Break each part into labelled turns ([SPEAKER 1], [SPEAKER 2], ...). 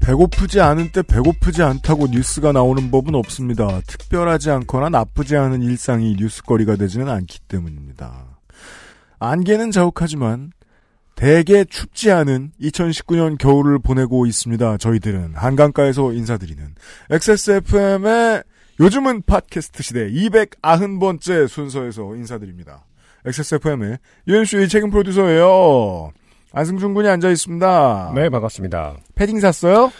[SPEAKER 1] 배고프지 않은 때 배고프지 않다고 뉴스가 나오는 법은 없습니다. 특별하지 않거나 나쁘지 않은 일상이 뉴스거리가 되지는 않기 때문입니다. 안개는 자욱하지만 대개 춥지 않은 2019년 겨울을 보내고 있습니다. 저희들은 한강가에서 인사드리는 XSFM의 요즘은 팟캐스트 시대 290번째 순서에서 인사드립니다. XSFM의 유현수의 책임 프로듀서예요. 안승준 군이 앉아 있습니다.
[SPEAKER 2] 네, 반갑습니다.
[SPEAKER 1] 패딩 샀어요?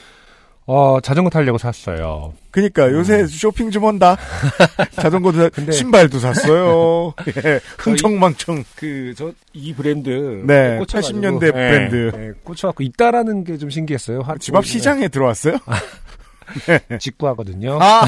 [SPEAKER 2] 어, 자전거 타려고 샀어요.
[SPEAKER 1] 그니까 요새 쇼핑 좀 한다. 자전거도 사,
[SPEAKER 2] 음. 근데-
[SPEAKER 1] 신발도 샀어요. 예, 흥청망청.
[SPEAKER 2] 그, 저, 이 브랜드.
[SPEAKER 1] 네,
[SPEAKER 2] 꽂혀가지고-
[SPEAKER 1] 80년대
[SPEAKER 2] 예,
[SPEAKER 1] 브랜드.
[SPEAKER 2] 예, 꽂혀갖고 있다라는 게 좀 신기했어요. 하-
[SPEAKER 1] 집 앞 시장에 들어왔어요?
[SPEAKER 2] 예, 직구하거든요.
[SPEAKER 1] 아,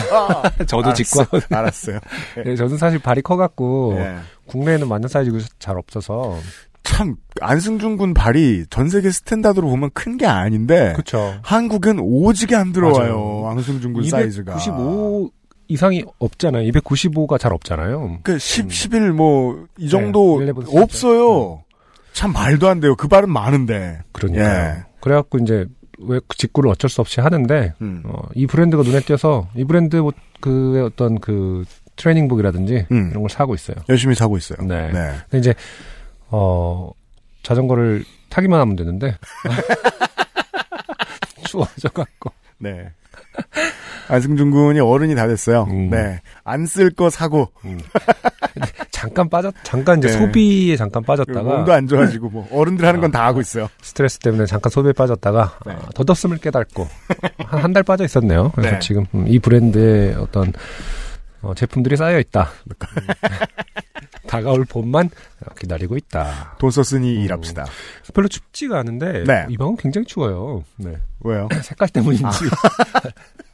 [SPEAKER 2] 저도 네. 직구.
[SPEAKER 1] 알았어요.
[SPEAKER 2] 예, 저는 사실 발이 커갖고,
[SPEAKER 1] 예.
[SPEAKER 2] 국내에는 맞는 사이즈가 잘 없어서.
[SPEAKER 1] 참 안승준 군 발이 전 세계 스탠다드로 보면 큰 게
[SPEAKER 2] 네.
[SPEAKER 1] 아닌데
[SPEAKER 2] 그쵸.
[SPEAKER 1] 한국은 오지게 안 들어와요.
[SPEAKER 2] 맞아요.
[SPEAKER 1] 안승준 군 사이즈가.
[SPEAKER 2] 295 이상이 없잖아요. 295가 잘 없잖아요.
[SPEAKER 1] 그 10, 11 뭐 이 정도
[SPEAKER 2] 네, 11
[SPEAKER 1] 없어요. 참 말도 안 돼요. 그 발은 많은데.
[SPEAKER 2] 그러니까요.
[SPEAKER 1] 예.
[SPEAKER 2] 그래갖고 이제, 왜그 직구를 어쩔 수 없이 하는데,
[SPEAKER 1] 음.
[SPEAKER 2] 어, 이 브랜드가 눈에 띄어서 이 브랜드 뭐 그의 어떤 그 트레이닝복이라든지
[SPEAKER 1] 음.
[SPEAKER 2] 이런 걸 사고 있어요.
[SPEAKER 1] 열심히 사고 있어요.
[SPEAKER 2] 네.
[SPEAKER 1] 네.
[SPEAKER 2] 근데 이제 어 자전거를 타기만 하면 되는데 추워져 갖고
[SPEAKER 1] 네. 안승준 군이 어른이 다 됐어요.
[SPEAKER 2] 음.
[SPEAKER 1] 네. 안 쓸 거 사고,
[SPEAKER 2] 잠깐 빠졌 잠깐 이제
[SPEAKER 1] 네.
[SPEAKER 2] 소비에 잠깐
[SPEAKER 1] 그리고 몸도
[SPEAKER 2] 빠졌다가
[SPEAKER 1] 안 좋아지고, 뭐, 어른들 하는 건 다 하고 있어요.
[SPEAKER 2] 스트레스 때문에 잠깐 소비에 빠졌다가
[SPEAKER 1] 네.
[SPEAKER 2] 아, 덧없음을 깨닫고 한 한 달 빠져 있었네요. 그래서
[SPEAKER 1] 네.
[SPEAKER 2] 지금 음, 이 브랜드의 어떤 어, 제품들이 쌓여 있다.
[SPEAKER 1] 음.
[SPEAKER 2] 다가올 봄만 기다리고 있다.
[SPEAKER 1] 돈 썼으니
[SPEAKER 2] 음.
[SPEAKER 1] 일합시다.
[SPEAKER 2] 별로 춥지가 않은데
[SPEAKER 1] 네.
[SPEAKER 2] 이 방은 굉장히 추워요. 네.
[SPEAKER 1] 왜요? 어,
[SPEAKER 2] 색깔 때문인지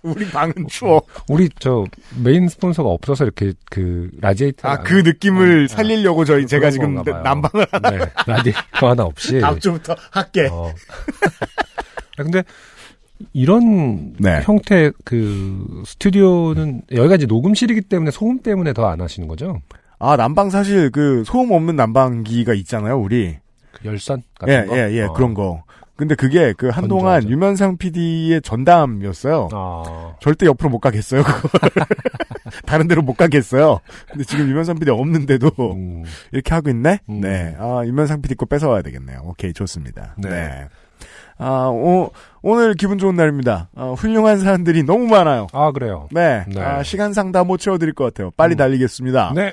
[SPEAKER 1] 우리 방은 추워.
[SPEAKER 2] 우리 저 메인 스폰서가 없어서 이렇게 그 라디에이터
[SPEAKER 1] 아, 그 느낌을 살리려고 저희,
[SPEAKER 2] 음. 그런
[SPEAKER 1] 제가 지금
[SPEAKER 2] 건가 봐요.
[SPEAKER 1] 난방을 아, 네.
[SPEAKER 2] 네, 라디에이터 하나 없이
[SPEAKER 1] 다음 주부터 할게.
[SPEAKER 2] 어. 아, 근데 이런
[SPEAKER 1] 네.
[SPEAKER 2] 형태 그 스튜디오는 여기가 이제 녹음실이기 때문에 소음 때문에 더 안 하시는 거죠?
[SPEAKER 1] 아, 난방 사실 그 소음 없는 난방기가 있잖아요, 우리.
[SPEAKER 2] 그 열선 같은
[SPEAKER 1] 예,
[SPEAKER 2] 거?
[SPEAKER 1] 예, 예,
[SPEAKER 2] 어.
[SPEAKER 1] 그런 거. 근데 그게 그 한동안
[SPEAKER 2] 건조하죠.
[SPEAKER 1] 유면상 PD의 전담이었어요.
[SPEAKER 2] 아,
[SPEAKER 1] 절대 옆으로 못 가겠어요, 그걸. 다른 데로 못 가겠어요. 근데 지금 유면상 PD 없는데도
[SPEAKER 2] 음,
[SPEAKER 1] 이렇게 하고 있네?
[SPEAKER 2] 음.
[SPEAKER 1] 네. 아, 유면상 PD 거 뺏어와야 되겠네요. 오케이, 좋습니다. 네.
[SPEAKER 2] 네.
[SPEAKER 1] 아, 오, 오늘 기분 좋은 날입니다. 어, 훌륭한 사람들이 너무 많아요.
[SPEAKER 2] 아 그래요.
[SPEAKER 1] 네.
[SPEAKER 2] 네.
[SPEAKER 1] 아, 시간상 다 못 채워드릴 것 같아요. 빨리
[SPEAKER 2] 음.
[SPEAKER 1] 달리겠습니다.
[SPEAKER 2] 네.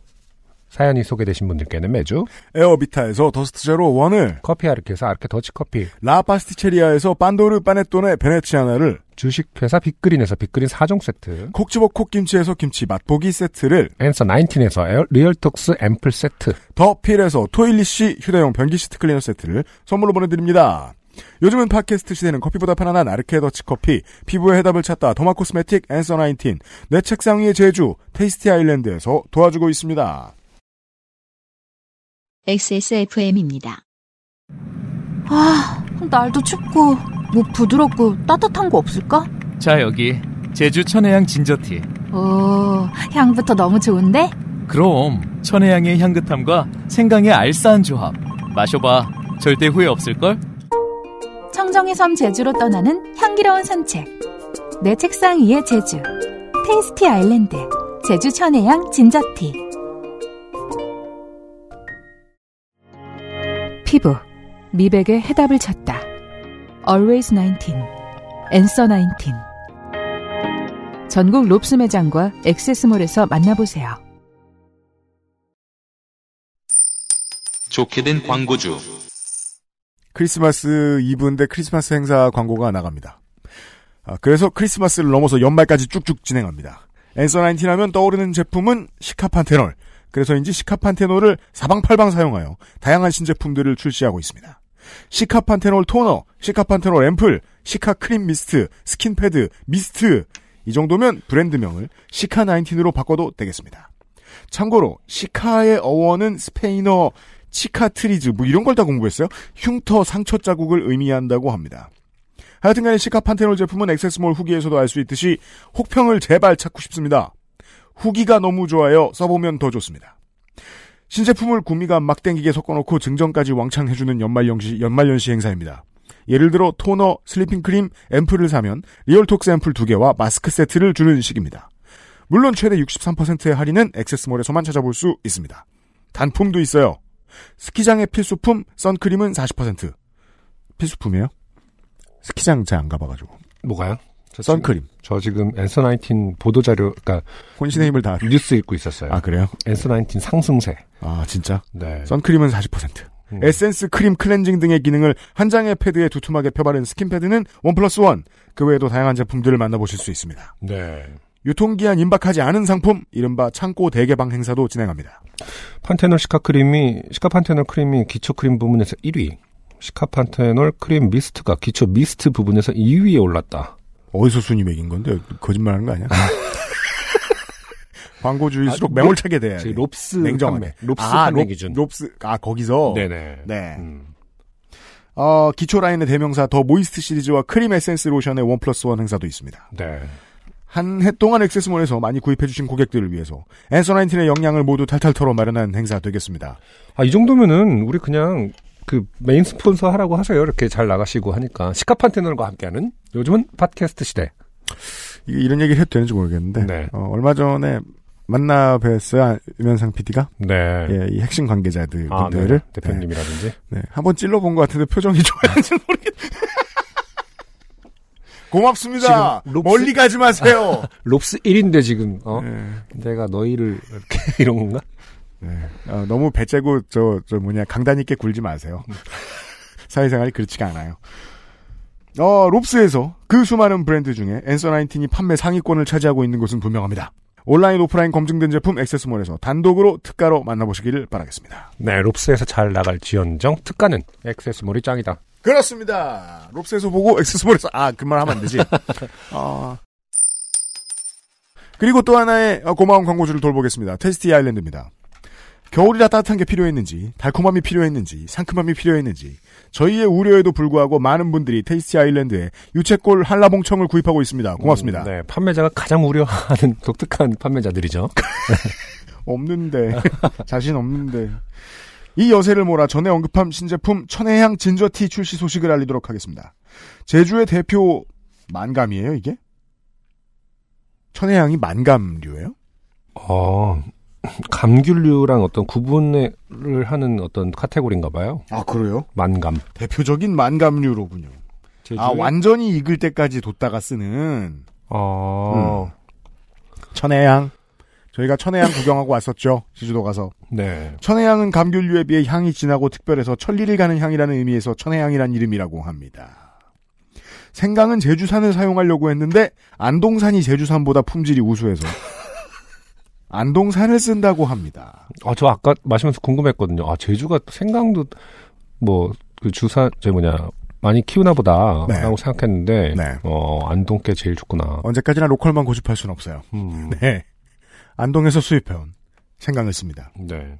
[SPEAKER 2] 사연이 소개되신 분들께는 매주
[SPEAKER 1] 에어비타에서 더스트 제로 원을,
[SPEAKER 2] 커피 아르케에서 아르케 더치 커피,
[SPEAKER 1] 라파스티체리아에서 빤도르 빠네톤의 베네치아나를,
[SPEAKER 2] 주식회사 빅그린에서 빅그린 4종 세트,
[SPEAKER 1] 콕 집어 콕 김치에서 김치 맛보기 세트를,
[SPEAKER 2] 앤서 19에서 에어- 리얼톡스 앰플 세트,
[SPEAKER 1] 더 필에서 토일리쉬 휴대용 변기 시트 클리너 세트를 선물로 보내드립니다. 요즘은 팟캐스트 시대는 커피보다 편안한 아르케 더치 커피, 피부의 해답을 찾다 더마 코스메틱 앤서 19, 내 책상 위의 제주, 테이스티 아일랜드에서 도와주고 있습니다.
[SPEAKER 3] XSFM입니다.
[SPEAKER 4] 아, 날도 춥고 뭐 부드럽고 따뜻한 거 없을까?
[SPEAKER 5] 자 여기 제주 천혜향 진저티
[SPEAKER 4] 오, 향부터 너무 좋은데?
[SPEAKER 5] 그럼 천혜향의 향긋함과 생강의 알싸한 조합 마셔봐 절대 후회 없을걸
[SPEAKER 4] 청정의 섬 제주로 떠나는 향기로운 산책. 내 책상 위의 제주. 테이스티 아일랜드. 제주 천혜향 진저티. 피부. 미백의 해답을 찾다. Always 19. Answer 19. 전국 롭스 매장과 액세스몰에서 만나보세요.
[SPEAKER 6] 좋게 된 광고주.
[SPEAKER 1] 크리스마스 이브인데 크리스마스 행사 광고가 나갑니다. 아, 그래서 크리스마스를 넘어서 연말까지 쭉쭉 진행합니다. 앤서 19 하면 떠오르는 제품은 시카판테놀. 그래서인지 시카판테놀을 사방팔방 사용하여 다양한 신제품들을 출시하고 있습니다. 시카판테놀 토너, 시카판테놀 앰플, 시카 크림 미스트, 스킨패드, 미스트. 이 정도면 브랜드명을 시카 19으로 바꿔도 되겠습니다. 참고로 시카의 어원은 스페인어 치카트리즈 뭐 이런 걸 다 공부했어요. 흉터 상처 자국을 의미한다고 합니다. 하여튼간에 시카판테놀 제품은 액세스몰 후기에서도 알 수 있듯이 혹평을 제발 찾고 싶습니다. 후기가 너무 좋아요. 써보면 더 좋습니다. 신제품을 구미가 막 땡기게 섞어놓고 증정까지 왕창 해주는 연말연시, 연말연시 행사입니다. 예를 들어 토너, 슬리핑 크림, 앰플을 사면 리얼톡스 앰플 2개와 마스크 세트를 주는 식입니다. 물론 최대 63%의 할인은 액세스몰에서만 찾아볼 수 있습니다. 단품도 있어요. 스키장의 필수품 선크림은 40% 필수품이에요? 스키장 잘 안 가봐가지고
[SPEAKER 2] 뭐가요? 저 지금-
[SPEAKER 1] 선크림
[SPEAKER 2] 저 지금 앤서 19 보도자료, 그러니까
[SPEAKER 1] 혼신의 힘을 다아
[SPEAKER 2] 뉴스 읽고 있었어요.
[SPEAKER 1] 그래요?
[SPEAKER 2] 앤서 19 상승세.
[SPEAKER 1] 아 진짜?
[SPEAKER 2] 네.
[SPEAKER 1] 선크림은 40%
[SPEAKER 2] 음.
[SPEAKER 1] 에센스, 크림, 클렌징 등의 기능을 한 장의 패드에 두툼하게 펴바른 스킨패드는 원 플러스 원. 그 외에도 다양한 제품들을 만나보실 수 있습니다.
[SPEAKER 2] 네.
[SPEAKER 1] 유통기한 임박하지 않은 상품, 이른바 창고 대개방 행사도 진행합니다.
[SPEAKER 2] 판테놀 시카 크림이 시카 판테놀 크림이 기초 크림 부문에서 1위. 시카 판테놀 크림 미스트가 기초 미스트 부분에서 2위에 올랐다.
[SPEAKER 1] 어디서 순위 매긴 건데 거짓말하는 거 아니야? 광고주일수록
[SPEAKER 2] 아,
[SPEAKER 1] 매몰차게 돼야
[SPEAKER 2] 저희
[SPEAKER 1] 돼.
[SPEAKER 2] 롭스
[SPEAKER 1] 냉정하게.
[SPEAKER 2] 판매, 롭스
[SPEAKER 1] 아,
[SPEAKER 2] 판매
[SPEAKER 1] 롭-
[SPEAKER 2] 기준.
[SPEAKER 1] 롭스 아 거기서
[SPEAKER 2] 어. 네네.
[SPEAKER 1] 네.
[SPEAKER 2] 음.
[SPEAKER 1] 어, 기초 라인의 대명사 더 모이스트 시리즈와 크림 에센스 로션의 원 플러스 원 행사도 있습니다.
[SPEAKER 2] 네.
[SPEAKER 1] 한 해 동안 액세스몰에서 많이 구입해주신 고객들을 위해서 앤서 나인틴의 역량을 모두 탈탈 털어 마련한 행사 되겠습니다.
[SPEAKER 2] 아, 이 정도면은 우리 그냥 그 메인 스폰서 하라고 하세요. 이렇게 잘 나가시고 하니까 시카 판테놀과 함께하는 요즘은 팟캐스트 시대.
[SPEAKER 1] 이게 이런 얘기를 해도 되는지 모르겠는데
[SPEAKER 2] 네.
[SPEAKER 1] 어, 얼마 전에 만나 뵀어요 유면상 PD가
[SPEAKER 2] 네.
[SPEAKER 1] 예, 이 핵심 관계자들
[SPEAKER 2] 아, 네.
[SPEAKER 1] 분들을 네.
[SPEAKER 2] 대표님이라든지.
[SPEAKER 1] 네, 한번 찔러본 것 같은데 표정이 좋아야지 모르겠. 고맙습니다.
[SPEAKER 2] 지금 롭스-
[SPEAKER 1] 멀리 가지 마세요.
[SPEAKER 2] 롭스 1인데 지금 어?
[SPEAKER 1] 네.
[SPEAKER 2] 내가 너희를 이렇게 이런 건가?
[SPEAKER 1] 어, 너무 배째고 저, 저 뭐냐 강단 있게 굴지 마세요. 사회생활이 그렇지가 않아요. 어, 롭스에서 그 수많은 브랜드 중에 앤서 나인틴이 판매 상위권을 차지하고 있는 것은 분명합니다. 온라인 오프라인 검증된 제품 액세스몰에서 단독으로 특가로 만나보시기를 바라겠습니다.
[SPEAKER 2] 네, 롭스에서 잘 나갈 지연정 특가는 액세스몰이 짱이다.
[SPEAKER 1] 그렇습니다. 롭스에서 보고 액세스몰에서 아 그 말 하면 안 되지. 아. 그리고 또 하나의 어, 고마운 광고주를 돌보겠습니다. 테스티 아일랜드입니다. 겨울이라 따뜻한 게 필요했는지, 달콤함이 필요했는지, 상큼함이 필요했는지, 저희의 우려에도 불구하고 많은 분들이 테이스티 아일랜드에 유채골 한라봉청을 구입하고 있습니다. 고맙습니다.
[SPEAKER 2] 음, 네, 판매자가 가장 우려하는 독특한 판매자들이죠.
[SPEAKER 1] 없는데 자신 없는데 이 여세를 몰아 전에 언급한 신제품 천혜향 진저티 출시 소식을 알리도록 하겠습니다. 제주의 대표 만감이에요 이게? 천혜향이 만감류예요?
[SPEAKER 2] 어, 감귤류랑 어떤 구분을 하는 어떤 카테고리인가 봐요.
[SPEAKER 1] 아 그래요?
[SPEAKER 2] 만감.
[SPEAKER 1] 대표적인 만감류로군요. 아 완전히 익을 때까지 뒀다가 쓰는 음.
[SPEAKER 2] 어,
[SPEAKER 1] 천혜향. 저희가 천혜향 구경하고 왔었죠 제주도 가서.
[SPEAKER 2] 네.
[SPEAKER 1] 천혜향은 감귤류에 비해 향이 진하고 특별해서 천리를 가는 향이라는 의미에서 천혜향이란 이름이라고 합니다. 생강은 제주산을 사용하려고 했는데 안동산이 제주산보다 품질이 우수해서 안동산을 쓴다고 합니다.
[SPEAKER 2] 아, 저 아까 마시면서 궁금했거든요. 아, 제주가 생강도 뭐, 그 주사, 저 뭐냐, 많이 키우나 보다.
[SPEAKER 1] 네.
[SPEAKER 2] 라고 생각했는데,
[SPEAKER 1] 네.
[SPEAKER 2] 어, 안동께 제일 좋구나.
[SPEAKER 1] 언제까지나 로컬만 고집할 순 없어요.
[SPEAKER 2] 음,
[SPEAKER 1] 네. 안동에서 수입해온 생강을 씁니다.
[SPEAKER 2] 네.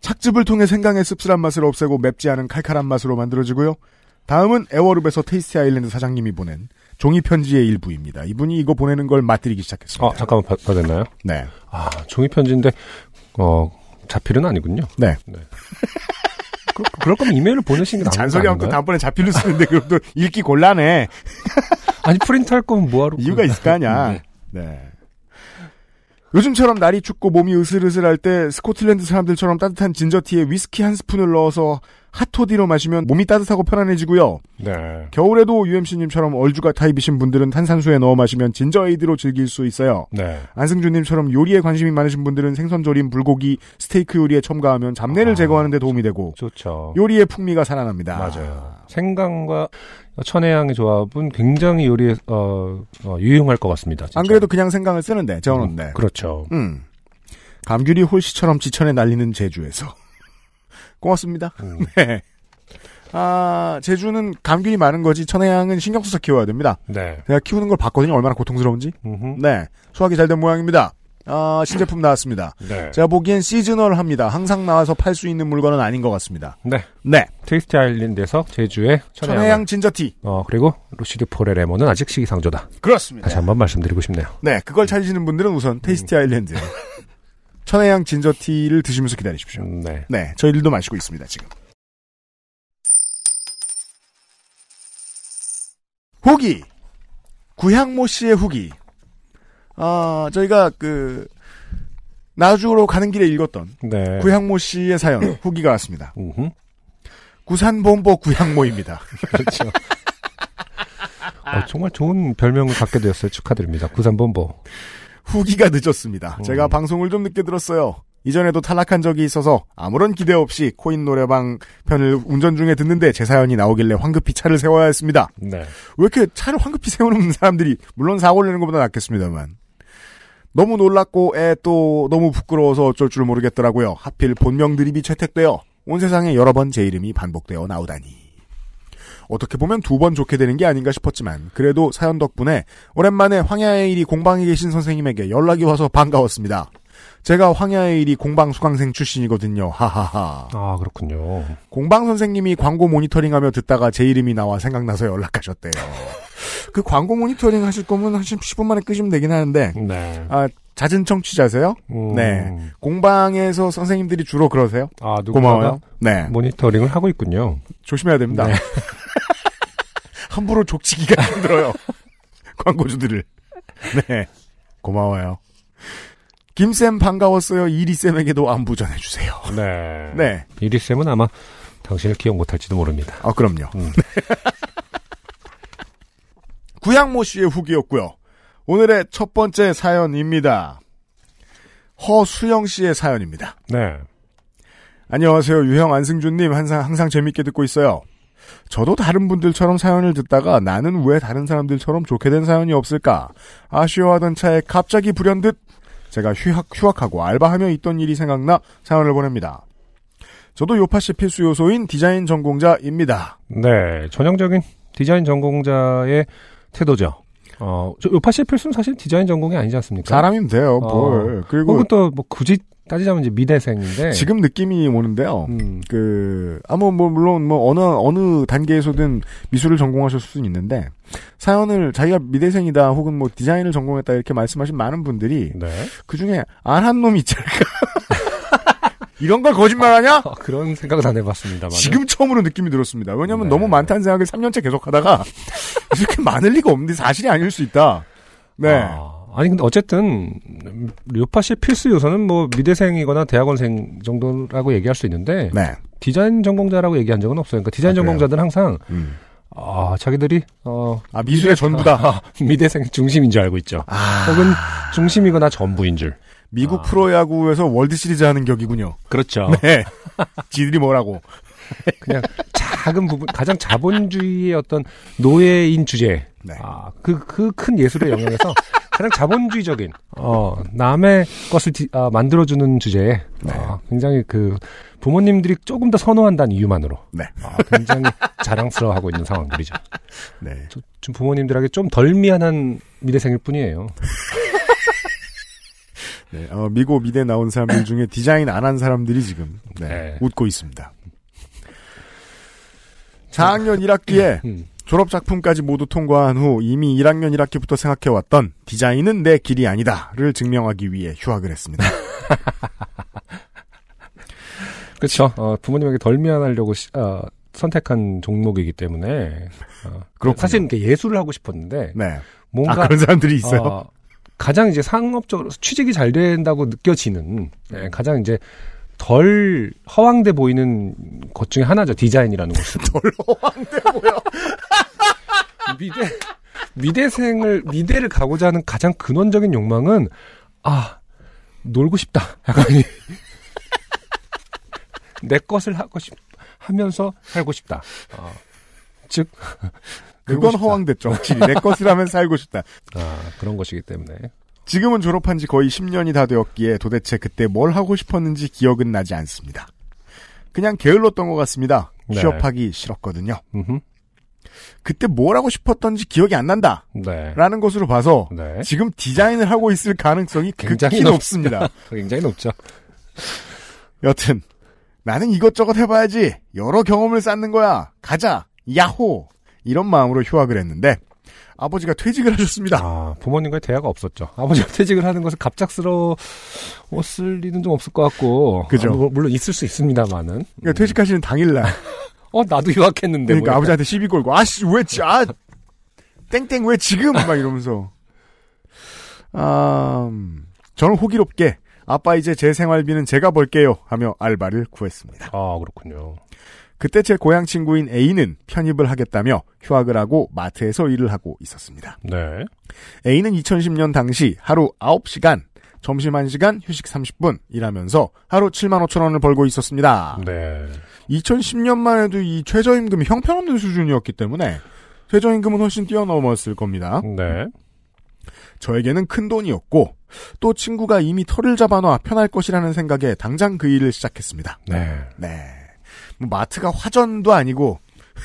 [SPEAKER 1] 착즙을 통해 생강의 씁쓸한 맛을 없애고 맵지 않은 칼칼한 맛으로 만들어지고요. 다음은 에워룹에서 테이스티 아일랜드 사장님이 보낸 종이 편지의 일부입니다. 이분이 이거 보내는 걸 맛들이기 시작했습니다.
[SPEAKER 2] 아, 잠깐만 받, 받았나요?
[SPEAKER 1] 네.
[SPEAKER 2] 아, 종이 편지인데 어 자필은 아니군요.
[SPEAKER 1] 네.
[SPEAKER 2] 그, 그럴 거면 이메일을 보내시는 게 나은 거
[SPEAKER 1] 잔소리하고
[SPEAKER 2] 아닌가요?
[SPEAKER 1] 다음번에 잡필로 쓰는데 그럼 또 읽기 곤란해.
[SPEAKER 2] 아니 프린트 할 거면 뭐하러?
[SPEAKER 1] 이유가 있을 거 아니야.
[SPEAKER 2] 네.
[SPEAKER 1] 네. 요즘처럼 날이 춥고 몸이 으슬으슬할 때 스코틀랜드 사람들처럼 따뜻한 진저티에 위스키 한 스푼을 넣어서 핫호디로 마시면 몸이 따뜻하고 편안해지고요.
[SPEAKER 2] 네.
[SPEAKER 1] 겨울에도 UMC님처럼 얼주가 타입이신 분들은 탄산수에 넣어 마시면 진저에이드로 즐길 수 있어요.
[SPEAKER 2] 네.
[SPEAKER 1] 안승준님처럼 요리에 관심이 많으신 분들은 생선조림, 불고기, 스테이크 요리에 첨가하면 잡내를
[SPEAKER 2] 아,
[SPEAKER 1] 제거하는 데 도움이 되고
[SPEAKER 2] 좋죠.
[SPEAKER 1] 요리의 풍미가 살아납니다.
[SPEAKER 2] 맞아요. 생강과 천혜향의 조합은 굉장히 요리에 어, 어, 유용할 것 같습니다. 진짜.
[SPEAKER 1] 안 그래도 그냥 생강을 쓰는데 재워놓는데.
[SPEAKER 2] 그렇죠.
[SPEAKER 1] 음. 감귤이 홀씨처럼 지천에 날리는 제주에서. 고맙습니다.
[SPEAKER 2] 음.
[SPEAKER 1] 네. 아, 제주는 감귤이 많은 거지, 천혜향은 신경 써서 키워야 됩니다.
[SPEAKER 2] 네.
[SPEAKER 1] 내가 키우는 걸 봤거든요. 얼마나 고통스러운지.
[SPEAKER 2] 음흠.
[SPEAKER 1] 네. 수확이 잘 된 모양입니다. 아, 신제품 나왔습니다.
[SPEAKER 2] 네.
[SPEAKER 1] 제가 보기엔 시즈널합니다. 항상 나와서 팔 수 있는 물건은 아닌 것 같습니다.
[SPEAKER 2] 네.
[SPEAKER 1] 네.
[SPEAKER 2] 테이스티 아일랜드에서 제주의 천혜향.
[SPEAKER 1] 천혜향 진저티.
[SPEAKER 2] 어, 그리고 루시드 폴의 레몬은 아직 시기상조다.
[SPEAKER 1] 네. 그렇습니다.
[SPEAKER 2] 다시 한번 말씀드리고 싶네요.
[SPEAKER 1] 네. 그걸 찾으시는 분들은 우선 테이스티 아일랜드. 천혜향 진저티를 드시면서 기다리십시오.
[SPEAKER 2] 음, 네.
[SPEAKER 1] 네. 저희들도 마시고 있습니다, 지금. 후기. 구향모 씨의 후기. 아, 저희가 그, 나주로 가는 길에 읽었던
[SPEAKER 2] 네.
[SPEAKER 1] 구향모 씨의 사연, 후기가 왔습니다.
[SPEAKER 2] 음흠.
[SPEAKER 1] 구산본보 구향모입니다.
[SPEAKER 2] 그렇죠. 어, 정말 좋은 별명을 갖게 되었어요. 축하드립니다. 구산본보.
[SPEAKER 1] 후기가 늦었습니다.
[SPEAKER 2] 음.
[SPEAKER 1] 제가 방송을 좀 늦게 들었어요. 이전에도 탈락한 적이 있어서 아무런 기대 없이 코인 노래방 편을 운전 중에 듣는데 제 사연이 나오길래 황급히 차를 세워야 했습니다.
[SPEAKER 2] 네.
[SPEAKER 1] 왜 이렇게 차를 황급히 세우는 사람들이 물론 사고를 내는 것보다 낫겠습니다만 너무 놀랐고 에 또 너무 부끄러워서 어쩔 줄 모르겠더라고요. 하필 본명 드립이 채택되어 온 세상에 여러 번 제 이름이 반복되어 나오다니. 어떻게 보면 두 번 좋게 되는 게 아닌가 싶었지만 그래도 사연 덕분에 오랜만에 황야의 일이 공방에 계신 선생님에게 연락이 와서 반가웠습니다. 제가 황야의 일이 공방 수강생 출신이거든요. 하하하.
[SPEAKER 2] 아, 그렇군요.
[SPEAKER 1] 공방 선생님이 광고 모니터링하며 듣다가 제 이름이 나와 생각나서 연락하셨대요. 그 광고 모니터링 하실 거면 한 10분 만에 끄시면 되긴 하는데
[SPEAKER 2] 네.
[SPEAKER 1] 아 잦은 청취자세요?
[SPEAKER 2] 음.
[SPEAKER 1] 네. 공방에서 선생님들이 주로 그러세요?
[SPEAKER 2] 아, 누군가가
[SPEAKER 1] 고마워요. 네
[SPEAKER 2] 모니터링을 하고 있군요.
[SPEAKER 1] 조심해야 됩니다.
[SPEAKER 2] 뭐 네.
[SPEAKER 1] 함부로 족치기가 힘들어요. 광고주들을. 네 고마워요. 김쌤 반가웠어요. 이리쌤에게도 안부 전해주세요.
[SPEAKER 2] 네.
[SPEAKER 1] 네.
[SPEAKER 2] 이리쌤은 아마 당신을 기억 못할지도 모릅니다.
[SPEAKER 1] 아, 그럼요.
[SPEAKER 2] 음.
[SPEAKER 1] 구양모 씨의 후기였고요. 오늘의 첫 번째 사연입니다. 허수영 씨의 사연입니다.
[SPEAKER 2] 네.
[SPEAKER 1] 안녕하세요. 유형 안승준님. 항상, 항상 재밌게 듣고 있어요. 저도 다른 분들처럼 사연을 듣다가 나는 왜 다른 사람들처럼 좋게 된 사연이 없을까? 아쉬워하던 차에 갑자기 불현듯 제가 휴학, 휴학하고 알바하며 있던 일이 생각나 사연을 보냅니다. 저도 요파 씨 필수 요소인 디자인 전공자입니다.
[SPEAKER 2] 네. 전형적인 디자인 전공자의 태도죠. 어, 저 요파시 필수는 사실 디자인 전공이 아니지 않습니까?
[SPEAKER 1] 네. 사람이면
[SPEAKER 2] 어.
[SPEAKER 1] 돼요, 뭘. 그리고
[SPEAKER 2] 혹은 또 뭐 굳이 따지자면 이제 미대생인데.
[SPEAKER 1] 지금 느낌이 오는데요.
[SPEAKER 2] 음,
[SPEAKER 1] 그, 아무, 뭐, 물론, 뭐, 어느, 어느 단계에서든 미술을 전공하실 수는 있는데, 사연을 자기가 미대생이다, 혹은 뭐, 디자인을 전공했다, 이렇게 말씀하신 많은 분들이,
[SPEAKER 2] 네.
[SPEAKER 1] 그 중에 안 한 놈이 있지 않을까. 이런 걸 거짓말하냐?
[SPEAKER 2] 아, 그런 생각은 아, 안 해봤습니다만.
[SPEAKER 1] 지금 처음으로 느낌이 들었습니다. 왜냐면
[SPEAKER 2] 네.
[SPEAKER 1] 너무 많다는 생각을 3년째 계속 하다가, 이렇게 많을 리가 없는데 사실이 아닐 수 있다. 네.
[SPEAKER 2] 아, 니 근데 어쨌든 요파시 필수 요소는 뭐 미대생이거나 대학원생 정도라고 얘기할 수 있는데
[SPEAKER 1] 네.
[SPEAKER 2] 디자인 전공자라고 얘기한 적은 없어요. 그러니까 디자인
[SPEAKER 1] 아, 그래요?
[SPEAKER 2] 전공자들은 항상
[SPEAKER 1] 음.
[SPEAKER 2] 아, 자기들이 어,
[SPEAKER 1] 아, 미술의 전부다.
[SPEAKER 2] 아, 미대생 중심인 줄 알고 있죠.
[SPEAKER 1] 아.
[SPEAKER 2] 혹은 중심이거나 전부인 줄.
[SPEAKER 1] 미국
[SPEAKER 2] 아.
[SPEAKER 1] 프로야구에서 월드 시리즈 하는 격이군요.
[SPEAKER 2] 그렇죠.
[SPEAKER 1] 네. 지들이 뭐라고.
[SPEAKER 2] 그냥 작은 부분, 가장 자본주의의 어떤 노예인 주제.
[SPEAKER 1] 네.
[SPEAKER 2] 아, 그, 그 큰 예술의 영역에서 가장 자본주의적인, 어, 남의 것을 디- 아, 만들어주는 주제에,
[SPEAKER 1] 네.
[SPEAKER 2] 어, 굉장히 그, 부모님들이 조금 더 선호한다는 이유만으로.
[SPEAKER 1] 네.
[SPEAKER 2] 어, 굉장히 자랑스러워하고 있는 상황들이죠.
[SPEAKER 1] 네.
[SPEAKER 2] 저- 좀 부모님들에게 좀 덜 미안한 미대생일 뿐이에요.
[SPEAKER 1] 네. 어, 미고 미대 나온 사람들 중에 디자인 안 한 사람들이 지금 네,
[SPEAKER 2] 네.
[SPEAKER 1] 웃고 있습니다. 4학년 1학기에
[SPEAKER 2] 음.
[SPEAKER 1] 졸업 작품까지 모두 통과한 후 이미 1학년 1학기부터 생각해왔던 디자인은 내 길이 아니다를 증명하기 위해 휴학을 했습니다.
[SPEAKER 2] 그렇죠. 어, 부모님에게 덜 미안하려고 시- 어, 선택한 종목이기 때문에. 어,
[SPEAKER 1] 그렇군요.
[SPEAKER 2] 사실 이렇게 예술을 하고 싶었는데,
[SPEAKER 1] 네. 아
[SPEAKER 2] 뭔가
[SPEAKER 1] 그런 사람들이 있어요.
[SPEAKER 2] 어,
[SPEAKER 1] 음.
[SPEAKER 2] 가장 이제 상업적으로 취직이 잘 된다고 느껴지는 예, 가장 이제 덜 허황돼 보이는 것 중에 하나죠. 디자인이라는 것은. 덜 허황돼 보여. 미대, 미대생을, 미대를 가고자 하는 가장 근원적인 욕망은, 아, 놀고 싶다. 약간 이- 내 것을 하고 싶, 하면서 살고 싶다. 어. 즉, 놀고
[SPEAKER 1] 그건
[SPEAKER 2] 싶다.
[SPEAKER 1] 허황됐죠. 확실히 내 것을 하면 살고 싶다.
[SPEAKER 2] 아, 그런 것이기 때문에.
[SPEAKER 1] 지금은 졸업한 지 거의 10년이 다 되었기에 도대체 그때 뭘 하고 싶었는지 기억은 나지 않습니다. 그냥 게을렀던 것 같습니다.
[SPEAKER 2] 네.
[SPEAKER 1] 취업하기 싫었거든요.
[SPEAKER 2] 음흠.
[SPEAKER 1] 그때 뭘 하고 싶었던지 기억이 안 난다.
[SPEAKER 2] 네.
[SPEAKER 1] 라는 것으로 봐서
[SPEAKER 2] 네.
[SPEAKER 1] 지금 디자인을 하고 있을 가능성이
[SPEAKER 2] 굉장히
[SPEAKER 1] 극히 높습니다.
[SPEAKER 2] 굉장히 높죠.
[SPEAKER 1] 여튼 나는 이것저것 해봐야지 여러 경험을 쌓는 거야 가자 야호 이런 마음으로 휴학을 했는데 아버지가 퇴직을 하셨습니다
[SPEAKER 2] 아, 부모님과의 대화가 없었죠. 아버지가 퇴직을 하는 것은 갑작스러웠을 리는 좀 없을 것 같고.
[SPEAKER 1] 그죠.
[SPEAKER 2] 아, 뭐, 물론 있을 수 있습니다만은.
[SPEAKER 1] 그러니까 퇴직하시는 당일날
[SPEAKER 2] 어, 나도 유학했는데.
[SPEAKER 1] 그러니까
[SPEAKER 2] 뭐 이렇게.
[SPEAKER 1] 아버지한테 시비 걸고 아씨 왜 지- 아, 땡땡 왜 지금 막 이러면서 아 음, 저는 호기롭게 아빠 이제 제 생활비는 제가 벌게요 하며 알바를 구했습니다
[SPEAKER 2] 아, 그렇군요.
[SPEAKER 1] 그때 제 고향 친구인 A는 편입을 하겠다며 휴학을 하고 마트에서 일을 하고 있었습니다
[SPEAKER 2] 네.
[SPEAKER 1] A는 2010년 당시 하루 9시간, 점심 1시간, 휴식 30분 일하면서 하루 7만 5천 원을 벌고 있었습니다.
[SPEAKER 2] 네.
[SPEAKER 1] 2010년만 해도 이 최저임금이 형편없는 수준이었기 때문에 최저임금은 훨씬 뛰어넘었을 겁니다.
[SPEAKER 2] 네.
[SPEAKER 1] 저에게는 큰 돈이었고 또 친구가 이미 털을 잡아놔 편할 것이라는 생각에 당장 그 일을 시작했습니다.
[SPEAKER 2] 네.
[SPEAKER 1] 네. 뭐 마트가 화전도 아니고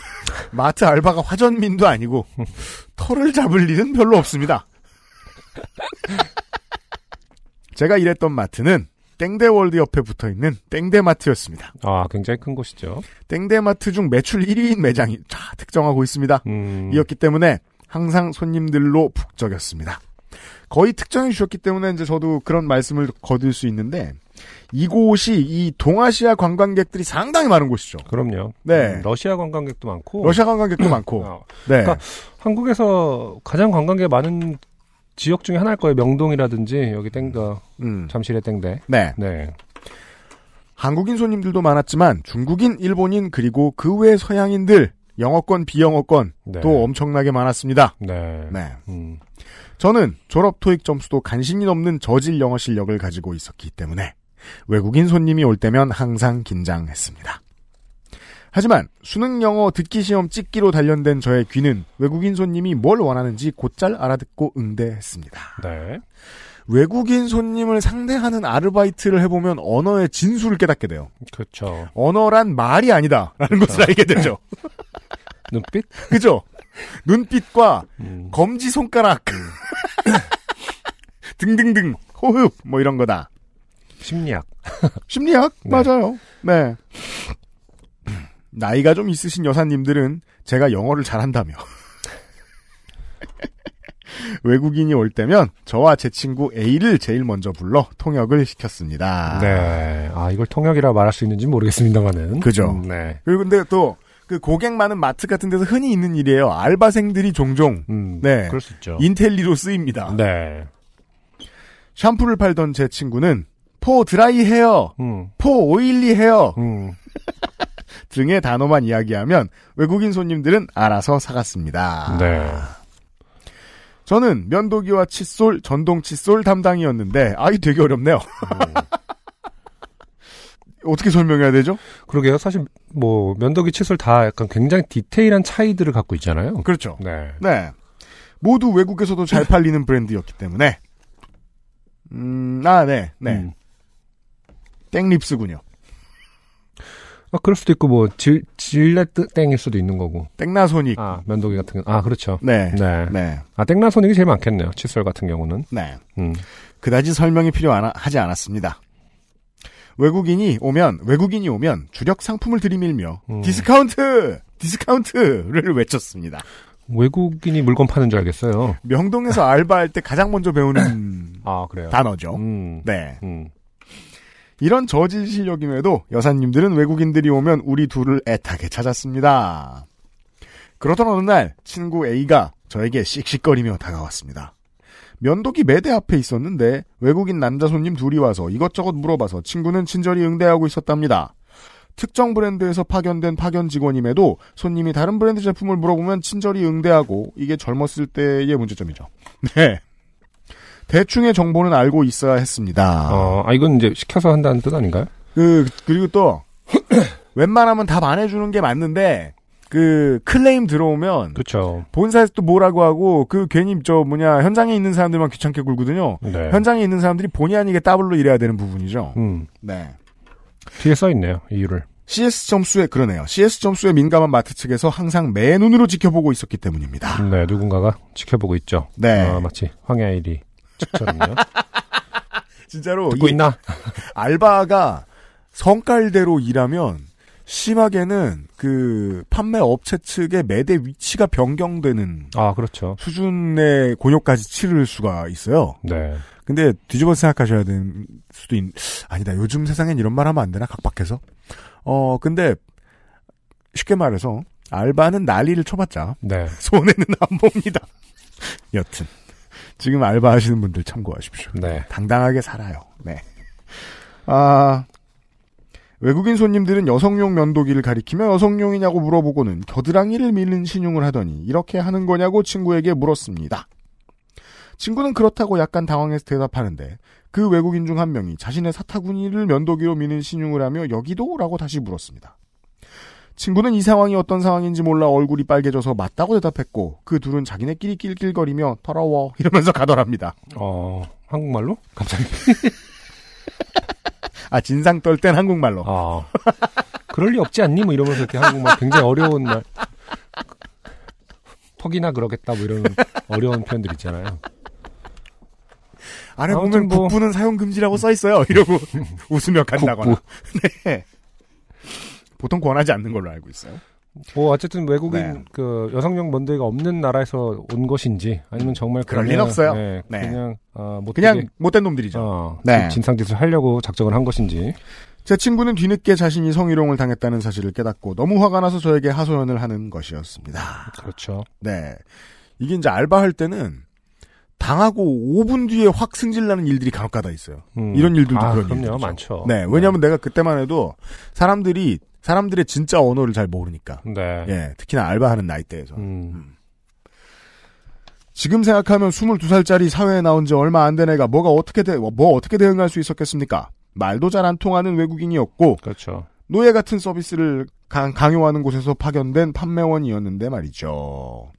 [SPEAKER 1] 마트 알바가 화전민도 아니고 털을 잡을 일은 별로 없습니다. 제가 일했던 마트는 땡대월드 옆에 붙어 있는 땡대마트였습니다.
[SPEAKER 2] 아, 굉장히 큰 곳이죠.
[SPEAKER 1] 땡대마트 중 매출 1위인 매장이 자, 특정하고 있습니다.
[SPEAKER 2] 음.
[SPEAKER 1] 이었기 때문에 항상 손님들로 북적였습니다. 거의 특정해 주셨기 때문에 이제 저도 그런 말씀을 거둘 수 있는데 이곳이 이 동아시아 관광객들이 상당히 많은 곳이죠.
[SPEAKER 2] 그럼요.
[SPEAKER 1] 네.
[SPEAKER 2] 음, 러시아 관광객도 많고.
[SPEAKER 1] 러시아 관광객도 많고.
[SPEAKER 2] 어,
[SPEAKER 1] 네.
[SPEAKER 2] 그러니까 한국에서 가장 관광객 많은 지역 중에 하나일 거예요. 명동이라든지, 여기 땡더,
[SPEAKER 1] 음.
[SPEAKER 2] 잠실의 땡대.
[SPEAKER 1] 네.
[SPEAKER 2] 네.
[SPEAKER 1] 한국인 손님들도 많았지만 중국인, 일본인 그리고 그 외 서양인들 영어권, 비영어권
[SPEAKER 2] 네.
[SPEAKER 1] 또 엄청나게 많았습니다.
[SPEAKER 2] 네.
[SPEAKER 1] 네.
[SPEAKER 2] 음.
[SPEAKER 1] 저는 졸업 토익 점수도 간신히 넘는 저질 영어 실력을 가지고 있었기 때문에 외국인 손님이 올 때면 항상 긴장했습니다. 하지만 수능 영어 듣기 시험 찍기로 단련된 저의 귀는 외국인 손님이 뭘 원하는지 곧잘 알아듣고 응대했습니다.
[SPEAKER 2] 네.
[SPEAKER 1] 외국인 손님을 상대하는 아르바이트를 해보면 언어의 진수를 깨닫게 돼요.
[SPEAKER 2] 그렇죠.
[SPEAKER 1] 언어란 말이 아니다라는 것을 알게 되죠.
[SPEAKER 2] 눈빛?
[SPEAKER 1] 그죠? 눈빛과
[SPEAKER 2] 음.
[SPEAKER 1] 검지 손가락 등등등 호흡 뭐 이런 거다.
[SPEAKER 2] 심리학.
[SPEAKER 1] 심리학
[SPEAKER 2] 네.
[SPEAKER 1] 맞아요. 네. 나이가 좀 있으신 여사님들은 제가 영어를 잘한다며. 외국인이 올 때면 저와 제 친구 A를 제일 먼저 불러 통역을 시켰습니다.
[SPEAKER 2] 네. 아, 이걸 통역이라 말할 수 있는지 모르겠습니다만은.
[SPEAKER 1] 그죠.
[SPEAKER 2] 음, 네.
[SPEAKER 1] 그리고 근데 또 그 고객 많은 마트 같은 데서 흔히 있는 일이에요. 알바생들이 종종
[SPEAKER 2] 음,
[SPEAKER 1] 네.
[SPEAKER 2] 그럴 수 있죠.
[SPEAKER 1] 인텔리로 쓰입니다.
[SPEAKER 2] 네.
[SPEAKER 1] 샴푸를 팔던 제 친구는 포 드라이 헤어,
[SPEAKER 2] 음.
[SPEAKER 1] 포 오일리 헤어
[SPEAKER 2] 음.
[SPEAKER 1] 등의 단어만 이야기하면 외국인 손님들은 알아서 사갔습니다.
[SPEAKER 2] 네.
[SPEAKER 1] 저는 면도기와 칫솔, 전동 칫솔 담당이었는데 아이 되게 어렵네요. 어떻게 설명해야 되죠?
[SPEAKER 2] 그러게요. 사실 뭐 면도기 칫솔 다 약간 굉장히 디테일한 차이들을 갖고 있잖아요.
[SPEAKER 1] 그렇죠.
[SPEAKER 2] 네.
[SPEAKER 1] 네. 모두 외국에서도 잘 팔리는 브랜드였기 때문에 음, 아, 네. 네.
[SPEAKER 2] 음.
[SPEAKER 1] 땡립스군요.
[SPEAKER 2] 아, 그럴 수도 있고 뭐 질, 질레트 땡일 수도 있는 거고.
[SPEAKER 1] 땡나소닉.
[SPEAKER 2] 아, 면도기 같은 건. 아, 그렇죠.
[SPEAKER 1] 네.
[SPEAKER 2] 네.
[SPEAKER 1] 네.
[SPEAKER 2] 아, 땡나 손익이 제일 많겠네요. 칫솔 같은 경우는.
[SPEAKER 1] 네.
[SPEAKER 2] 음.
[SPEAKER 1] 그다지 설명이 필요하지 않았습니다. 외국인이 오면 외국인이 오면 주력 상품을 들이밀며
[SPEAKER 2] 음.
[SPEAKER 1] 디스카운트 디스카운트를 외쳤습니다.
[SPEAKER 2] 외국인이 물건 파는 줄 알겠어요.
[SPEAKER 1] 명동에서 알바할 때 가장 먼저 배우는
[SPEAKER 2] 아, 그래요.
[SPEAKER 1] 단어죠.
[SPEAKER 2] 음.
[SPEAKER 1] 네.
[SPEAKER 2] 음.
[SPEAKER 1] 이런 저질 실력임에도 여사님들은 외국인들이 오면 우리 둘을 애타게 찾았습니다. 그러던 어느 날 친구 A가 저에게 씩씩거리며 다가왔습니다. 면도기 매대 앞에 있었는데 외국인 남자 손님 둘이 와서 이것저것 물어봐서 친구는 친절히 응대하고 있었답니다. 특정 브랜드에서 파견된 파견 직원임에도 손님이 다른 브랜드 제품을 물어보면 친절히 응대하고 이게 젊었을 때의 문제점이죠. 네. 대충의 정보는 알고 있어야 했습니다.
[SPEAKER 2] 어, 아, 이건 이제 시켜서 한다는 뜻 아닌가요?
[SPEAKER 1] 그 그리고 또 웬만하면 답 안 해주는 게 맞는데 그 클레임 들어오면
[SPEAKER 2] 그렇죠.
[SPEAKER 1] 본사에서 또 뭐라고 하고 그 괜히 저 뭐냐 현장에 있는 사람들만 귀찮게 굴거든요.
[SPEAKER 2] 네.
[SPEAKER 1] 현장에 있는 사람들이 본의 아니게 따블로 일해야 되는 부분이죠.
[SPEAKER 2] 음,
[SPEAKER 1] 네.
[SPEAKER 2] 뒤에 써 있네요. 이유를.
[SPEAKER 1] CS 점수에 그러네요. CS 점수에 민감한 마트 측에서 항상 맨눈으로 지켜보고 있었기 때문입니다.
[SPEAKER 2] 네, 누군가가 지켜보고 있죠.
[SPEAKER 1] 네.
[SPEAKER 2] 어, 마치 황야일이 직처럼요.
[SPEAKER 1] 진짜로
[SPEAKER 2] 듣고
[SPEAKER 1] 이
[SPEAKER 2] 있나?
[SPEAKER 1] 알바가 성깔대로 일하면 심하게는 그 판매 업체 측의 매대 위치가 변경되는
[SPEAKER 2] 아, 그렇죠.
[SPEAKER 1] 수준의 곤욕까지 치를 수가 있어요.
[SPEAKER 2] 네.
[SPEAKER 1] 근데 뒤집어 서 생각하셔야 될 수도 있, 아니다. 요즘 세상엔 이런 말 하면 안 되나? 각박해서? 어, 근데, 쉽게 말해서, 알바는 난리를 쳐봤자,
[SPEAKER 2] 네.
[SPEAKER 1] 손해는 안 봅니다. 여튼, 지금 알바 하시는 분들 참고하십시오.
[SPEAKER 2] 네.
[SPEAKER 1] 당당하게 살아요. 네. 아, 외국인 손님들은 여성용 면도기를 가리키며 여성용이냐고 물어보고는 겨드랑이를 밀는 신용을 하더니 이렇게 하는 거냐고 친구에게 물었습니다. 친구는 그렇다고 약간 당황해서 대답하는데 그 외국인 중 한 명이 자신의 사타구니를 면도기로 미는 신용을 하며 여기도? 라고 다시 물었습니다. 친구는 이 상황이 어떤 상황인지 몰라 얼굴이 빨개져서 맞다고 대답했고 그 둘은 자기네끼리 낄낄거리며 더러워 이러면서 가더랍니다.
[SPEAKER 2] 어, 한국말로? 갑자기.
[SPEAKER 1] 아 진상 떨 땐 한국말로.
[SPEAKER 2] 아. 그럴 리 없지 않니? 뭐 이러면서 이렇게 한국말 굉장히 어려운 말. 턱이나 그러겠다 뭐 이런 어려운 표현들 있잖아요.
[SPEAKER 1] 아래 보면
[SPEAKER 2] 아무튼 뭐-
[SPEAKER 1] 국부는 사용 금지라고 써 있어요. 이러고 웃으며 간다거나. 네. 보통 권하지 않는 걸로 알고 있어요.
[SPEAKER 2] 뭐 어쨌든 외국인
[SPEAKER 1] 네.
[SPEAKER 2] 그 여성용 면도기가 없는 나라에서 온 것인지 아니면 정말
[SPEAKER 1] 그럴
[SPEAKER 2] 그냥,
[SPEAKER 1] 리는 없어요.
[SPEAKER 2] 네,
[SPEAKER 1] 네.
[SPEAKER 2] 그냥 아, 못
[SPEAKER 1] 그냥
[SPEAKER 2] 되게,
[SPEAKER 1] 못된 놈들이죠.
[SPEAKER 2] 어,
[SPEAKER 1] 네.
[SPEAKER 2] 진상짓을 하려고 작정을 한 것인지.
[SPEAKER 1] 제 친구는 뒤늦게 자신이 성희롱을 당했다는 사실을 깨닫고 너무 화가 나서 저에게 하소연을 하는 것이었습니다.
[SPEAKER 2] 그렇죠.
[SPEAKER 1] 네. 이게 이제 알바할 때는 당하고 5분 뒤에 확 승질나는 일들이 간혹 가다 있어요.
[SPEAKER 2] 음.
[SPEAKER 1] 이런 일들도
[SPEAKER 2] 아,
[SPEAKER 1] 그런
[SPEAKER 2] 그럼요.
[SPEAKER 1] 일들이죠.
[SPEAKER 2] 많죠.
[SPEAKER 1] 네.
[SPEAKER 2] 어.
[SPEAKER 1] 왜냐하면 내가 그때만 해도 사람들이 사람들의 진짜 언어를 잘 모르니까.
[SPEAKER 2] 네.
[SPEAKER 1] 예, 특히나 알바하는 나이대에서.
[SPEAKER 2] 음.
[SPEAKER 1] 지금 생각하면 22살짜리 사회에 나온 지 얼마 안 된 애가 뭐가 어떻게 대, 뭐 어떻게 대응할 수 있었겠습니까? 말도 잘 안 통하는 외국인이었고
[SPEAKER 2] 그렇죠.
[SPEAKER 1] 노예 같은 서비스를 강, 강요하는 곳에서 파견된 판매원이었는데 말이죠.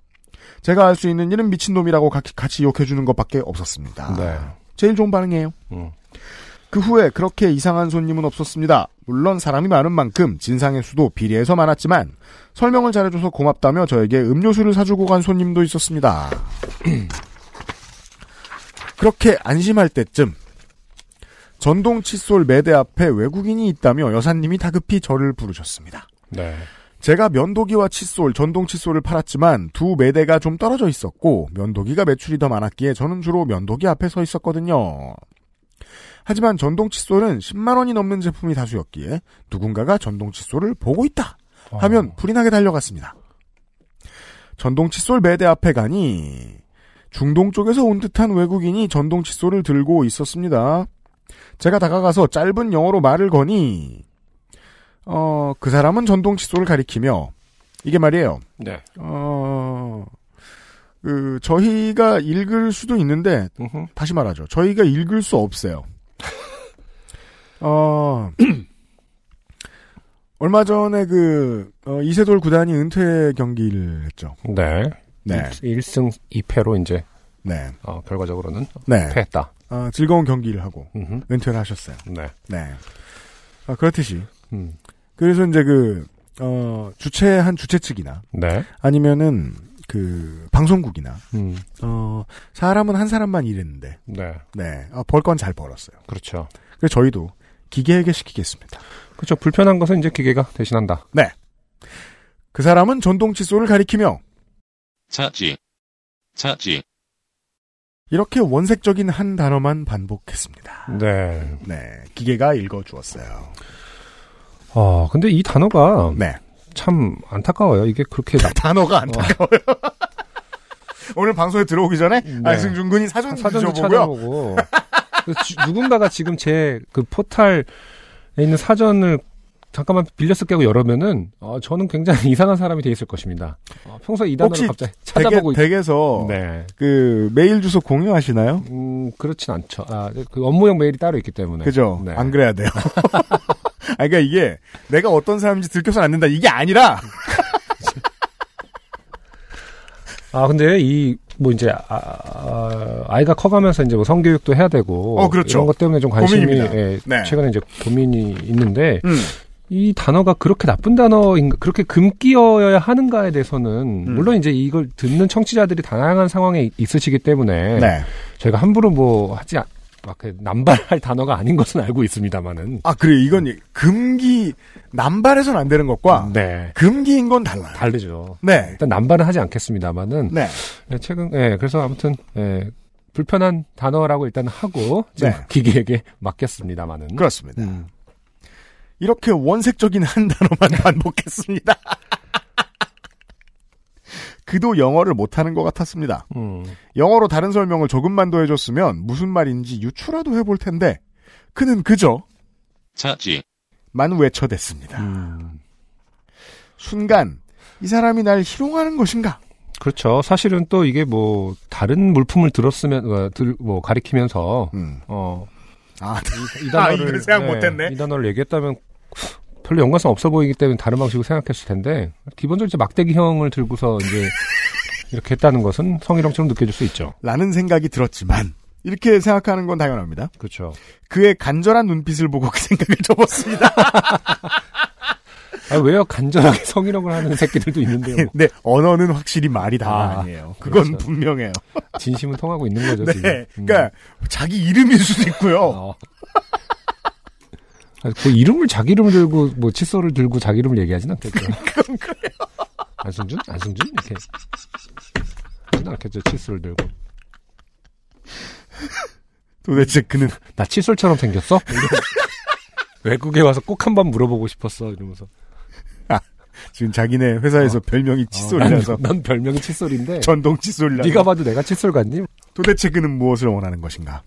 [SPEAKER 1] 제가 알 수 있는 일은 미친놈이라고 같이, 같이 욕해주는 것밖에 없었습니다.
[SPEAKER 2] 네.
[SPEAKER 1] 제일 좋은 반응이에요.
[SPEAKER 2] 음.
[SPEAKER 1] 그 후에 그렇게 이상한 손님은 없었습니다. 물론 사람이 많은 만큼 진상의 수도 비례해서 많았지만 설명을 잘해줘서 고맙다며 저에게 음료수를 사주고 간 손님도 있었습니다. 그렇게 안심할 때쯤 전동 칫솔 매대 앞에 외국인이 있다며 여사님이 다급히 저를 부르셨습니다.
[SPEAKER 2] 네.
[SPEAKER 1] 제가 면도기와 칫솔, 전동 칫솔을 팔았지만 두 매대가 좀 떨어져 있었고 면도기가 매출이 더 많았기에 저는 주로 면도기 앞에 서 있었거든요. 하지만 전동 칫솔은 10만 원이 넘는 제품이 다수였기에 누군가가 전동 칫솔을 보고 있다 하면 불이 나게 달려갔습니다. 전동 칫솔 매대 앞에 가니 중동 쪽에서 온 듯한 외국인이 전동 칫솔을 들고 있었습니다. 제가 다가가서 짧은 영어로 말을 거니 어, 그 사람은 전동 칫솔을 가리키며 이게 말이에요.
[SPEAKER 2] 네.
[SPEAKER 1] 어, 그 저희가 읽을 수도 있는데
[SPEAKER 2] 음흠.
[SPEAKER 1] 다시 말하죠. 저희가 읽을 수 없어요. 어, 얼마 전에 그 어, 이세돌 구단이 은퇴 경기를 했죠.
[SPEAKER 2] 네.
[SPEAKER 1] 네,
[SPEAKER 2] 1승 2패로 이제
[SPEAKER 1] 네,
[SPEAKER 2] 어, 결과적으로는
[SPEAKER 1] 네.
[SPEAKER 2] 패했다.
[SPEAKER 1] 아, 즐거운 경기를 하고
[SPEAKER 2] 음흠.
[SPEAKER 1] 은퇴를 하셨어요.
[SPEAKER 2] 네.
[SPEAKER 1] 네, 아, 그렇듯이
[SPEAKER 2] 음.
[SPEAKER 1] 그래서 이제 그 어, 주체 한 주체 측이나
[SPEAKER 2] 네.
[SPEAKER 1] 아니면은 그 방송국이나
[SPEAKER 2] 음.
[SPEAKER 1] 어, 사람은 한 사람만 일했는데,
[SPEAKER 2] 네.
[SPEAKER 1] 네, 벌 건 잘 벌었어요.
[SPEAKER 2] 그렇죠.
[SPEAKER 1] 그래서 저희도 기계에게 시키겠습니다.
[SPEAKER 2] 그렇죠. 불편한 것은 이제 기계가 대신한다.
[SPEAKER 1] 그 사람은 전동 칫솔을 가리키며
[SPEAKER 6] 차지, 차지,
[SPEAKER 1] 이렇게 원색적인 한 단어만 반복했습니다.
[SPEAKER 2] 네.
[SPEAKER 1] 네, 기계가 읽어주었어요.
[SPEAKER 2] 아, 근데 이 단어가
[SPEAKER 1] 네,
[SPEAKER 2] 참 안타까워요. 이게 뭐 그렇게 나-
[SPEAKER 1] 단어가 안타까워요. 오늘 방송에 들어오기 전에 아,
[SPEAKER 2] 네.
[SPEAKER 1] 안승준 군이 사전
[SPEAKER 2] 사전도
[SPEAKER 1] 뒤져보고요.
[SPEAKER 2] 찾아보고 그래서 지- 누군가가 지금 제 그 포탈에 있는 사전을 잠깐만 빌려 쓸게 하고 열으면은 어, 저는 굉장히 이상한 사람이 돼 있을 것입니다. 어, 평소에 이 단어를
[SPEAKER 1] 혹시
[SPEAKER 2] 갑자기
[SPEAKER 1] 댁에,
[SPEAKER 2] 찾아보고 있-
[SPEAKER 1] 댁에서
[SPEAKER 2] 네.
[SPEAKER 1] 그 메일 주소 공유하시나요?
[SPEAKER 2] 음, 그렇진 않죠. 아, 그 업무용 메일이 따로 있기 때문에.
[SPEAKER 1] 그죠?
[SPEAKER 2] 네.
[SPEAKER 1] 안 그래야 돼요. 아, 그러니까 이게 내가 어떤 사람인지 들켜서는 안 된다. 이게 아니라
[SPEAKER 2] 아, 근데 이, 뭐 이제, 아, 이가 커가면서 이제 뭐 성교육도 해야 되고.
[SPEAKER 1] 어, 그렇죠.
[SPEAKER 2] 이런 것 때문에 좀 관심이,
[SPEAKER 1] 고민입니다.
[SPEAKER 2] 예,
[SPEAKER 1] 네.
[SPEAKER 2] 최근에 이제 고민이 있는데,
[SPEAKER 1] 음.
[SPEAKER 2] 이 단어가 그렇게 나쁜 단어인가, 그렇게 금기어야 하는가에 대해서는,
[SPEAKER 1] 음.
[SPEAKER 2] 물론 이제 이걸 듣는 청취자들이 다양한 상황에 있으시기 때문에,
[SPEAKER 1] 네.
[SPEAKER 2] 저희가 함부로 뭐 하지, 않- 막 이렇게 남발할 단어가 아닌 것은 알고 있습니다만은.
[SPEAKER 1] 아, 그래. 이건 이- 금기 남발해선 안 되는 것과
[SPEAKER 2] 네.
[SPEAKER 1] 금기인 건 달라요.
[SPEAKER 2] 다르죠.
[SPEAKER 1] 네.
[SPEAKER 2] 일단 남발은 하지 않겠습니다만은,
[SPEAKER 1] 네.
[SPEAKER 2] 네, 최근, 예, 그래서 아무튼, 예, 불편한 단어라고 일단 하고, 지금
[SPEAKER 1] 네.
[SPEAKER 2] 기계에게 맡겼습니다만은.
[SPEAKER 1] 그렇습니다.
[SPEAKER 2] 음.
[SPEAKER 1] 이렇게 원색적인 한 단어만
[SPEAKER 2] 네.
[SPEAKER 1] 반복했습니다. 그도 영어를 못하는 것 같았습니다.
[SPEAKER 2] 음.
[SPEAKER 1] 영어로 다른 설명을 조금만 더 해줬으면 무슨 말인지 유추라도 해볼 텐데 그는 그저
[SPEAKER 6] 차지,
[SPEAKER 1] 만 외쳐댔습니다.
[SPEAKER 2] 음.
[SPEAKER 1] 순간 이 사람이 날 희롱하는 것인가?
[SPEAKER 2] 그렇죠. 사실은 또 이게 뭐, 다른 물품을 들었으면, 어, 들, 뭐, 가리키면서,
[SPEAKER 1] 음.
[SPEAKER 2] 어,
[SPEAKER 1] 아,
[SPEAKER 2] 이, 이
[SPEAKER 1] 아,
[SPEAKER 2] 단어를.
[SPEAKER 1] 이걸 생각
[SPEAKER 2] 네,
[SPEAKER 1] 못했네.
[SPEAKER 2] 이 단어를 얘기했다면, 별로 연관성 없어 보이기 때문에 다른 방식으로 생각했을 텐데, 기본적으로 이제 막대기형을 들고서 이제, 이렇게 했다는 것은 성희롱처럼 느껴질 수 있죠.
[SPEAKER 1] 라는 생각이 들었지만 이렇게 생각하는 건 당연합니다.
[SPEAKER 2] 그렇죠.
[SPEAKER 1] 그의 간절한 눈빛을 보고 그 생각을 접었습니다.
[SPEAKER 2] 아, 왜요? 간절하게 성희롱을 하는 새끼들도 있는데요. 뭐.
[SPEAKER 1] 네, 언어는 확실히 말이 다
[SPEAKER 2] 아,
[SPEAKER 1] 아, 니에요 그건
[SPEAKER 2] 그렇죠.
[SPEAKER 1] 분명해요.
[SPEAKER 2] 진심은 통하고 있는 거죠, 지금.
[SPEAKER 1] 네,
[SPEAKER 2] 음.
[SPEAKER 1] 그러니까 자기 이름일 수도 있고요.
[SPEAKER 2] 어. 아니, 그 이름을 자기 이름을 들고 뭐 칫솔을 들고 자기 이름을 얘기하진 않겠죠.
[SPEAKER 1] 그건 그래요.
[SPEAKER 2] 안승준, 안승준 이렇게 하진 않겠죠. 칫솔을 들고
[SPEAKER 1] 도대체 그는
[SPEAKER 2] 나 칫솔처럼 생겼어? 이러면서. 외국에 와서 꼭 한번 물어보고 싶었어 이러면서
[SPEAKER 1] 지금 자기네 회사에서 별명이 칫솔이라서
[SPEAKER 2] 어, 난, 난 별명이 칫솔인데
[SPEAKER 1] 전동 칫솔이라서
[SPEAKER 2] 네가 봐도 내가 칫솔 같니?
[SPEAKER 1] 도대체 그는 무엇을 원하는 것인가?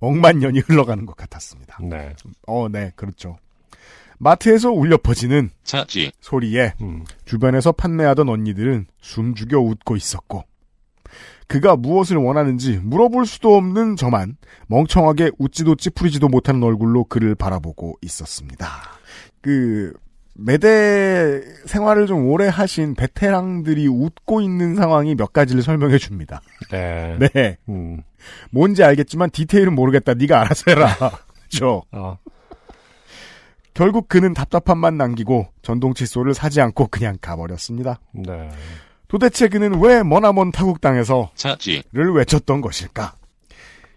[SPEAKER 1] 억만년이 흘러가는 것 같았습니다.
[SPEAKER 2] 네.
[SPEAKER 1] 어, 네, 그렇죠. 마트에서 울려 퍼지는
[SPEAKER 6] 차지,
[SPEAKER 1] 소리에
[SPEAKER 2] 음.
[SPEAKER 1] 주변에서 판매하던 언니들은 숨죽여 웃고 있었고, 그가 무엇을 원하는지 물어볼 수도 없는 저만 멍청하게 웃지도 찌푸리지도 못하는 얼굴로 그를 바라보고 있었습니다. 그, 매대 생활을 좀 오래 하신 베테랑들이 웃고 있는 상황이 몇 가지를 설명해 줍니다.
[SPEAKER 2] 네.
[SPEAKER 1] 네.
[SPEAKER 2] 음.
[SPEAKER 1] 뭔지 알겠지만 디테일은 모르겠다. 네가 알아서 해라. 그렇죠.
[SPEAKER 2] 어.
[SPEAKER 1] 결국 그는 답답함만 남기고 전동 칫솔을 사지 않고 그냥 가버렸습니다.
[SPEAKER 2] 네.
[SPEAKER 1] 도대체 그는 왜 머나먼 타국 땅에서를
[SPEAKER 6] 차지,
[SPEAKER 1] 외쳤던 것일까?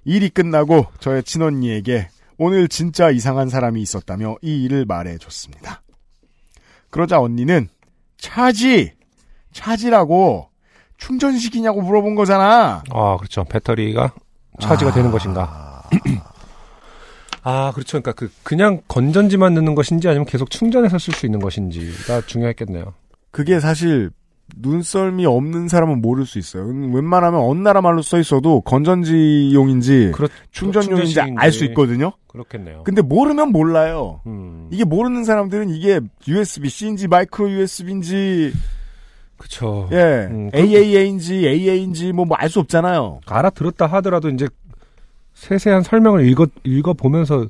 [SPEAKER 1] 일이 끝나고 저의 친언니에게 오늘 진짜 이상한 사람이 있었다며 이 일을 말해줬습니다. 그러자 언니는 차지 차지라고 충전식이냐고 물어본 거잖아.
[SPEAKER 2] 아 그렇죠. 배터리가 차지가 되는 것인가? 아, 그렇죠. 그러니까 그 그냥 건전지만 넣는 것인지 아니면 계속 충전해서 쓸 수 있는 것인지가 중요했겠네요.
[SPEAKER 1] 그게 사실 눈썰미 없는 사람은 모를 수 있어요. 음, 웬만하면 어느 나라 말로 써 있어도 건전지용인지
[SPEAKER 2] 그렇
[SPEAKER 1] 충전용인지
[SPEAKER 2] 네. 충전식인지. 어.
[SPEAKER 1] 알 수 있거든요.
[SPEAKER 2] 그렇겠네요.
[SPEAKER 1] 근데 모르면 몰라요.
[SPEAKER 2] 음.
[SPEAKER 1] 이게 모르는 사람들은 이게 USB-C인지 마이크로 USB인지
[SPEAKER 2] 그렇죠.
[SPEAKER 1] 예
[SPEAKER 2] 음, 그럼-
[SPEAKER 1] AAA인지 AA인지 뭐 뭐 알 수 없잖아요.
[SPEAKER 2] 알아들었다 하더라도 이제 세세한 설명을 읽어 읽어 보면서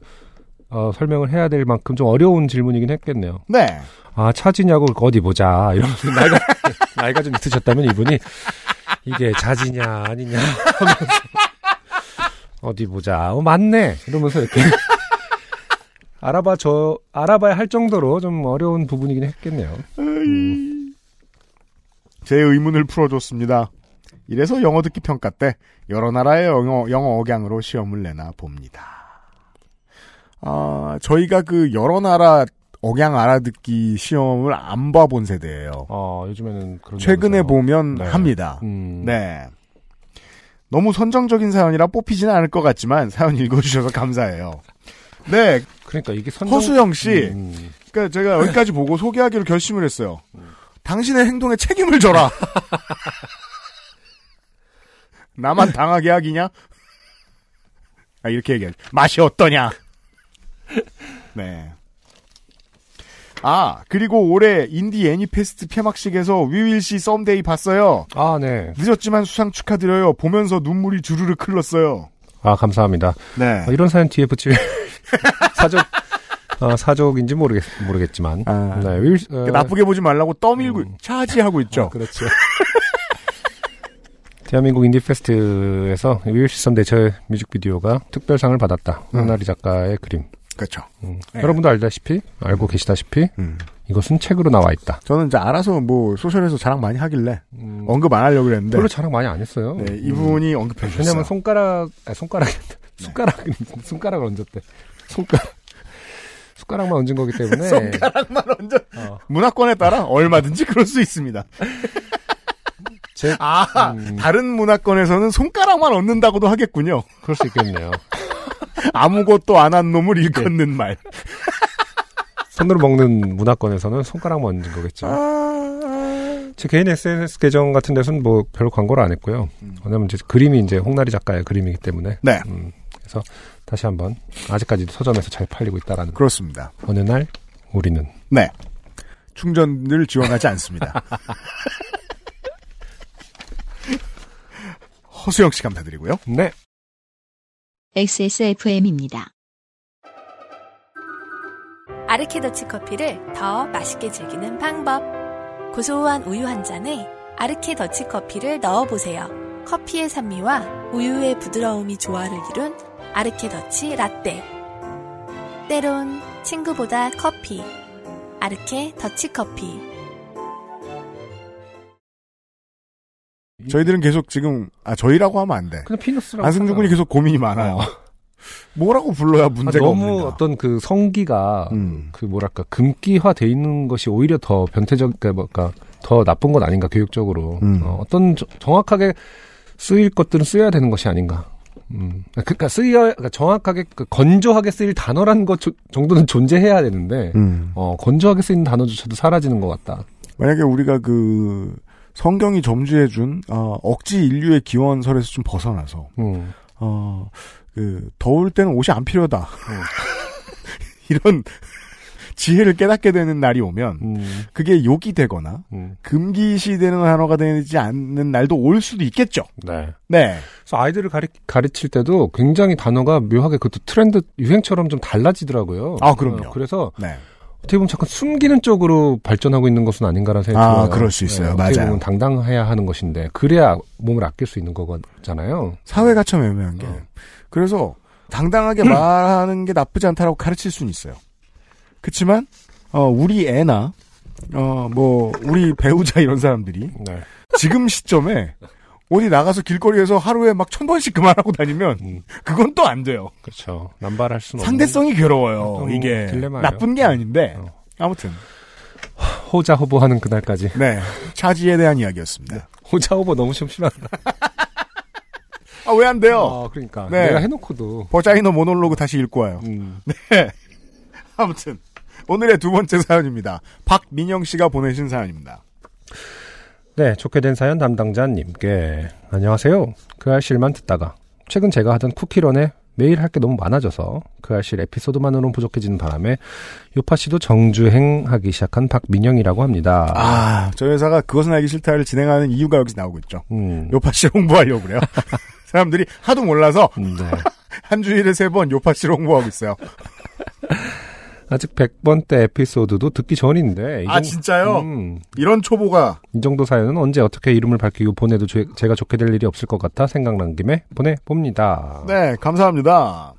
[SPEAKER 2] 어, 설명을 해야 될 만큼 좀 어려운 질문이긴 했겠네요.
[SPEAKER 1] 네.
[SPEAKER 2] 아, 차지냐고 어디 보자. 이러면서 나이가 나이가 좀 있으셨다면 이분이 이게 자지냐 아니냐 하면서 어디 보자. 어, 맞네. 이러면서 이렇게 알아봐 저 알아봐야 할 정도로 좀 어려운 부분이긴 했겠네요.
[SPEAKER 1] 제 의문을 풀어줬습니다. 이래서 영어 듣기 평가 때 여러 나라의 영어, 영어 억양으로 시험을 내나 봅니다. 아, 저희가 그 여러 나라 억양 알아듣기 시험을 안 봐본 세대예요.
[SPEAKER 2] 어, 요즘에는 그런
[SPEAKER 1] 최근에
[SPEAKER 2] 면에서-
[SPEAKER 1] 보면
[SPEAKER 2] 네.
[SPEAKER 1] 합니다.
[SPEAKER 2] 음,
[SPEAKER 1] 네. 너무 선정적인 사연이라 뽑히지는 않을 것 같지만 사연 읽어주셔서 감사해요. 네,
[SPEAKER 2] 그러니까 이게 선정
[SPEAKER 1] 허수영 씨.
[SPEAKER 2] 음.
[SPEAKER 1] 그러니까 제가 여기까지 보고 소개하기로 결심을 했어요. 당신의 행동에 책임을 져라. 나만 당하게 하기냐? 아, 이렇게 얘기하죠. 맛이 어떠냐? 네. 아, 그리고 올해 인디 애니페스트 폐막식에서 위윌 씨 썸데이 봤어요.
[SPEAKER 2] 아, 네.
[SPEAKER 1] 늦었지만 수상 축하드려요. 보면서 눈물이 주르륵 흘렀어요.
[SPEAKER 2] 아, 감사합니다.
[SPEAKER 1] 네.
[SPEAKER 2] 어, 이런 사연 뒤에 붙일 사족 어, 사족인지 모르겠 모르겠지만
[SPEAKER 1] 아.
[SPEAKER 2] 네, 윌, 어,
[SPEAKER 1] 나쁘게 보지 말라고 떠밀고, 차지하고 있죠.
[SPEAKER 2] 그렇죠. 대한민국 인디페스트에서 위일시선 대처 뮤직비디오가 특별상을 받았다. 나리 작가의 그림.
[SPEAKER 1] 그렇죠.
[SPEAKER 2] 음.
[SPEAKER 1] 음. 네.
[SPEAKER 2] 여러분도 알다시피 알고 계시다시피
[SPEAKER 1] 음.
[SPEAKER 2] 이것은 책으로 나와 있다.
[SPEAKER 1] 저는 이제 알아서 뭐, 소셜에서 자랑 많이 하길래,
[SPEAKER 2] 음.
[SPEAKER 1] 언급 안 하려고 그랬는데,
[SPEAKER 2] 어, 별로 자랑 많이 안 했어요.
[SPEAKER 1] 음. 네, 이분이 언급해 주셨어요.
[SPEAKER 2] 그렇죠. 음.
[SPEAKER 1] 네.
[SPEAKER 2] 왜냐면 손가락 아, 손가락 손가락 손가락을 얹었대. 손가락 손가락만 얹은 거기 때문에
[SPEAKER 1] 손가락만 얹어.
[SPEAKER 2] 어.
[SPEAKER 1] 문화권에 따라 얼마든지 그럴 수 있습니다.
[SPEAKER 2] 제- 음.
[SPEAKER 1] 아, 다른 문화권에서는 손가락만 얹는다고도 하겠군요.
[SPEAKER 2] 그럴 수 있겠네요.
[SPEAKER 1] 아무것도 안 한
[SPEAKER 2] 네.
[SPEAKER 1] 놈을 일컫는 말.
[SPEAKER 2] 손으로 먹는 문화권에서는 손가락만 얹은 거겠죠.
[SPEAKER 1] 아,
[SPEAKER 2] 제 개인 SNS 계정 같은 데서는 뭐 별로 광고를 안 했고요.
[SPEAKER 1] 음.
[SPEAKER 2] 왜냐면 이제 그림이 이제 홍나리 작가의 그림이기 때문에
[SPEAKER 1] 네,
[SPEAKER 2] 그래서 다시 한번 아직까지도 서점에서 잘 팔리고 있다라는 거.
[SPEAKER 1] 그렇습니다.
[SPEAKER 2] 어느 날 우리는
[SPEAKER 1] 네. 충전을 지원하지 않습니다. 허수영 씨 감사드리고요.
[SPEAKER 2] 네
[SPEAKER 3] XSFM입니다.
[SPEAKER 7] 아르케더치 커피를 더 맛있게 즐기는 방법. 고소한 우유 한 잔에 아르케더치 커피를 넣어보세요. 커피의 산미와 우유의 부드러움이 조화를 이룬 아르케더치 라떼. 때론 친구보다 커피. 아르케더치 커피.
[SPEAKER 1] 저희들은 계속 지금 아 저희라고 하면 안 돼.
[SPEAKER 2] 그냥 피너스라고
[SPEAKER 1] 안승준 군이 계속 고민이 많아요. 뭐라고 불러야 문제가
[SPEAKER 2] 너무
[SPEAKER 1] 없는가.
[SPEAKER 2] 어떤 그 성기가
[SPEAKER 1] 음.
[SPEAKER 2] 그 뭐랄까 금기화 돼 있는 것이 오히려 더 변태적 그러니까 뭐랄까, 더 나쁜 것 아닌가 교육적으로
[SPEAKER 1] 음.
[SPEAKER 2] 어, 떤 정확하게 쓰일 것들은 쓰여야 되는 것이 아닌가. 음. 그러니까 쓰여 그러니까 정확하게 그 건조하게 쓰일 단어라는 것 조- 정도는 존재해야 되는데
[SPEAKER 1] 음.
[SPEAKER 2] 어, 건조하게 쓰이는 단어조차도 사라지는 것 같다.
[SPEAKER 1] 만약에 우리가 그 성경이 점주해준 어, 억지 인류의 기원설에서 좀 벗어나서
[SPEAKER 2] 음.
[SPEAKER 1] 어, 그 더울 때는 옷이 안 필요하다 이런 지혜를 깨닫게 되는 날이 오면
[SPEAKER 2] 음.
[SPEAKER 1] 그게 욕이 되거나
[SPEAKER 2] 음.
[SPEAKER 1] 금기시 되는 단어가 되지 않는 날도 올 수도 있겠죠.
[SPEAKER 2] 네.
[SPEAKER 1] 네,
[SPEAKER 2] 그래서 아이들을 가리, 가르칠 때도 굉장히 단어가 묘하게 그것도 트렌드 유행처럼 좀 달라지더라고요.
[SPEAKER 1] 아, 그럼요.
[SPEAKER 2] 어, 그래서
[SPEAKER 1] 네,
[SPEAKER 2] 어떻게 보면 잠깐 숨기는 쪽으로 발전하고 있는 것은 아닌가라는 생각이
[SPEAKER 1] 아,
[SPEAKER 2] 들어요. 네,
[SPEAKER 1] 그럴 수 있어요.
[SPEAKER 2] 어떻게
[SPEAKER 1] 맞아요.
[SPEAKER 2] 보면 당당해야 하는 것인데 그래야 몸을 아낄 수 있는 거잖아요.
[SPEAKER 1] 사회가 참 애매한 게
[SPEAKER 2] 어. 음.
[SPEAKER 1] 그래서 당당하게 말하는 게 나쁘지 않다라고 가르칠 수는 있어요. 그렇지만 어, 우리 애나 어 뭐 우리 배우자 이런 사람들이
[SPEAKER 2] 네.
[SPEAKER 1] 지금 시점에 어디 나가서 길거리에서 하루에 막 천 번씩 그만하고 다니면
[SPEAKER 2] 음.
[SPEAKER 1] 그건 또 안 돼요.
[SPEAKER 2] 그렇죠. 남발할 수는
[SPEAKER 1] 상대성이 괴로워요.
[SPEAKER 2] 뭐, 어떤
[SPEAKER 1] 이게
[SPEAKER 2] 딜레마예요.
[SPEAKER 1] 나쁜 게 아닌데
[SPEAKER 2] 어.
[SPEAKER 1] 아무튼
[SPEAKER 2] 없는 호자호보하는 그날까지.
[SPEAKER 1] 네 차지에 대한
[SPEAKER 2] 네.
[SPEAKER 1] 이야기였습니다.
[SPEAKER 2] 호자호보 너무 심심하다.
[SPEAKER 1] 아 왜 안 돼요?
[SPEAKER 2] 아, 그러니까
[SPEAKER 1] 네.
[SPEAKER 2] 내가 해놓고도
[SPEAKER 1] 버자이너 모놀로그 다시 읽고 와요. 네.
[SPEAKER 2] 음,
[SPEAKER 1] 아무튼 오늘의 두 번째 사연입니다. 박민영 씨가 보내신 사연입니다.
[SPEAKER 2] 네, 좋게 된 사연 담당자님께 안녕하세요. 그 알실만 듣다가 최근 제가 하던 쿠키런에 매일 할 게 너무 많아져서 그 알실 에피소드만으로는 부족해지는 바람에 요파 씨도 정주행하기 시작한 박민영이라고 합니다.
[SPEAKER 1] 아, 저희 회사가 그것은 알기 싫다를 진행하는 이유가 여기서 나오고 있죠.
[SPEAKER 2] 음,
[SPEAKER 1] 요파 씨 홍보하려고 그래요. 사람들이 하도 몰라서
[SPEAKER 2] 네.
[SPEAKER 1] 한 주일에 세 번 요파 씨를 홍보하고 있어요.
[SPEAKER 2] 아직 100번째 에피소드도 듣기 전인데 이
[SPEAKER 1] 아,
[SPEAKER 2] 정-
[SPEAKER 1] 진짜요?
[SPEAKER 2] 음,
[SPEAKER 1] 이런 초보가
[SPEAKER 2] 이 정도 사연은 언제 어떻게 이름을 밝히고 보내도 제, 가 좋게 될 일이 없을 것 같아 생각난 김에 보내봅니다.
[SPEAKER 1] 네, 감사합니다.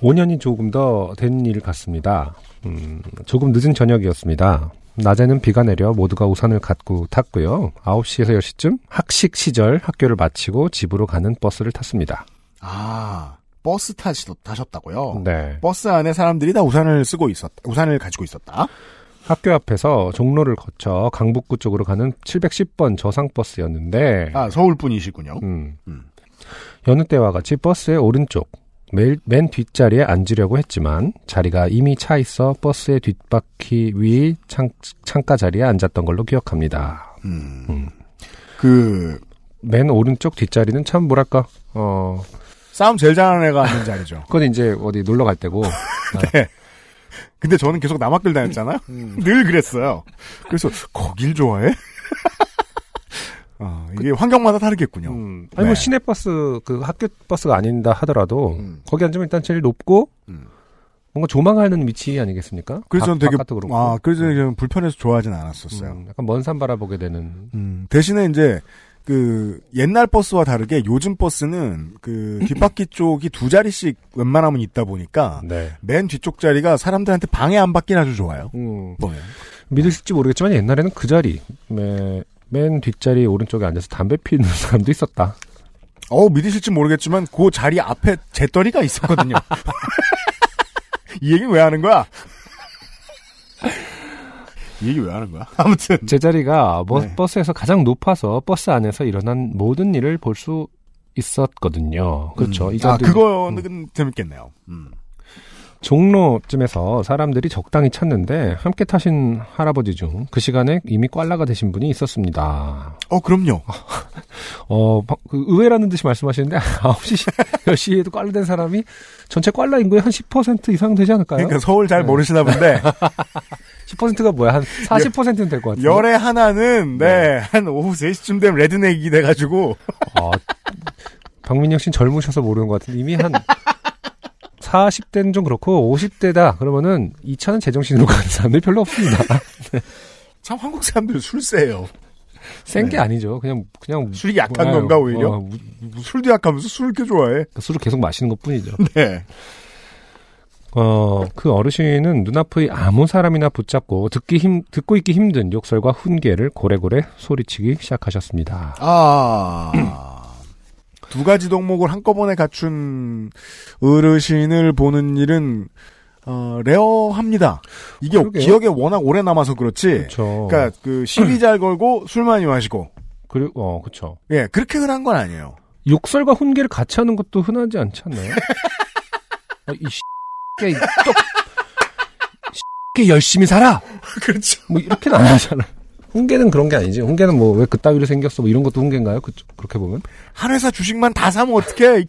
[SPEAKER 2] 5년이 조금 더 된 일 같습니다. 음, 조금 늦은 저녁이었습니다. 낮에는 비가 내려 모두가 우산을 갖고 탔고요. 9시에서 10시쯤 학식 시절 학교를 마치고 집으로 가는 버스를 탔습니다.
[SPEAKER 1] 아, 버스 타시, 타셨다고요?
[SPEAKER 2] 네.
[SPEAKER 1] 버스 안에 사람들이 다 우산을 쓰고 있었다. 우산을 가지고 있었다.
[SPEAKER 2] 학교 앞에서 종로를 거쳐 강북구 쪽으로 가는 710번 저상버스였는데
[SPEAKER 1] 아, 서울 분이시군요.
[SPEAKER 2] 음.
[SPEAKER 1] 음.
[SPEAKER 2] 여느 때와 같이 버스의 오른쪽 맨, 맨 뒷자리에 앉으려고 했지만 자리가 이미 차 있어 버스의 뒷바퀴 위 창, 창가 자리에 앉았던 걸로 기억합니다.
[SPEAKER 1] 음.
[SPEAKER 2] 음.
[SPEAKER 1] 그
[SPEAKER 2] 맨 오른쪽 뒷자리는 참 뭐랄까 어
[SPEAKER 1] 싸움 제일 잘하는 애가 앉는 자리죠.
[SPEAKER 2] 그건 이제 어디 놀러 갈 때고
[SPEAKER 1] 근데 저는 계속 남학교 다녔잖아요.
[SPEAKER 2] 음.
[SPEAKER 1] 늘 그랬어요. 그래서 거길 좋아해? 아, 이게 환경마다 다르겠군요.
[SPEAKER 2] 음, 아니 뭐
[SPEAKER 1] 네.
[SPEAKER 2] 시내 버스 그 학교 버스가 아닌다 하더라도
[SPEAKER 1] 음.
[SPEAKER 2] 거기 앉으면 일단 제일 높고
[SPEAKER 1] 음.
[SPEAKER 2] 뭔가 조망하는 위치 아니겠습니까?
[SPEAKER 1] 그래서 저는
[SPEAKER 2] 바-
[SPEAKER 1] 되게
[SPEAKER 2] 바깥도 그렇고. 네.
[SPEAKER 1] 아, 그래서 저는 불편해서 좋아하진 않았었어요.
[SPEAKER 2] 음, 약간 먼 산 바라보게 되는
[SPEAKER 1] 음, 대신에 이제 그 옛날 버스와 다르게 요즘 버스는 그 뒷바퀴 쪽이 두 자리씩 웬만하면 있다 보니까
[SPEAKER 2] 네.
[SPEAKER 1] 맨 뒤쪽 자리가 사람들한테 방해 안 받긴 아주 좋아요.
[SPEAKER 2] 음,
[SPEAKER 1] 뭐예요?
[SPEAKER 2] 믿으실지 모르겠지만 옛날에는 그 자리 매- 맨 뒷자리 오른쪽에 앉아서 담배 피우는 사람도 있었다.
[SPEAKER 1] 어 믿으실지 모르겠지만 그 자리 앞에 재떨이가 있었거든요. 이 얘기 왜 하는 거야? 이 얘기 왜 하는 거야? 아무튼
[SPEAKER 2] 제 자리가 버,
[SPEAKER 1] 네.
[SPEAKER 2] 버스에서 가장 높아서 버스 안에서 일어난 모든 일을 볼 수 있었거든요. 그렇죠.
[SPEAKER 1] 음.
[SPEAKER 2] 이
[SPEAKER 1] 아
[SPEAKER 2] 자리도
[SPEAKER 1] 그거는 재밌겠네요. 음.
[SPEAKER 2] 종로쯤에서 사람들이 적당히 찾는데 함께 타신 할아버지 중 그 시간에 이미 꽐라가 되신 분이 있었습니다.
[SPEAKER 1] 어 그럼요.
[SPEAKER 2] 어, 바- 그 의외라는 듯이 말씀하시는데 9시, 10시에도 꽐라 된 사람이 전체 꽐라 인구의 한 10% 이상 되지 않을까요?
[SPEAKER 1] 그러니까 서울
[SPEAKER 2] 네.
[SPEAKER 1] 잘 모르시나 본데
[SPEAKER 2] 10%가 뭐야? 한 40%는 될 것 같은데.
[SPEAKER 1] 열의 하나는 네, 한 오후 3시쯤 되면 레드넥이 돼가지고
[SPEAKER 2] 아, 박민영 씨는 젊으셔서 모르는 것 같은데 이미 한 40대는 좀 그렇고 50대다 그러면은 2차는 제정신으로 가는 사람들이 별로 없습니다.
[SPEAKER 1] 참 한국 사람들 술 세요.
[SPEAKER 2] 센 게
[SPEAKER 1] 네.
[SPEAKER 2] 아니죠. 그냥 그냥
[SPEAKER 1] 술이 약한
[SPEAKER 2] 뭐야,
[SPEAKER 1] 건가 오히려?
[SPEAKER 2] 어, 우-
[SPEAKER 1] 술도 약하면서 술을 이렇게 좋아해.
[SPEAKER 2] 술을 계속 마시는 것 뿐이죠.
[SPEAKER 1] 네.
[SPEAKER 2] 어, 그 어르신은 눈앞의 아무 사람이나 붙잡고 듣기 힘, 듣고 있기 힘든 욕설과 훈계를 고래고래 소리치기 시작하셨습니다.
[SPEAKER 1] 아. 두 가지 덕목을 한꺼번에 갖춘 어르신을 보는 일은 어, 레어합니다. 이게
[SPEAKER 2] 그러게요.
[SPEAKER 1] 기억에 워낙 오래 남아서 그렇지.
[SPEAKER 2] 그렇죠.
[SPEAKER 1] 그러니까 그 시비 잘 걸고 술 많이 마시고
[SPEAKER 2] 그리고 어, 그렇죠.
[SPEAKER 1] 예 그렇게 흔한 건 아니에요.
[SPEAKER 2] 욕설과 훈계를 같이 하는 것도 흔하지 않지 않나요? 어, 이 씨게 씨게 열심히 살아.
[SPEAKER 1] 그렇죠.
[SPEAKER 2] 뭐 이렇게는 안 하잖아. 훈계는 그런 게 아니지. 훈계는 뭐 왜 그따위로 생겼어? 뭐 이런 것도 훈계인가요? 그, 그렇게 보면
[SPEAKER 1] 한 회사 주식만 다 사면 어떡해, 이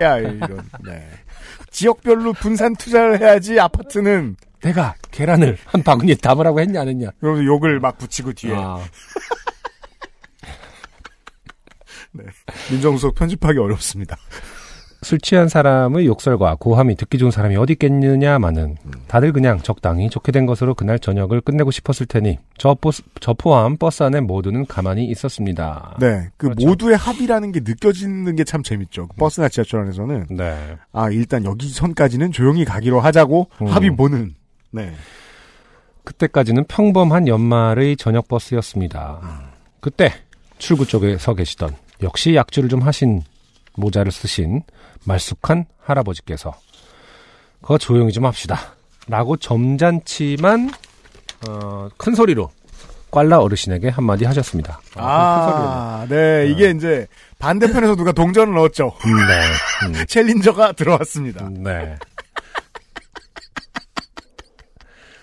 [SPEAKER 1] 야, 이런. 네. 지역별로 분산 투자를 해야지, 아파트는.
[SPEAKER 2] 내가 계란을 한 바구니에 담으라고 했냐 안 했냐.
[SPEAKER 1] 그러면서 욕을 막 붙이고 뒤에.
[SPEAKER 2] 아,
[SPEAKER 1] 네. 민정수석 편집하기 어렵습니다.
[SPEAKER 2] 술 취한 사람의 욕설과 고함이 듣기 좋은 사람이 어디 있겠느냐마는 다들 그냥 적당히 좋게 된 것으로 그날 저녁을 끝내고 싶었을 테니 저, 버스, 저 포함 버스 안에 모두는 가만히 있었습니다.
[SPEAKER 1] 네. 그
[SPEAKER 2] 그렇죠.
[SPEAKER 1] 모두의 합의라는 게 느껴지는 게 참 재밌죠. 그 버스나 지하철 안에서는.
[SPEAKER 2] 네.
[SPEAKER 1] 아, 일단 여기 선까지는 조용히 가기로 하자고
[SPEAKER 2] 음.
[SPEAKER 1] 합의 보는. 네.
[SPEAKER 2] 그때까지는 평범한 연말의 저녁 버스였습니다. 그때 출구 쪽에 서 계시던 역시 약주를 좀 하신 모자를 쓰신 말쑥한 할아버지께서 그거 조용히 좀 합시다. 라고 점잖지만 어, 큰 소리로 꽐라 어르신에게 한마디 하셨습니다.
[SPEAKER 1] 아, 네. 이게 이제 반대편에서 누가 동전을 넣었죠.
[SPEAKER 2] 큰 소리로. 음, 네. 음.
[SPEAKER 1] 챌린저가 들어왔습니다.
[SPEAKER 2] 네.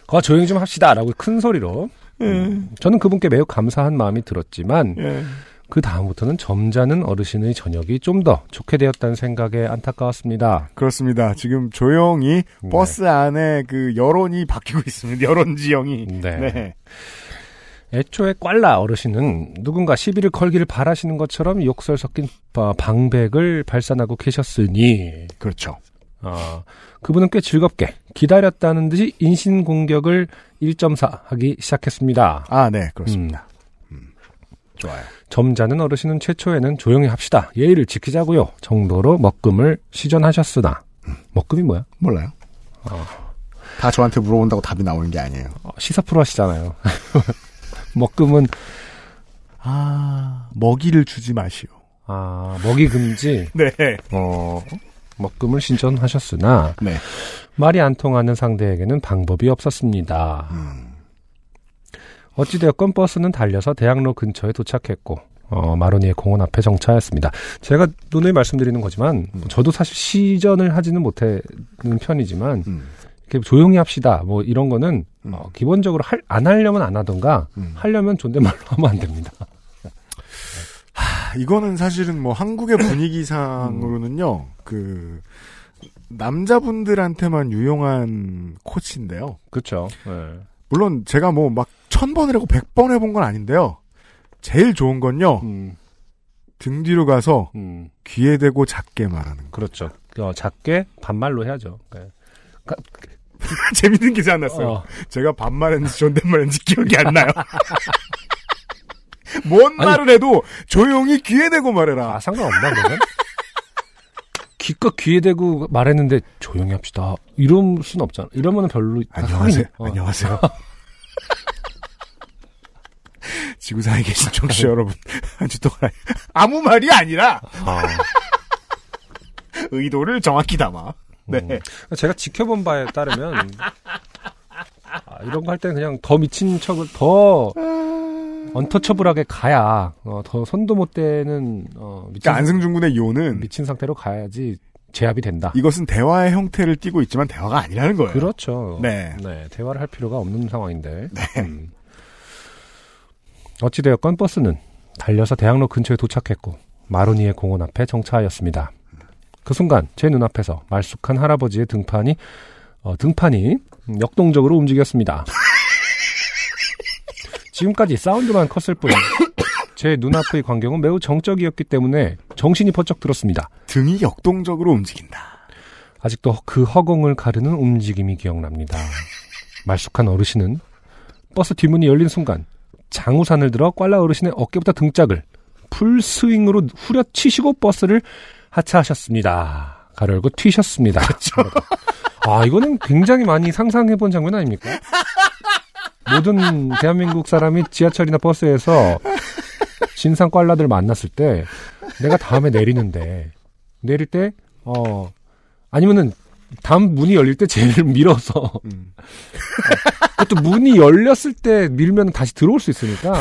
[SPEAKER 2] 거 조용히 좀 합시다라고 큰 소리로.
[SPEAKER 7] 네.
[SPEAKER 2] 음, 저는 그분께 매우 감사한 마음이 들었지만
[SPEAKER 1] 예.
[SPEAKER 2] 그 다음부터는 점잖은 어르신의 저녁이 좀 더 좋게 되었다는 생각에 안타까웠습니다.
[SPEAKER 1] 그렇습니다. 지금 조용히
[SPEAKER 2] 네.
[SPEAKER 1] 버스 안에 그 여론이 바뀌고 있습니다. 여론 지형이.
[SPEAKER 2] 네. 애초에 꽐라 어르신은 누군가 시비를 걸기를 바라시는 것처럼 욕설 섞인 바- 방백을 발산하고 계셨으니
[SPEAKER 1] 그렇죠.
[SPEAKER 2] 어, 그분은 꽤 즐겁게 기다렸다는 듯이 인신 공격을 1.4 하기 시작했습니다.
[SPEAKER 1] 아, 네, 그렇습니다. 음. 좋아요.
[SPEAKER 2] 점잖은 어르신은 최초에는 조용히 합시다. 예의를 지키자고요. 정도로 먹금을 시전하셨으나 음, 먹금이 뭐야?
[SPEAKER 1] 몰라요. 어. 다 저한테 물어본다고 답이 나오는 게 아니에요.
[SPEAKER 2] 어, 시사 프로 하시잖아요. 먹금은
[SPEAKER 1] 아, 먹이를 주지 마시오.
[SPEAKER 2] 아, 먹이 금지.
[SPEAKER 1] 네,
[SPEAKER 2] 어, 먹금을 신전하셨으나
[SPEAKER 1] 네.
[SPEAKER 2] 말이 안 통하는 상대에게는 방법이 없었습니다.
[SPEAKER 1] 음.
[SPEAKER 2] 어찌되었건 버스는 달려서 대학로 근처에 도착했고 어, 마로니의 공원 앞에 정차했습니다. 제가 누누이 말씀드리는 거지만
[SPEAKER 1] 음.
[SPEAKER 2] 저도 사실 시전을 하지는 못하는 편이지만
[SPEAKER 1] 음.
[SPEAKER 2] 이렇게 조용히 합시다. 뭐 이런 거는
[SPEAKER 1] 음.
[SPEAKER 2] 어, 기본적으로 할, 안 하려면 안 하던가
[SPEAKER 1] 음.
[SPEAKER 2] 하려면 존댓말로 하면 안 됩니다.
[SPEAKER 1] 아, 이거는 사실은 뭐 한국의 분위기상으로는요, 그, 남자분들한테만 유용한 코치인데요.
[SPEAKER 2] 그렇죠. 네.
[SPEAKER 1] 물론 제가 뭐 막 천번이라고 백번 해본 건 아닌데요. 제일 좋은 건요,
[SPEAKER 2] 음,
[SPEAKER 1] 등 뒤로 가서
[SPEAKER 2] 음.
[SPEAKER 1] 귀에 대고 작게 말하는 거.
[SPEAKER 2] 그렇죠. 어, 작게 반말로 해야죠. 네.
[SPEAKER 1] 재밌는 기사 안 났어요.
[SPEAKER 2] 어.
[SPEAKER 1] 제가 반말했는지 존댓말했는지 기억이 안 나요. 뭔 말을 해도 조용히 귀에 대고 말해라.
[SPEAKER 2] 아, 상관없나, 그러면? 기껏 귀에 대고 말했는데 조용히 합시다. 이럴 순 없잖아. 이러면 별로. 다
[SPEAKER 1] 안녕하세요.
[SPEAKER 2] 상관이- 어.
[SPEAKER 1] 안녕하세요. 지구상에 계신 청취자 여러분, 한 주 동안 아무 말이 아니라
[SPEAKER 2] 아.
[SPEAKER 1] 의도를 정확히 담아.
[SPEAKER 2] 어.
[SPEAKER 1] 네.
[SPEAKER 2] 제가 지켜본 바에 따르면 아, 이런 거 할 때는 그냥 더 미친 척을 더 언터처블하게 가야 어, 더 손도 못 대는 어, 미친,
[SPEAKER 1] 그러니까 안승준 군의 요는
[SPEAKER 2] 미친 상태로 가야지 제압이 된다.
[SPEAKER 1] 이것은 대화의 형태를 띠고 있지만 대화가 아니라는 거예요.
[SPEAKER 2] 그렇죠.
[SPEAKER 1] 네.
[SPEAKER 2] 대화를 할 필요가 없는 상황인데. 음. 어찌되었건 버스는 달려서 대학로 근처에 도착했고 마로니의 공원 앞에 정차하였습니다. 그 순간 제 눈앞에서 말쑥한 할아버지의 등판이 어, 등판이 역동적으로 움직였습니다. 지금까지 사운드만 컸을 뿐. 제 눈앞의 광경은 매우 정적이었기 때문에 정신이 번쩍 들었습니다.
[SPEAKER 1] 등이 역동적으로 움직인다.
[SPEAKER 2] 아직도 그 허공을 가르는 움직임이 기억납니다. 말쑥한 어르신은 버스 뒷문이 열린 순간 장우산을 들어 꽐라 어르신의 어깨부터 등짝을 풀스윙으로 후려치시고 버스를 하차하셨습니다. 가려고 튀셨습니다. 아, 이거는 굉장히 많이 상상해본 장면 아닙니까? 모든 대한민국 사람이 지하철이나 버스에서 진상 꽐라들 만났을 때 내가 다음에 내리는데 내릴 때, 어, 아니면은 다음 문이 열릴 때 제일 밀어서 그것도 문이 열렸을 때 밀면 다시 들어올 수 있으니까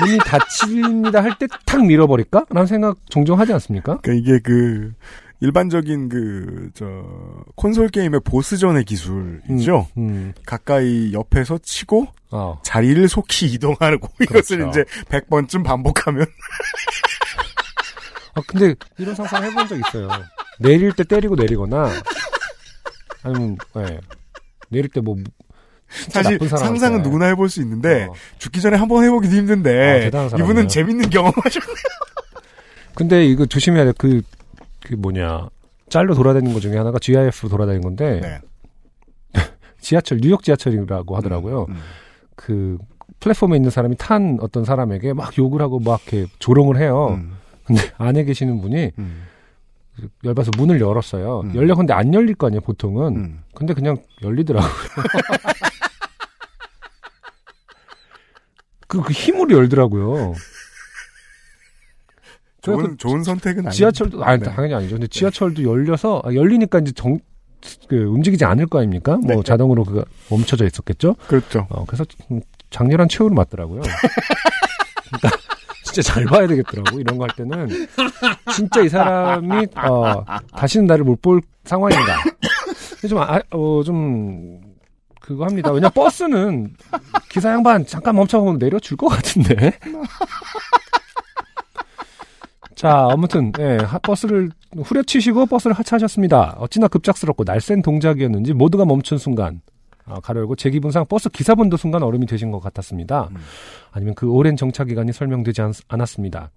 [SPEAKER 2] 문이 닫힙니다 할 때 탁 밀어버릴까? 라는 생각 종종 하지 않습니까?
[SPEAKER 1] 그러니까 이게 그 일반적인 그 저 콘솔 게임의 보스전의 기술이죠.
[SPEAKER 2] 음,
[SPEAKER 1] 가까이 옆에서 치고
[SPEAKER 2] 어.
[SPEAKER 1] 자리를 속히 이동하고 이것을
[SPEAKER 2] 그렇죠.
[SPEAKER 1] 이제 100번쯤 반복하면
[SPEAKER 2] 아, 근데 이런 상상 해본 적 있어요. 내릴 때 때리고 내리거나 아니면 예. 내릴 때 뭐
[SPEAKER 1] 사실
[SPEAKER 2] 나쁜 사람한테.
[SPEAKER 1] 상상은 누구나 해볼 수 있는데
[SPEAKER 2] 어.
[SPEAKER 1] 죽기 전에 한 번 해보기도
[SPEAKER 2] 아,
[SPEAKER 1] 힘든데
[SPEAKER 2] 대단한 사람이네요.
[SPEAKER 1] 이분은 재밌는 경험하셨네.
[SPEAKER 2] 근데 이거 조심해야 돼. 그, 그 뭐냐. 짤로 돌아다니는 것 중에 하나가 GIF로 돌아다니는 건데.
[SPEAKER 1] 네.
[SPEAKER 2] 지하철, 뉴욕 지하철이라고 하더라고요.
[SPEAKER 1] 음.
[SPEAKER 2] 그 플랫폼에 있는 사람이 탄 어떤 사람에게 막 욕을 하고 막 이렇게 조롱을 해요.
[SPEAKER 1] 음,
[SPEAKER 2] 근데 안에 계시는 분이
[SPEAKER 1] 음,
[SPEAKER 2] 열받아서 문을 열었어요.
[SPEAKER 1] 음.
[SPEAKER 2] 열려 근데 안 열릴 거 아니에요, 보통은.
[SPEAKER 1] 음.
[SPEAKER 2] 근데 그냥 열리더라고요. 그, 그 힘으로 열더라고요.
[SPEAKER 1] 좋은
[SPEAKER 2] 그래갖고
[SPEAKER 1] 좋은 선택은 아니.
[SPEAKER 2] 지하철도 아니
[SPEAKER 1] 네.
[SPEAKER 2] 당연히 아니죠. 근데 지하철도 열려서 아, 열리니까 이제 정, 그, 움직이지 않을 거 아닙니까? 뭐
[SPEAKER 1] 네.
[SPEAKER 2] 자동으로 그가 멈춰져 있었겠죠.
[SPEAKER 1] 그렇죠.
[SPEAKER 2] 어, 그래서 좀 장렬한 최후를 맞더라고요. 그러니까 진짜 잘 봐야 되겠더라고 이런 거 할 때는 진짜 이 사람이 어, 다시는 나를 못 볼 상황인가. 근데 좀 아, 어, 좀 그거 합니다. 왜냐 버스는 기사 양반 잠깐 멈춰보면 내려줄 것 같은데. 자, 아무튼 예, 하- 버스를 후려치시고 버스를 하차하셨습니다. 어찌나 급작스럽고 날쌘 동작이었는지 모두가 멈춘 순간 아, 가로 열고 제 기분상 버스 기사분도 순간 얼음이 되신 것 같았습니다. 아니면 그 오랜 정차 기간이 설명되지 않, 았습니다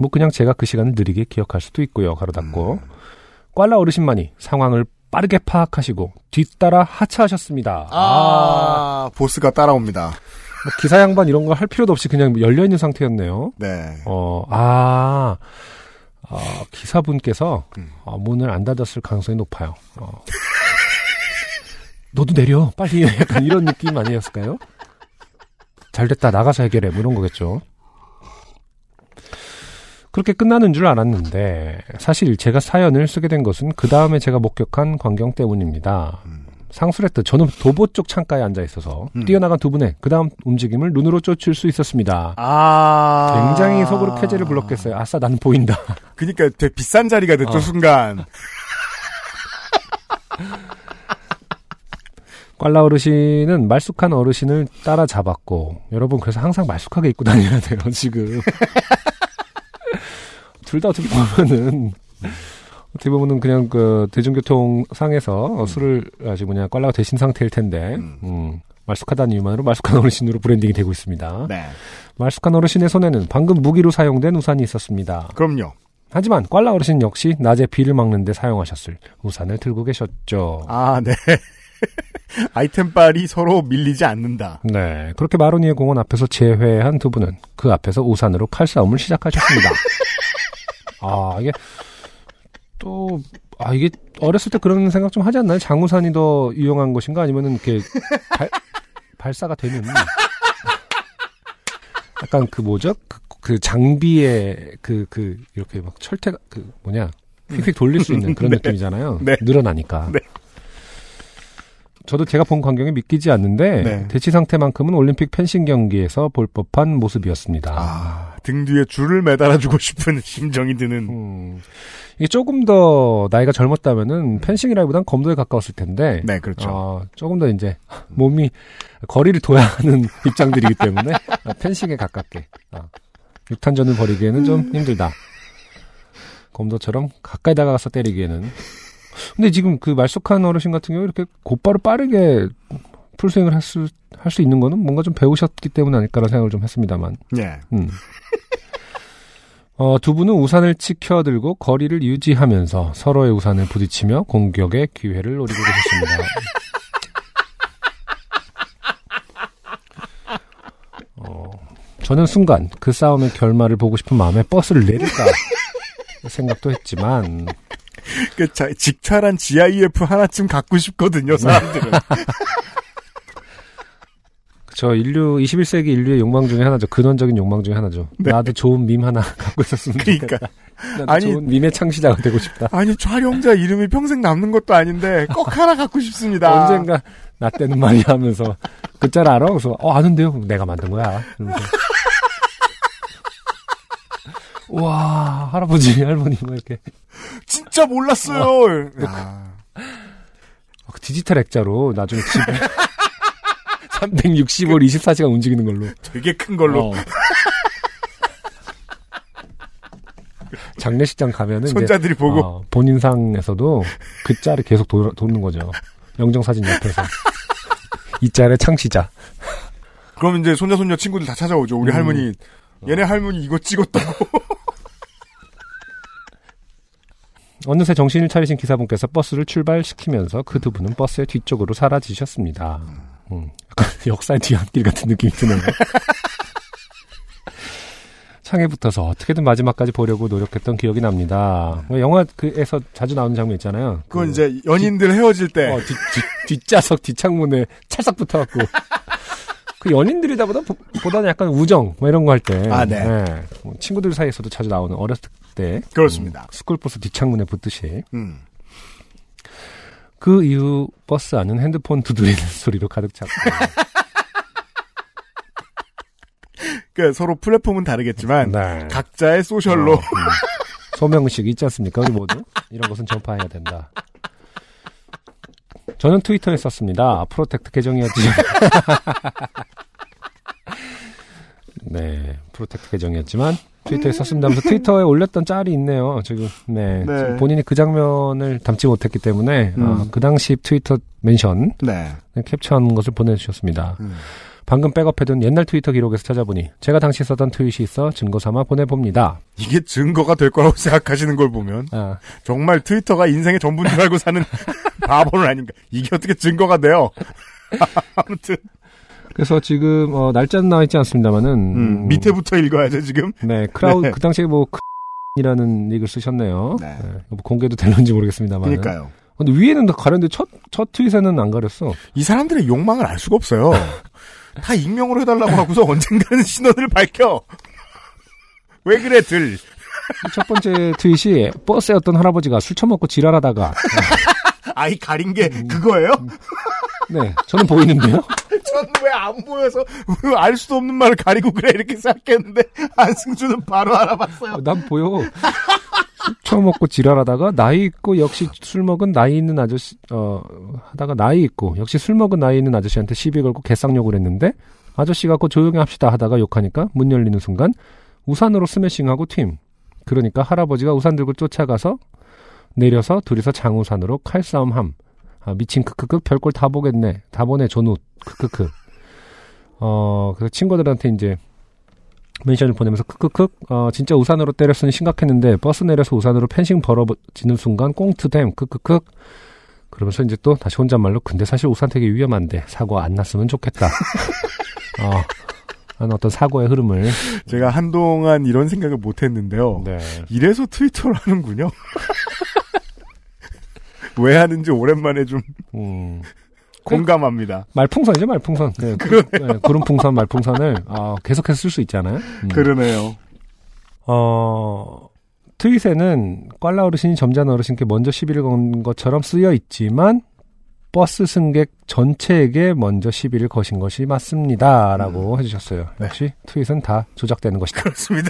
[SPEAKER 2] 뭐 그냥 제가 그 시간을 느리게 기억할 수도 있고요. 가로 닫고 꽐라 어르신만이 상황을 빠르게 파악하시고 뒤따라 하차하셨습니다.
[SPEAKER 1] 아 보스가 따라옵니다.
[SPEAKER 2] 뭐 기사 양반 이런 거 할 필요도 없이 그냥 열려 있는 상태였네요.
[SPEAKER 1] 네.
[SPEAKER 2] 어, 아, 어, 기사분께서
[SPEAKER 1] 음.
[SPEAKER 2] 어, 문을 안 닫았을 가능성이 높아요. 어. 너도 내려, 빨리. 약간 이런 느낌 아니었을까요? 잘 됐다, 나가서 해결해. 뭐 이런 거겠죠. 그렇게 끝나는 줄 알았는데, 사실 제가 사연을 쓰게 된 것은 그 다음에 제가 목격한 광경 때문입니다. 상술했듯 저는 도보 쪽 창가에 앉아 있어서
[SPEAKER 1] 음.
[SPEAKER 2] 뛰어나간 두 분의 그 다음 움직임을 눈으로 쫓을 수 있었습니다.
[SPEAKER 1] 아
[SPEAKER 2] 굉장히 속으로 쾌재를 불렀겠어요. 아싸, 나는 보인다.
[SPEAKER 1] 그러니까 되게 비싼 자리가 됐던
[SPEAKER 2] 어.
[SPEAKER 1] 순간
[SPEAKER 2] 꽐라 어르신은 말쑥한 어르신을 따라잡았고, 여러분, 그래서 항상 말쑥하게 입고 다녀야 돼요, 지금. 둘 다 어떻게 보면은 어떻게 보면은 그냥 그 대중교통 상에서 어, 술을 아주 그냥 껄라가 되신 상태일 텐데
[SPEAKER 1] 음.
[SPEAKER 2] 음, 말쑥하다는 이유만으로 말쑥한 어르신으로 브랜딩이 되고 있습니다.
[SPEAKER 1] 네.
[SPEAKER 2] 말쑥한 어르신의 손에는 방금 무기로 사용된 우산이 있었습니다.
[SPEAKER 1] 그럼요.
[SPEAKER 2] 하지만 꽐라 어르신 역시 낮에 비를 막는데 사용하셨을 우산을 들고 계셨죠.
[SPEAKER 1] 아, 네. 아이템빨이 서로 밀리지 않는다.
[SPEAKER 2] 네, 그렇게 마로니의 공원 앞에서 재회한 두 분은 그 앞에서 우산으로 칼싸움을 시작하셨습니다. 아 이게 또 아 이게 어렸을 때 그런 생각 좀 하지 않나요? 장우산이 더 유용한 것인가 아니면은 이렇게 발, 발사가 되는 약간 그 뭐죠? 그, 그 장비의 그 그 이렇게 막 철퇴가 그 뭐냐 휙휙 돌릴 수 있는 그런 느낌이잖아요.
[SPEAKER 1] 네.
[SPEAKER 2] 늘어나니까.
[SPEAKER 1] 네.
[SPEAKER 2] 저도 제가 본 광경에 믿기지 않는데
[SPEAKER 1] 네.
[SPEAKER 2] 대치 상태만큼은 올림픽 펜싱 경기에서 볼 법한 모습이었습니다.
[SPEAKER 1] 아, 등 뒤에 줄을 매달아주고 싶은 심정이 드는.
[SPEAKER 2] 음, 이게 조금 더 나이가 젊었다면은 펜싱이라기보단 검도에 가까웠을 텐데
[SPEAKER 1] 네, 그렇죠.
[SPEAKER 2] 어, 조금 더 이제 몸이 거리를 둬야 하는 입장들이기 때문에 어, 펜싱에 가깝게 어, 육탄전을 벌이기에는 좀 힘들다. 검도처럼 가까이 다가가서 때리기에는. 근데 지금 그 말쑥한 어르신 같은 경우 이렇게 곧바로 빠르게 풀스윙을 할 수 할 수 있는 거는 뭔가 좀 배우셨기 때문 아닐까라는 생각을 좀 했습니다만.
[SPEAKER 1] 예.
[SPEAKER 2] 음. 어, 두 분은 우산을 치켜들고 거리를 유지하면서 서로의 우산을 부딪히며 공격의 기회를 노리고 계셨습니다. 어, 저는 순간 그 싸움의 결말을 보고 싶은 마음에 버스를 내릴까 생각도 했지만
[SPEAKER 1] 그, 자, 직찰한 GIF 하나쯤 갖고 싶거든요, 사람들은.
[SPEAKER 2] 저 인류 21세기 인류의 욕망 중에 하나죠. 근원적인 욕망 중에 하나죠. 나도 좋은 밈 하나 갖고 있었으면
[SPEAKER 1] 그러니까.
[SPEAKER 2] 좋겠다. 나도
[SPEAKER 1] 네. 아니-
[SPEAKER 2] 좋은 밈의 창시자가 되고 싶다.
[SPEAKER 1] 아니, 촬영자 이름이 평생 남는 것도 아닌데, 꼭 하나 갖고 싶습니다.
[SPEAKER 2] 언젠가 나 때는 많이 하면서 그 짤 알아? 그래서 어 아는데요? 그럼 내가 만든 거야. 이러면서 와 할아버지 할머니 뭐 이렇게
[SPEAKER 1] 진짜 몰랐어요. 아, 야.
[SPEAKER 2] 막 아, 그 디지털 액자로 나중에 집에 365일 24시간 움직이는 걸로
[SPEAKER 1] 되게 큰 걸로
[SPEAKER 2] 어. 장례식장 가면은 이제
[SPEAKER 1] 손자들이 보고
[SPEAKER 2] 어, 본인상에서도 그 짤이 계속 돌, 도는 거죠. 영정사진 옆에서 이 짤의 창시자.
[SPEAKER 1] 그럼 이제 손자 손녀 친구들 다 찾아오죠. 우리
[SPEAKER 2] 음.
[SPEAKER 1] 할머니 얘네 할머니 이거 찍었다고.
[SPEAKER 2] 어느새 정신을 차리신 기사분께서 버스를 출발시키면서 그 두 분은 버스의 뒤쪽으로 사라지셨습니다. 음, 약간 역사의 뒤안길 같은 느낌이 드네요. 창에 붙어서 어떻게든 마지막까지 보려고 노력했던 기억이 납니다. 영화 그에서 자주 나오는 장면 있잖아요.
[SPEAKER 1] 네. 그건
[SPEAKER 2] 그,
[SPEAKER 1] 이제 연인들 헤어질 때
[SPEAKER 2] 어, 뒷, 뒷, 뒷좌석 뒷창문에 찰싹 붙어갖고 그 연인들이다 보다 보- 보다는 약간 우정 뭐 이런 거 할 때.
[SPEAKER 1] 아, 네.
[SPEAKER 2] 뭐 친구들 사이에서도 자주 나오는 어렸을 때
[SPEAKER 1] 그렇습니다.
[SPEAKER 2] 스쿨버스 뒷창문에 붙듯이.
[SPEAKER 1] 음.
[SPEAKER 2] 그 이후 버스 안은 핸드폰 두드리는 소리로 가득 찼고
[SPEAKER 1] 그러니까 서로 플랫폼은 다르겠지만
[SPEAKER 2] 네.
[SPEAKER 1] 각자의 소셜로
[SPEAKER 2] 어, 음. 소명식 있지 않습니까? 우리 모두 이런 것은 전파해야 된다. 저는 트위터에 썼습니다. 프로텍트 계정이었지. 네, 프로텍트 계정이었지만 트위터에 썼습니다면서 트위터에 올렸던 짤이 있네요. 지금 네,
[SPEAKER 1] 네.
[SPEAKER 2] 지금 본인이 그 장면을 담지 못했기 때문에
[SPEAKER 1] 음.
[SPEAKER 2] 아, 그 당시 트위터 멘션
[SPEAKER 1] 네.
[SPEAKER 2] 캡처한 것을 보내주셨습니다.
[SPEAKER 1] 음.
[SPEAKER 2] 방금 백업해둔 옛날 트위터 기록에서 찾아보니 제가 당시 썼던 트윗이 있어 증거 삼아 보내봅니다.
[SPEAKER 1] 이게 증거가 될 거라고 생각하시는 걸 보면
[SPEAKER 2] 아,
[SPEAKER 1] 정말 트위터가 인생의 전부인 줄 알고 사는 바보는 아닌가. 이게 어떻게 증거가 돼요? 아무튼
[SPEAKER 2] 그래서 지금 어, 날짜는 나와 있지 않습니다만은
[SPEAKER 1] 음,
[SPEAKER 2] 음,
[SPEAKER 1] 밑에부터 읽어야죠 지금.
[SPEAKER 2] 네 크라우
[SPEAKER 1] 네.
[SPEAKER 2] 그 당시에 뭐 이라는 닉을 쓰셨네요.
[SPEAKER 1] 네.
[SPEAKER 2] 네, 뭐 공개도 될는지 모르겠습니다만.
[SPEAKER 1] 그러니까요.
[SPEAKER 2] 근데 위에는 다 가렸는데 첫, 첫 트윗에는 안 가렸어.
[SPEAKER 1] 이 사람들의 욕망을 알 수가 없어요. 다 익명으로 해달라고 하고서 언젠가는 신원을 밝혀. 왜 그래, 들.
[SPEAKER 2] 첫 번째 트윗이 버스에 어떤 할아버지가 술 처먹고 지랄하다가
[SPEAKER 1] 아이 가린 게 그거예요?
[SPEAKER 2] 네 저는 보이는데요.
[SPEAKER 1] 전 왜 안 보여서 알 수도 없는 말을 가리고 그래 이렇게 생각했는데 안승준은 바로 알아봤어요.
[SPEAKER 2] 난 보여. 술 처먹고 지랄하다가 나이 있고 역시 술 먹은 나이 있는 아저씨 어 하다가 나이 있고 역시 술 먹은 나이 있는 아저씨한테 시비 걸고 개쌍욕을 했는데 아저씨가 곧 조용히 합시다 하다가 욕하니까 문 열리는 순간 우산으로 스매싱하고 튀임. 그러니까 할아버지가 우산 들고 쫓아가서 내려서 둘이서 장우산으로 칼싸움함. 아, 미친 크크크 별꼴 다 보겠네. 다 보네 존우 크크크. 어 그래서 친구들한테 이제 멘션을 보내면서 크크크 어 진짜 우산으로 때렸으니 심각했는데 버스 내려서 우산으로 펜싱 벌어지는 순간 꽁트됨 크크크. 그러면서 이제 또 다시 혼잣말로 근데 사실 우산 되게 위험한데 사고 안 났으면 좋겠다. 어, 하는 어떤 사고의 흐름을.
[SPEAKER 1] 제가 한동안 이런 생각을 못했는데요.
[SPEAKER 2] 네.
[SPEAKER 1] 이래서 트위터를 하는군요. 왜 하는지 오랜만에 좀
[SPEAKER 2] 음.
[SPEAKER 1] 공감합니다.
[SPEAKER 2] 말풍선이죠, 말풍선. 네, 구- 네, 구름풍선, 말풍선을 어, 계속해서 쓸 수 있잖아요. 음.
[SPEAKER 1] 그러네요.
[SPEAKER 2] 어, 트윗에는 꽐라 어르신이 점잖은 어르신께 먼저 시비를 건 것처럼 쓰여 있지만 버스 승객 전체에게 먼저 시비를 거신 것이 맞습니다라고 해주셨어요. 역시 트윗은 다 조작되는 것이다.
[SPEAKER 1] 그렇습니다.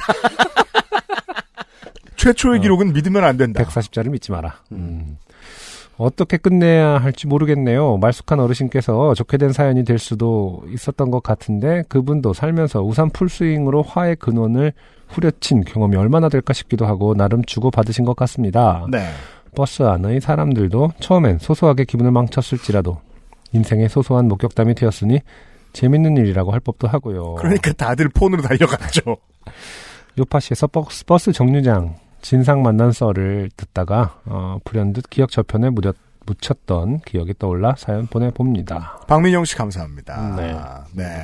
[SPEAKER 1] 최초의
[SPEAKER 2] 어.
[SPEAKER 1] 기록은 믿으면 안 된다.
[SPEAKER 2] 140자를 믿지 마라. 음. 어떻게 끝내야 할지 모르겠네요. 말숙한 어르신께서 좋게 된 사연이 될 수도 있었던 것 같은데 그분도 살면서 우산 풀스윙으로 화의 근원을 후려친 경험이 얼마나 될까 싶기도 하고 나름 주고받으신 것 같습니다.
[SPEAKER 1] 네.
[SPEAKER 2] 버스 안의 사람들도 처음엔 소소하게 기분을 망쳤을지라도 인생의 소소한 목격담이 되었으니 재밌는 일이라고 할 법도 하고요.
[SPEAKER 1] 그러니까 다들 폰으로 달려갔죠.
[SPEAKER 2] 요파시에서 버스, 버스 정류장 진상 만난 썰을 듣다가 어, 불현듯 기억 저편에 무혔던 기억이 떠올라 사연 보내봅니다.
[SPEAKER 1] 박민영 씨 감사합니다.
[SPEAKER 2] 네.
[SPEAKER 1] 네.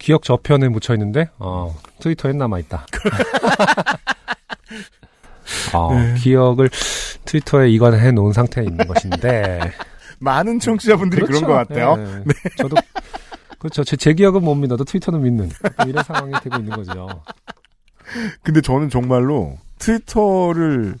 [SPEAKER 2] 기억 저편에 묻혀 있는데 어, 트위터에 남아 있다. 어,
[SPEAKER 1] 네.
[SPEAKER 2] 기억을 트위터에 이관해 놓은 상태에 있는 것인데
[SPEAKER 1] 많은 청취자분들이 네, 그런 것 같아요. 네.
[SPEAKER 2] 예. 저도 그렇죠. 제, 제 기억은 못 믿어도 트위터는 믿는 이런 상황이 되고 있는 거죠.
[SPEAKER 1] 근데 저는 정말로 트위터를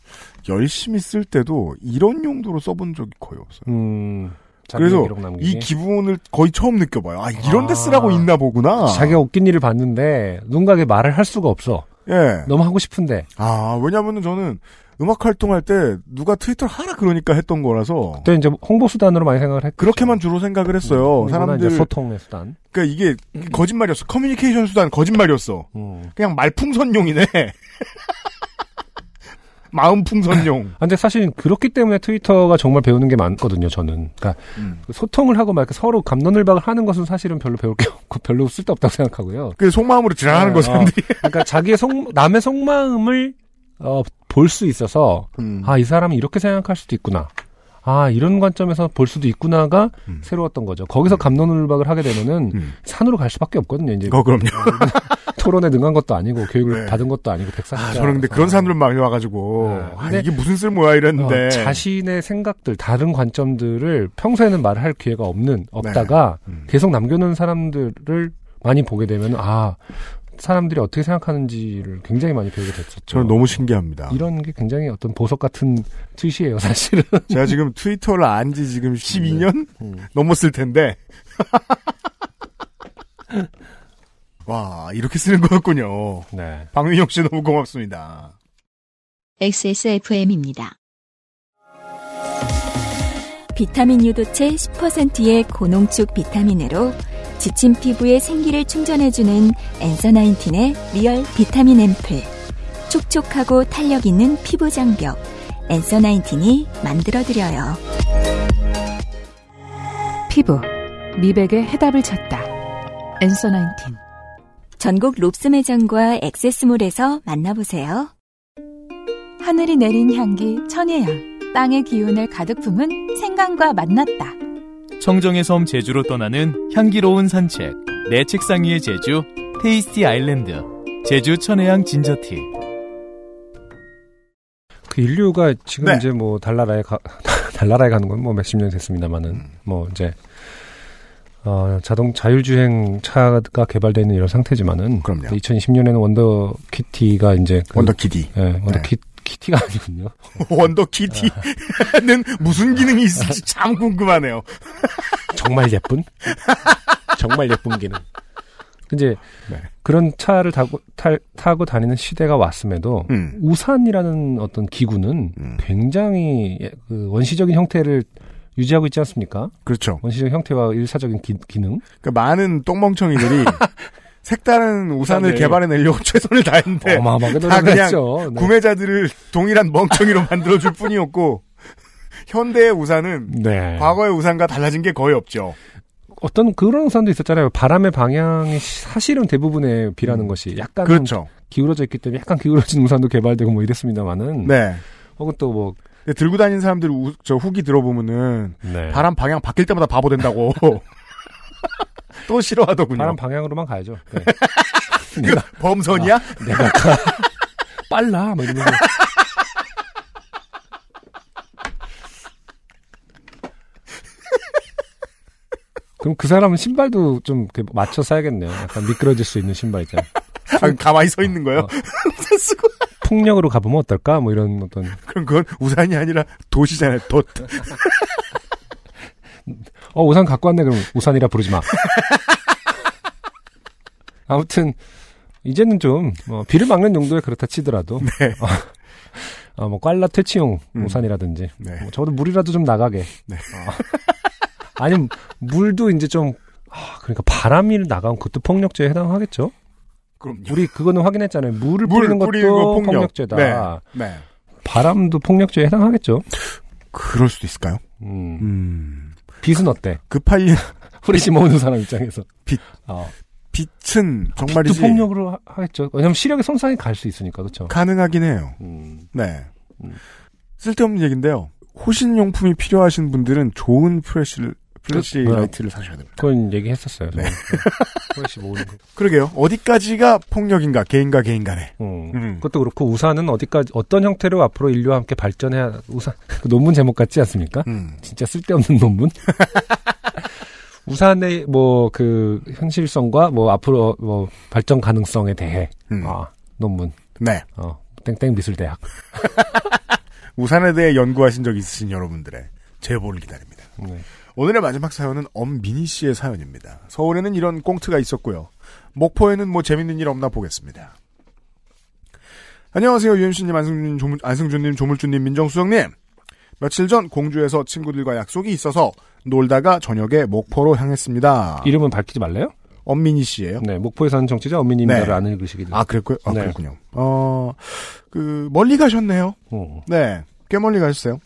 [SPEAKER 1] 열심히 쓸 때도 이런 용도로 써본 적이 거의 없어요.
[SPEAKER 2] 음, 자기
[SPEAKER 1] 그래서
[SPEAKER 2] 기록 남기기.
[SPEAKER 1] 이 기분을 거의 처음 느껴봐요. 아, 이런 데
[SPEAKER 2] 아.
[SPEAKER 1] 쓰라고 있나 보구나.
[SPEAKER 2] 자기가 웃긴 일을 봤는데 누군가에게 말을 할 수가 없어.
[SPEAKER 1] 예.
[SPEAKER 2] 너무 하고 싶은데
[SPEAKER 1] 아, 왜냐면은 저는 음악 활동할 때 누가 트위터를 하라 그러니까 했던 거라서
[SPEAKER 2] 그때 이제 홍보 수단으로 많이 생각을 했죠.
[SPEAKER 1] 그렇게만 주로 생각을 했어요.
[SPEAKER 2] 홍보나
[SPEAKER 1] 사람들
[SPEAKER 2] 이제 소통의 수단.
[SPEAKER 1] 그러니까 이게 거짓말이었어. 커뮤니케이션 수단 거짓말이었어.
[SPEAKER 2] 음.
[SPEAKER 1] 그냥 말풍선용이네. 마음풍선용.
[SPEAKER 2] 아, 근데 사실 그렇기 때문에 트위터가 정말 배우는 게 많거든요. 저는 그러니까
[SPEAKER 1] 음.
[SPEAKER 2] 그 소통을 하고 막 이렇게 서로 감론을박을 하는 것은 사실은 별로 배울 게 없고 별로 쓸데없다고 생각하고요.
[SPEAKER 1] 그 속마음으로 지랄하는
[SPEAKER 2] 네,
[SPEAKER 1] 거 사람들이.
[SPEAKER 2] 어, 그러니까 자기의 속 남의 속마음을 어, 볼 수 있어서
[SPEAKER 1] 음.
[SPEAKER 2] 아 이 사람이 이렇게 생각할 수도 있구나. 아 이런 관점에서 볼 수도 있구나가
[SPEAKER 1] 음.
[SPEAKER 2] 새로웠던 거죠. 거기서 감론을박을 하게 되면은
[SPEAKER 1] 음.
[SPEAKER 2] 산으로 갈 수밖에 없거든요. 이제
[SPEAKER 1] 어, 그럼요.
[SPEAKER 2] 토론에 능한 것도 아니고 교육을
[SPEAKER 1] 네.
[SPEAKER 2] 받은 것도 아니고 어. 백사.
[SPEAKER 1] 아, 저는 근데 그런 사람들 많이 와가지고
[SPEAKER 2] 네.
[SPEAKER 1] 아,
[SPEAKER 2] 근데- 어,
[SPEAKER 1] 이게 무슨 쓸모야 이랬는데.
[SPEAKER 2] 자신의 생각들, 다른 관점들을 평소에는 말을 할 기회가 없는 없다가
[SPEAKER 1] 음.
[SPEAKER 2] 계속 남겨놓은 사람들을 많이 보게 되면 아 사람들이 어떻게 생각하는지를 굉장히 많이 배우게 됐었죠.
[SPEAKER 1] 저는 너무 신기합니다.
[SPEAKER 2] 이런 게 굉장히 어떤 보석 같은 트윗이에요, 사실은.
[SPEAKER 1] 제가 지금 트위터를 안 지 지금 12년
[SPEAKER 2] 음.
[SPEAKER 1] 넘었을 텐데. 와 이렇게 쓰는 거였군요.
[SPEAKER 2] 네.
[SPEAKER 1] 박민영 씨 너무 고맙습니다.
[SPEAKER 3] XSFM입니다.
[SPEAKER 4] 비타민 유도체 10%의 고농축 비타민으로 지친 피부에 생기를 충전해주는 엔서나인틴의 리얼 비타민 앰플. 촉촉하고 탄력 있는 피부 장벽. 엔서나인틴이 만들어드려요.
[SPEAKER 8] 피부 미백의 해답을 찾다. 엔서 19.
[SPEAKER 4] 전국 롭스 매장과 액세스몰에서 만나보세요.
[SPEAKER 8] 하늘이 내린 향기 천혜향. 땅의 기운을 가득 품은 생강과 만났다.
[SPEAKER 5] 청정의 섬 제주로 떠나는 향기로운 산책 내 책상 위의 제주 테이스티 아일랜드 제주 천혜향 진저티
[SPEAKER 2] 그 인류가 지금
[SPEAKER 1] 네.
[SPEAKER 2] 이제 뭐 달나라에 가, 달나라에 가는 건 뭐 몇십 년이 됐습니다만은
[SPEAKER 1] 음.
[SPEAKER 2] 뭐 이제 어, 자동 자율주행 차가 개발되어 있는 이런 상태지만은
[SPEAKER 1] 그럼요.
[SPEAKER 2] 2020년에는 원더 키티가 이제 그-
[SPEAKER 1] 원더 키디.
[SPEAKER 2] 예, 원더
[SPEAKER 1] 네.
[SPEAKER 2] 키, 키티가 아니군요.
[SPEAKER 1] 원더
[SPEAKER 2] 네.
[SPEAKER 1] 키티는 무슨 기능이 있을지 참 궁금하네요.
[SPEAKER 2] 정말 예쁜? 정말 예쁜 기능. 이제
[SPEAKER 1] 네.
[SPEAKER 2] 그런 차를 타고, 탈- 타고 다니는 시대가 왔음에도
[SPEAKER 1] 음.
[SPEAKER 2] 우산이라는 어떤 기구는
[SPEAKER 1] 음.
[SPEAKER 2] 굉장히 예- 그 원시적인 형태를 유지하고 있지 않습니까?
[SPEAKER 1] 그렇죠.
[SPEAKER 2] 원시적 형태와 일사적인 기, 능
[SPEAKER 1] 그러니까 많은 똥멍청이들이 색다른 우산을
[SPEAKER 2] 네.
[SPEAKER 1] 개발해내려고 최선을 다했는데
[SPEAKER 2] 어마어마하게
[SPEAKER 1] 네. 다
[SPEAKER 2] 노력을
[SPEAKER 1] 그냥
[SPEAKER 2] 했죠. 네.
[SPEAKER 1] 구매자들을 동일한 멍청이로 만들어줄 뿐이었고 현대의 우산은
[SPEAKER 2] 네.
[SPEAKER 1] 과거의 우산과 달라진 게 거의 없죠.
[SPEAKER 2] 어떤 그런 우산도 있었잖아요. 바람의 방향이 시- 사실은 대부분의 비라는 것이 약간
[SPEAKER 1] 음. 그렇죠.
[SPEAKER 2] 기울어져 있기 때문에 약간 기울어진 우산도 개발되고 뭐 이랬습니다만은
[SPEAKER 1] 네.
[SPEAKER 2] 혹은 또뭐
[SPEAKER 1] 근데 들고 다니는 사람들 우, 저 후기 들어보면은
[SPEAKER 2] 바람
[SPEAKER 1] 바람 방향 바뀔 때마다 바보 된다고 또 싫어하더군요.
[SPEAKER 2] 방향으로만 가야죠. 네.
[SPEAKER 1] 그
[SPEAKER 2] 아.
[SPEAKER 1] 범선이야?
[SPEAKER 2] 내가 가. 빨라 막 이러면서 그럼 그 사람은 신발도 좀 이렇게 맞춰 사야겠네요. 약간 미끄러질 수 있는 신발 있잖아요.
[SPEAKER 1] 아, 가만히 서 있는 거예요.
[SPEAKER 2] 어.
[SPEAKER 1] 우산 쓰고
[SPEAKER 2] 폭력으로 가보면 어떨까? 뭐 이런 어떤
[SPEAKER 1] 그럼 그건 우산이 아니라 돛이잖아요. 돛.
[SPEAKER 2] 네. 어 우산 갖고 왔네 그럼 우산이라 부르지 마. 아무튼 이제는 좀 뭐, 비를 막는 용도에 그렇다 치더라도 어, 뭐 꽐라 퇴치용
[SPEAKER 1] 네. 음.
[SPEAKER 2] 우산이라든지
[SPEAKER 1] 네.
[SPEAKER 2] 뭐 적어도 물이라도 좀 나가게.
[SPEAKER 1] 네.
[SPEAKER 2] 아. 아니 물도 이제 좀 아, 그러니까 바람이 나가면 그것도 폭력죄에 해당하겠죠?
[SPEAKER 1] 그럼
[SPEAKER 2] 우리 그거는 확인했잖아요. 물을
[SPEAKER 1] 물
[SPEAKER 2] 뿌리는
[SPEAKER 1] 뿌리고
[SPEAKER 2] 것도
[SPEAKER 1] 폭력.
[SPEAKER 2] 폭력. 죄다
[SPEAKER 1] 네. 네.
[SPEAKER 2] 바람도 폭력죄에 해당하겠죠?
[SPEAKER 1] 그럴 수도 있을까요?
[SPEAKER 2] 음.
[SPEAKER 1] 음.
[SPEAKER 2] 빛은 어때?
[SPEAKER 1] 급할
[SPEAKER 2] 후레쉬 모으는 사람 입장에서
[SPEAKER 1] 빛.
[SPEAKER 2] 어.
[SPEAKER 1] 빛은
[SPEAKER 2] 또
[SPEAKER 1] 정말이지
[SPEAKER 2] 폭력으로 하- 하겠죠. 왜냐면 시력의 손상이 갈 수 있으니까 그렇죠.
[SPEAKER 1] 가능하긴 해요.
[SPEAKER 2] 음.
[SPEAKER 1] 네.
[SPEAKER 2] 음.
[SPEAKER 1] 쓸데없는 얘기인데요. 호신용품이 필요하신 분들은 좋은 플래시를, 플래시
[SPEAKER 2] 그- 네.
[SPEAKER 1] 라이트를 사셔야 됩니다.
[SPEAKER 2] 그건 얘기했었어요.
[SPEAKER 1] 네.
[SPEAKER 2] 후레쉬 모으는 거.
[SPEAKER 1] 그러게요. 어디까지가 폭력인가, 개인과 개인 간에.
[SPEAKER 2] 음.
[SPEAKER 1] 음.
[SPEAKER 2] 그것도 그렇고 우산은 어디까지 어떤 형태로 앞으로 인류와 함께 발전해야 우산 그 논문 제목 같지 않습니까?
[SPEAKER 1] 음.
[SPEAKER 2] 진짜 쓸데없는 논문. 우산의 뭐 그 현실성과 뭐 앞으로 뭐 발전 가능성에 대해
[SPEAKER 1] 음.
[SPEAKER 2] 아, 논문
[SPEAKER 1] 네.
[SPEAKER 2] 어, 땡땡 미술대학
[SPEAKER 1] 우산에 대해 연구하신 적 있으신 여러분들의 제보를 기다립니다.
[SPEAKER 2] 네.
[SPEAKER 1] 오늘의 마지막 사연은 엄민희 씨의 사연입니다. 서울에는 이런 꽁트가 있었고요. 목포에는 뭐 재밌는 일 없나 보겠습니다. 안녕하세요. 유엠씨님, 안승준님, 조물, 안승준님, 조물주님, 민정수석님. 며칠 전 공주에서 친구들과 약속이 있어서 놀다가 저녁에 목포로 향했습니다.
[SPEAKER 2] 이름은 밝히지 말래요?
[SPEAKER 1] 엄민희 씨예요.
[SPEAKER 2] 네 목포에 사는 정치자 엄민님이라를
[SPEAKER 1] 아. 네.
[SPEAKER 2] 안 읽으시길.
[SPEAKER 1] 아, 그랬고요. 아,
[SPEAKER 2] 네.
[SPEAKER 1] 그렇군요. 어, 그 멀리 가셨네요.
[SPEAKER 2] 어.
[SPEAKER 1] 네, 꽤 멀리 가셨어요.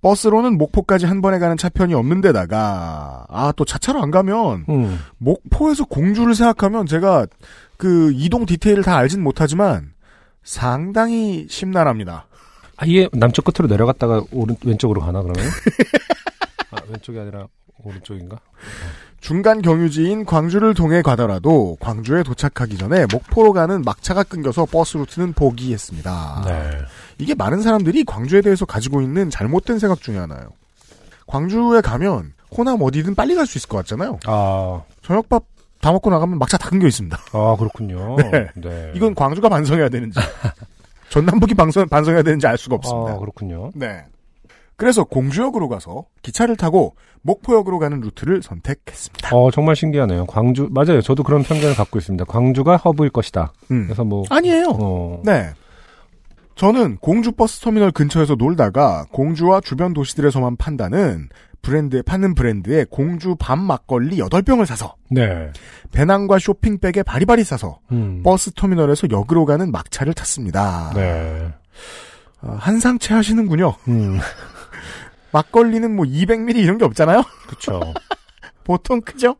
[SPEAKER 1] 버스로는 목포까지 한 번에 가는 차편이 없는데다가 아 또 차차로 안 가면
[SPEAKER 2] 음.
[SPEAKER 1] 목포에서 공주를 생각하면 제가 그 이동 디테일을 다 알진 못하지만 상당히 심란합니다.
[SPEAKER 2] 아예 남쪽 끝으로 내려갔다가 오른 왼쪽으로 가나 그러면? 아, 왼쪽이 아니라 오른쪽인가?
[SPEAKER 1] 중간 경유지인 광주를 통해 가더라도 광주에 도착하기 전에 목포로 가는 막차가 끊겨서 버스 루트는 포기했습니다.
[SPEAKER 2] 네.
[SPEAKER 1] 이게 많은 사람들이 광주에 대해서 가지고 있는 잘못된 생각 중에 하나예요. 광주에 가면 호남 어디든 빨리 갈 수 있을 것 같잖아요.
[SPEAKER 2] 아,
[SPEAKER 1] 저녁밥 다 먹고 나가면 막차 다 끊겨 있습니다.
[SPEAKER 2] 아 그렇군요. 아,
[SPEAKER 1] 네. 이건 광주가 반성해야 되는지 전남북이 반성, 반성해야 되는지 알 수가 없습니다.
[SPEAKER 2] 아 그렇군요.
[SPEAKER 1] 네. 그래서 공주역으로 가서 기차를 타고 목포역으로 가는 루트를 선택했습니다.
[SPEAKER 2] 어 정말 신기하네요. 광주 맞아요. 저도 그런 편견을 갖고 있습니다. 광주가 허브일 것이다.
[SPEAKER 1] 음.
[SPEAKER 2] 그래서 뭐
[SPEAKER 1] 아니에요.
[SPEAKER 2] 어,
[SPEAKER 1] 네. 저는 공주 버스 터미널 근처에서 놀다가 공주와 주변 도시들에서만 판다는 브랜드 파는 브랜드의 공주 밤 막걸리 8병을 사서
[SPEAKER 2] 네.
[SPEAKER 1] 배낭과 쇼핑백에 바리바리 싸서
[SPEAKER 2] 음.
[SPEAKER 1] 버스 터미널에서 역으로 가는 막차를 탔습니다.
[SPEAKER 2] 네.
[SPEAKER 1] 아, 한상체 하시는군요.
[SPEAKER 2] 음.
[SPEAKER 1] 막걸리는 뭐 200ml 이런 게 없잖아요.
[SPEAKER 2] 그렇죠.
[SPEAKER 1] 보통 크죠?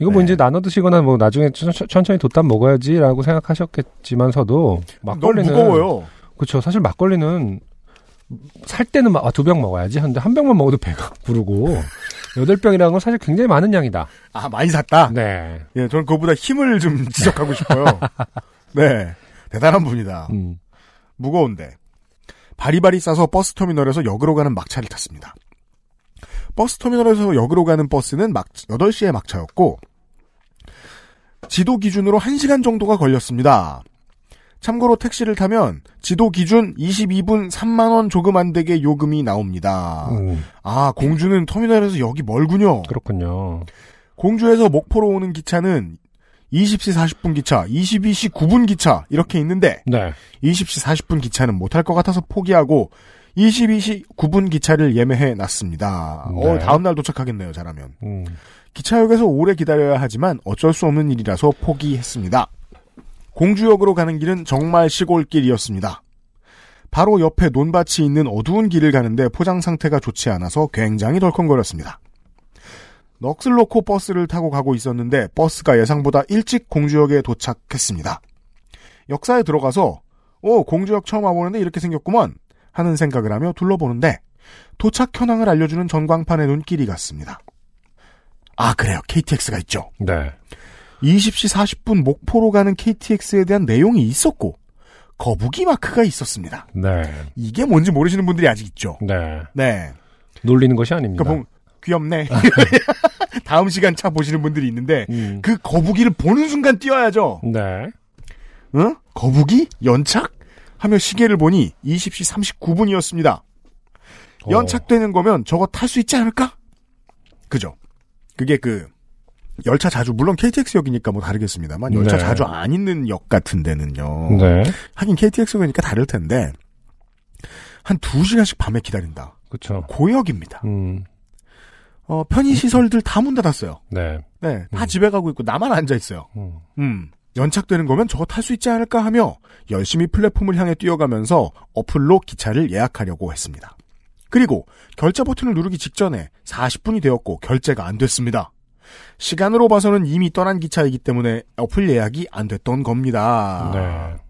[SPEAKER 2] 이거 뭐
[SPEAKER 1] 네.
[SPEAKER 2] 이제 나눠 드시거나 뭐 나중에 천- 천천히 돛담 먹어야지라고 생각하셨겠지만서도 막걸리는
[SPEAKER 1] 너무 무거워요.
[SPEAKER 2] 그렇죠. 사실 막걸리는 살 때는 막, 아, 두 병 먹어야지 하는데 한 병만 먹어도 배가 부르고 여덟 병이라는 건 사실 굉장히 많은 양이다.
[SPEAKER 1] 아 많이 샀다.
[SPEAKER 2] 네.
[SPEAKER 1] 예, 저는 그거보다 힘을 좀 지적하고 싶어요. 네, 대단한 분이다.
[SPEAKER 2] 음.
[SPEAKER 1] 무거운데 바리바리 싸서 버스 터미널에서 역으로 가는 막차를 탔습니다. 버스 터미널에서 역으로 가는 버스는 막 8시에 막차였고 지도 기준으로 1시간 정도가 걸렸습니다. 참고로 택시를 타면 지도 기준 22분 3만 원 조금 안 되게 요금이 나옵니다.
[SPEAKER 2] 음,
[SPEAKER 1] 아, 공주는 터미널에서 여기 멀군요.
[SPEAKER 2] 그렇군요.
[SPEAKER 1] 공주에서 목포로 오는 기차는 20시 40분 기차, 22시 9분 기차 이렇게 있는데
[SPEAKER 2] 네.
[SPEAKER 1] 20시 40분 기차는 못할 것 같아서 포기하고 22시 9분 기차를 예매해 놨습니다.
[SPEAKER 2] 네.
[SPEAKER 1] 어, 다음 날 도착하겠네요, 잘하면.
[SPEAKER 2] 음.
[SPEAKER 1] 기차역에서 오래 기다려야 하지만 어쩔 수 없는 일이라서 포기했습니다. 공주역으로 가는 길은 정말 시골길이었습니다. 바로 옆에 논밭이 있는 어두운 길을 가는데 포장 상태가 좋지 않아서 굉장히 덜컹거렸습니다. 넋을 놓고 버스를 타고 가고 있었는데 버스가 예상보다 일찍 공주역에 도착했습니다. 역사에 들어가서 오 공주역 처음 와보는데 이렇게 생겼구먼 하는 생각을 하며 둘러보는데 도착 현황을 알려주는 전광판의 눈길이 갔습니다. 아 그래요 KTX가 있죠.
[SPEAKER 2] 네.
[SPEAKER 1] 20시 40분 목포로 가는 KTX에 대한 내용이 있었고 거북이 마크가 있었습니다.
[SPEAKER 2] 네.
[SPEAKER 1] 이게 뭔지 모르시는 분들이 아직 있죠.
[SPEAKER 2] 네.
[SPEAKER 1] 네.
[SPEAKER 2] 놀리는 것이 아닙니다.
[SPEAKER 1] 그러니까 보면 귀엽네. 다음 시간 차 보시는 분들이 있는데
[SPEAKER 2] 음.
[SPEAKER 1] 그 거북이를 보는 순간 뛰어야죠.
[SPEAKER 2] 네.
[SPEAKER 1] 응? 거북이? 연착? 하며 시계를 보니 20시 39분이었습니다.
[SPEAKER 2] 어.
[SPEAKER 1] 연착되는 거면 저거 탈 수 있지 않을까? 그죠. 그게 그 열차 자주 물론 KTX역이니까 뭐 다르겠습니다만 열차
[SPEAKER 2] 네.
[SPEAKER 1] 자주 안 있는 역 같은 데는요.
[SPEAKER 2] 네.
[SPEAKER 1] 하긴 KTX역이니까 다를 텐데 한 2시간씩 밤에 기다린다.
[SPEAKER 2] 그렇죠.
[SPEAKER 1] 고역입니다.
[SPEAKER 2] 음.
[SPEAKER 1] 어, 편의 시설들 다 문 닫았어요.
[SPEAKER 2] 네.
[SPEAKER 1] 네, 다
[SPEAKER 2] 음.
[SPEAKER 1] 집에 가고 있고 나만 앉아 있어요.
[SPEAKER 2] 음.
[SPEAKER 1] 음. 연착되는 거면 저거 탈 수 있지 않을까 하며 열심히 플랫폼을 향해 뛰어가면서 어플로 기차를 예약하려고 했습니다. 그리고 결제 버튼을 누르기 직전에 40분이 되었고 결제가 안 됐습니다. 시간으로 봐서는 이미 떠난 기차이기 때문에 어플 예약이 안 됐던 겁니다.
[SPEAKER 2] 네.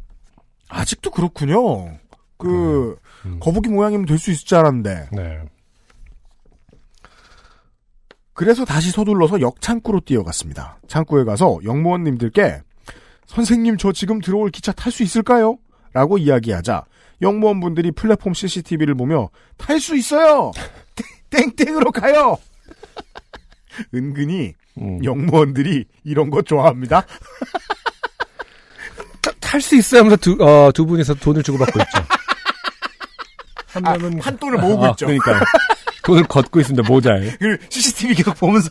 [SPEAKER 1] 아직도 그렇군요. 그
[SPEAKER 2] 음, 음.
[SPEAKER 1] 거북이 모양이면 될 수 있을 줄 알았는데
[SPEAKER 2] 네.
[SPEAKER 1] 그래서 다시 서둘러서 역 창구로 뛰어갔습니다. 창구에 가서 영무원님들께 선생님 저 지금 들어올 기차 탈 수 있을까요? 라고 이야기하자 영무원분들이 플랫폼 CCTV를 보며 탈 수 있어요. 땡땡으로 가요. 은근히
[SPEAKER 2] 음.
[SPEAKER 1] 영무원들이 이런 거 좋아합니다.
[SPEAKER 2] 탈 수 있어요 하면서 두, 어, 두 분이서 돈을 주고받고 있죠. 한 명은
[SPEAKER 1] 한 돈을 모으고
[SPEAKER 2] 아,
[SPEAKER 1] 있죠.
[SPEAKER 2] 그러니까 돈을 걷고 있습니다. 모자에.
[SPEAKER 1] 그 CCTV 계속 보면서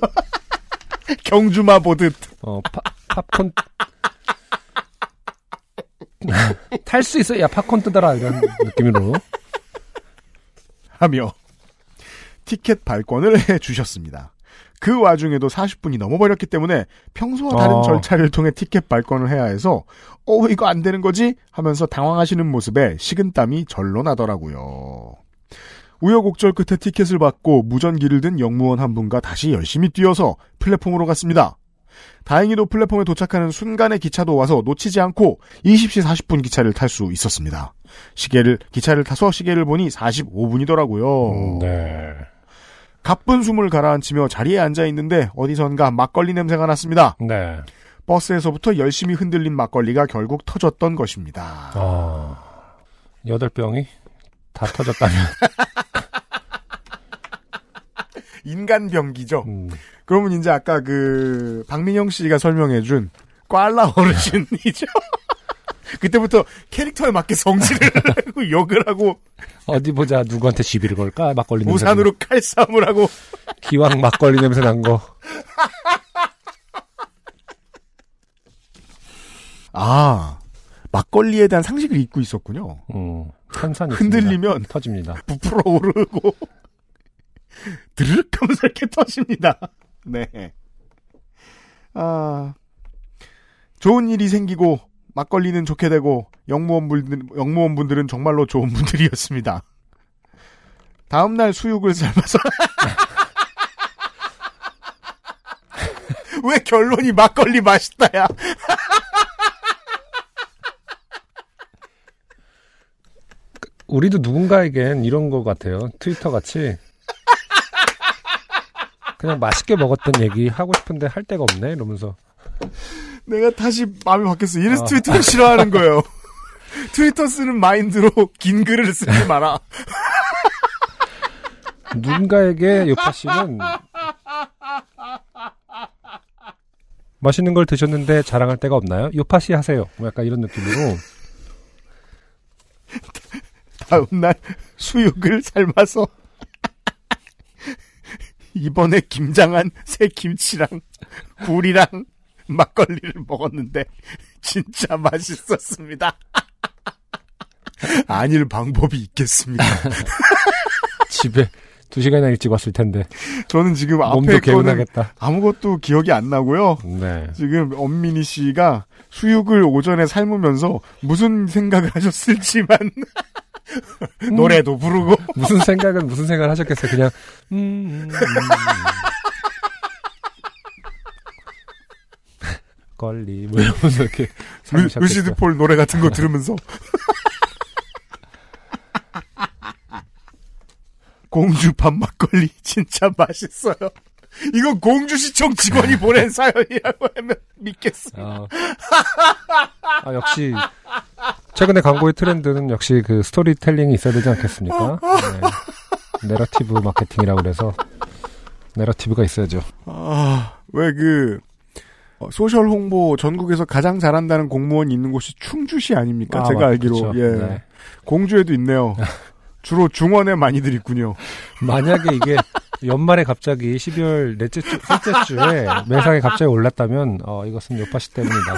[SPEAKER 1] 경주마 보듯
[SPEAKER 2] 어, 파, 팝콘 탈 수 있어. 야, 팝콘 뜯어라 이런 느낌으로.
[SPEAKER 1] 하며 티켓 발권을 해 주셨습니다. 그 와중에도 40분이 넘어버렸기 때문에 평소와 다른
[SPEAKER 2] 아.
[SPEAKER 1] 절차를 통해 티켓 발권을 해야 해서 어 왜 이거 안 되는 거지 하면서 당황하시는 모습에 식은땀이 절로 나더라고요. 우여곡절 끝에 티켓을 받고 무전기를 든 영무원 한 분과 다시 열심히 뛰어서 플랫폼으로 갔습니다. 다행히도 플랫폼에 도착하는 순간에 기차도 와서 놓치지 않고 20시 40분 기차를 탈 수 있었습니다. 시계를 기차를 타서 시계를 보니 45분이더라고요.
[SPEAKER 2] 네.
[SPEAKER 1] 가쁜 숨을 가라앉히며 자리에 앉아 있는데 어디선가 막걸리 냄새가 났습니다.
[SPEAKER 2] 네.
[SPEAKER 1] 버스에서부터 열심히 흔들린 막걸리가 결국 터졌던 것입니다.
[SPEAKER 2] 아. 여덟 병이 다 터졌다면.
[SPEAKER 1] 인간 병기죠.
[SPEAKER 2] 음.
[SPEAKER 1] 그러면 이제 아까 그 박민영 씨가 설명해준 꽐라 어르신이죠. 그때부터 캐릭터에 맞게 성질을 하고 욕을 하고
[SPEAKER 2] 어디 보자 누구한테 시비를 걸까? 막걸리 냄새.
[SPEAKER 1] 우산으로 칼싸움을 하고
[SPEAKER 2] 기왕 막걸리 냄새 난 거.
[SPEAKER 1] 아 막걸리에 대한 상식을 잊고 있었군요.
[SPEAKER 2] 음. 산산이
[SPEAKER 1] 흔들리면
[SPEAKER 2] 터집니다.
[SPEAKER 1] 부풀어 오르고 드르륵 하면서 이렇게 터집니다. 네. 아, 좋은 일이 생기고 막걸리는 좋게 되고 영무원분들, 영무원분들은 정말로 좋은 분들이었습니다. 다음날 수육을 삶아서 왜 결론이 막걸리 맛있다야?
[SPEAKER 2] 우리도 누군가에겐 이런 거 같아요. 트위터 같이. 그냥 맛있게 먹었던 얘기 하고 싶은데 할 데가 없네 이러면서
[SPEAKER 1] 내가 다시 마음이 바뀌었어. 이래서
[SPEAKER 2] 어.
[SPEAKER 1] 트위터를 싫어하는 거예요. 트위터 쓰는 마인드로 긴 글을 쓰지 마라.
[SPEAKER 2] 누군가에게 요파 씨는 맛있는 걸 드셨는데 자랑할 데가 없나요? 요파 씨 하세요. 뭐 약간 이런 느낌으로
[SPEAKER 1] 다음날 수육을 삶아서 이번에 김장한 새 김치랑 굴이랑 막걸리를 먹었는데 진짜 맛있었습니다. 아닐 방법이 있겠습니까?
[SPEAKER 2] 집에 두 시간이나 일찍 왔을 텐데
[SPEAKER 1] 저는 지금
[SPEAKER 2] 몸도
[SPEAKER 1] 그 앞에 거는
[SPEAKER 2] 개운하겠다.
[SPEAKER 1] 아무것도 기억이 안 나고요.
[SPEAKER 2] 네.
[SPEAKER 1] 지금 엄민희 씨가 수육을 오전에 삶으면서 무슨 생각을 하셨을지만 노래도 부르고
[SPEAKER 2] 무슨 생각은 무슨 생각을 하셨겠어요? 그냥 음, 음, 음. 걸리 뭐 이러면서 이렇게
[SPEAKER 1] 루-
[SPEAKER 2] 살리셨겠어요.
[SPEAKER 1] 루시드 폴 노래 같은 거 들으면서 공주 밥 막걸리 진짜 맛있어요. 이거 공주시청 직원이 보낸 사연이라고 하면 믿겠어.
[SPEAKER 2] 어. 아, 역시 최근에 광고의 트렌드는 역시 그 스토리텔링이 있어야 되지 않겠습니까? 네. 내러티브 마케팅이라고 그래서 내러티브가 있어야죠.
[SPEAKER 1] 아, 왜 그 소셜 홍보 전국에서 가장 잘한다는 공무원이 있는 곳이 충주시 아닙니까?
[SPEAKER 2] 아,
[SPEAKER 1] 그러니까 제가
[SPEAKER 2] 맞-
[SPEAKER 1] 알기로
[SPEAKER 2] 그렇죠.
[SPEAKER 1] 예.
[SPEAKER 2] 네.
[SPEAKER 1] 공주에도 있네요. 주로 중원에 많이들 있군요.
[SPEAKER 2] 만약에 이게 연말에 갑자기 12월 넷째 주, 셋째 주에 매상이 갑자기 올랐다면 어, 이것은 요파 씨 때문이다.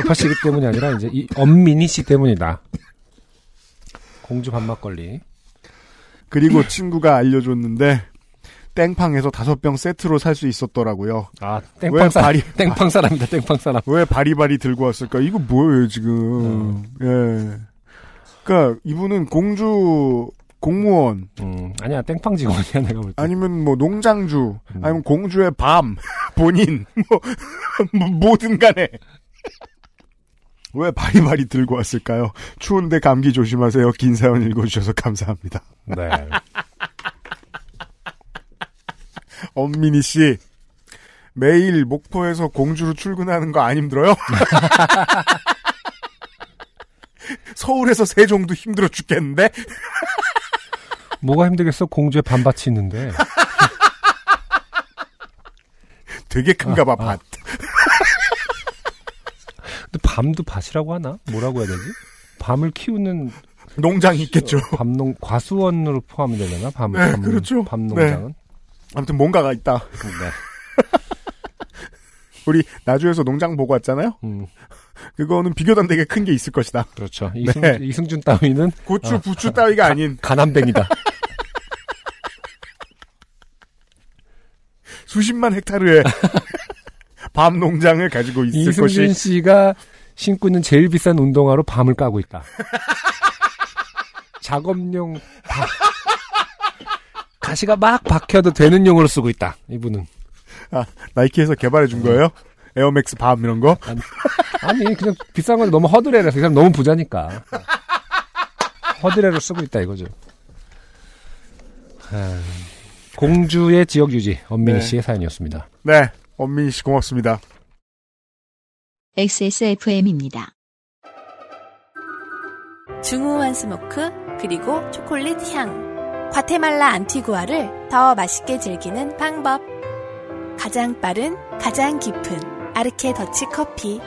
[SPEAKER 2] 요파 씨기 때문이 아니라 이제 이 엄민희 씨 때문이다. 공주 밥 막걸리.
[SPEAKER 1] 그리고 친구가 알려줬는데 땡팡에서 다섯 병 세트로 살 수 있었더라고요.
[SPEAKER 2] 아
[SPEAKER 1] 왜
[SPEAKER 2] 땡팡 사
[SPEAKER 1] 발이-
[SPEAKER 2] 땡팡 사람이다 땡팡 사람.
[SPEAKER 1] 왜 바리바리 들고 왔을까? 이거 뭐예요 지금? 예. 그러니까 이분은 공주 공무원
[SPEAKER 2] 음 아니야 땡팡 직원이야 내가 볼 때.
[SPEAKER 1] 아니면 뭐 농장주
[SPEAKER 2] 음.
[SPEAKER 1] 아니면 공주의 밤 본인 뭐, 뭐 뭐든 간에 왜 바리바리 들고 왔을까요? 추운데 감기 조심하세요. 긴 사연 읽어주셔서 감사합니다.
[SPEAKER 2] 네.
[SPEAKER 1] 엄민희 씨 매일 목포에서 공주로 출근하는 거 안 힘들어요? 서울에서 세종도 힘들어 죽겠는데
[SPEAKER 2] 뭐가 힘들겠어 공주의 반밭이 있는데.
[SPEAKER 1] 되게 큰가 봐 밭.
[SPEAKER 2] 근데 밤도 밭이라고 하나? 뭐라고 해야 되지? 밤을 키우는
[SPEAKER 1] 농장이 있겠죠.
[SPEAKER 2] 밤농 과수원으로 포함이 되려나? 밤,
[SPEAKER 1] 네,
[SPEAKER 2] 밤
[SPEAKER 1] 그렇죠.
[SPEAKER 2] 밤농장은.
[SPEAKER 1] 아무튼 뭔가가 있다.
[SPEAKER 2] 네.
[SPEAKER 1] 우리 나주에서 농장 보고 왔잖아요.
[SPEAKER 2] 음,
[SPEAKER 1] 그거는 비교단 되게 큰 게 있을 것이다.
[SPEAKER 2] 그렇죠. 이승,
[SPEAKER 1] 네.
[SPEAKER 2] 이승준 따위는
[SPEAKER 1] 고추, 부추 따위가 아닌
[SPEAKER 2] 가난뱅이다.
[SPEAKER 1] 수십만 헥타르의 밤 농장을 가지고 있을
[SPEAKER 2] 이승준
[SPEAKER 1] 것이
[SPEAKER 2] 씨가 신고 있는 제일 비싼 운동화로 밤을 까고 있다. 작업용 밤. 가시가 막 박혀도 되는 용으로 쓰고 있다. 이분은.
[SPEAKER 1] 아, 나이키에서 개발해 준 거예요. 에어맥스 밤 이런 거.
[SPEAKER 2] 아니 그냥 비싼 건 너무 허드레라서 이 사람 너무 부자니까 허드레로 쓰고 있다 이거죠. 아, 공주의 지역 유지 엄민희
[SPEAKER 1] 네.
[SPEAKER 2] 씨의 사연이었습니다.
[SPEAKER 1] 네, 엄민희 씨 고맙습니다.
[SPEAKER 3] XSFM입니다.
[SPEAKER 7] 중후한 스모크 그리고 초콜릿 향. 과테말라 안티구아를 더 맛있게 즐기는 방법. 가장 빠른, 가장 깊은 아르케 더치 커피.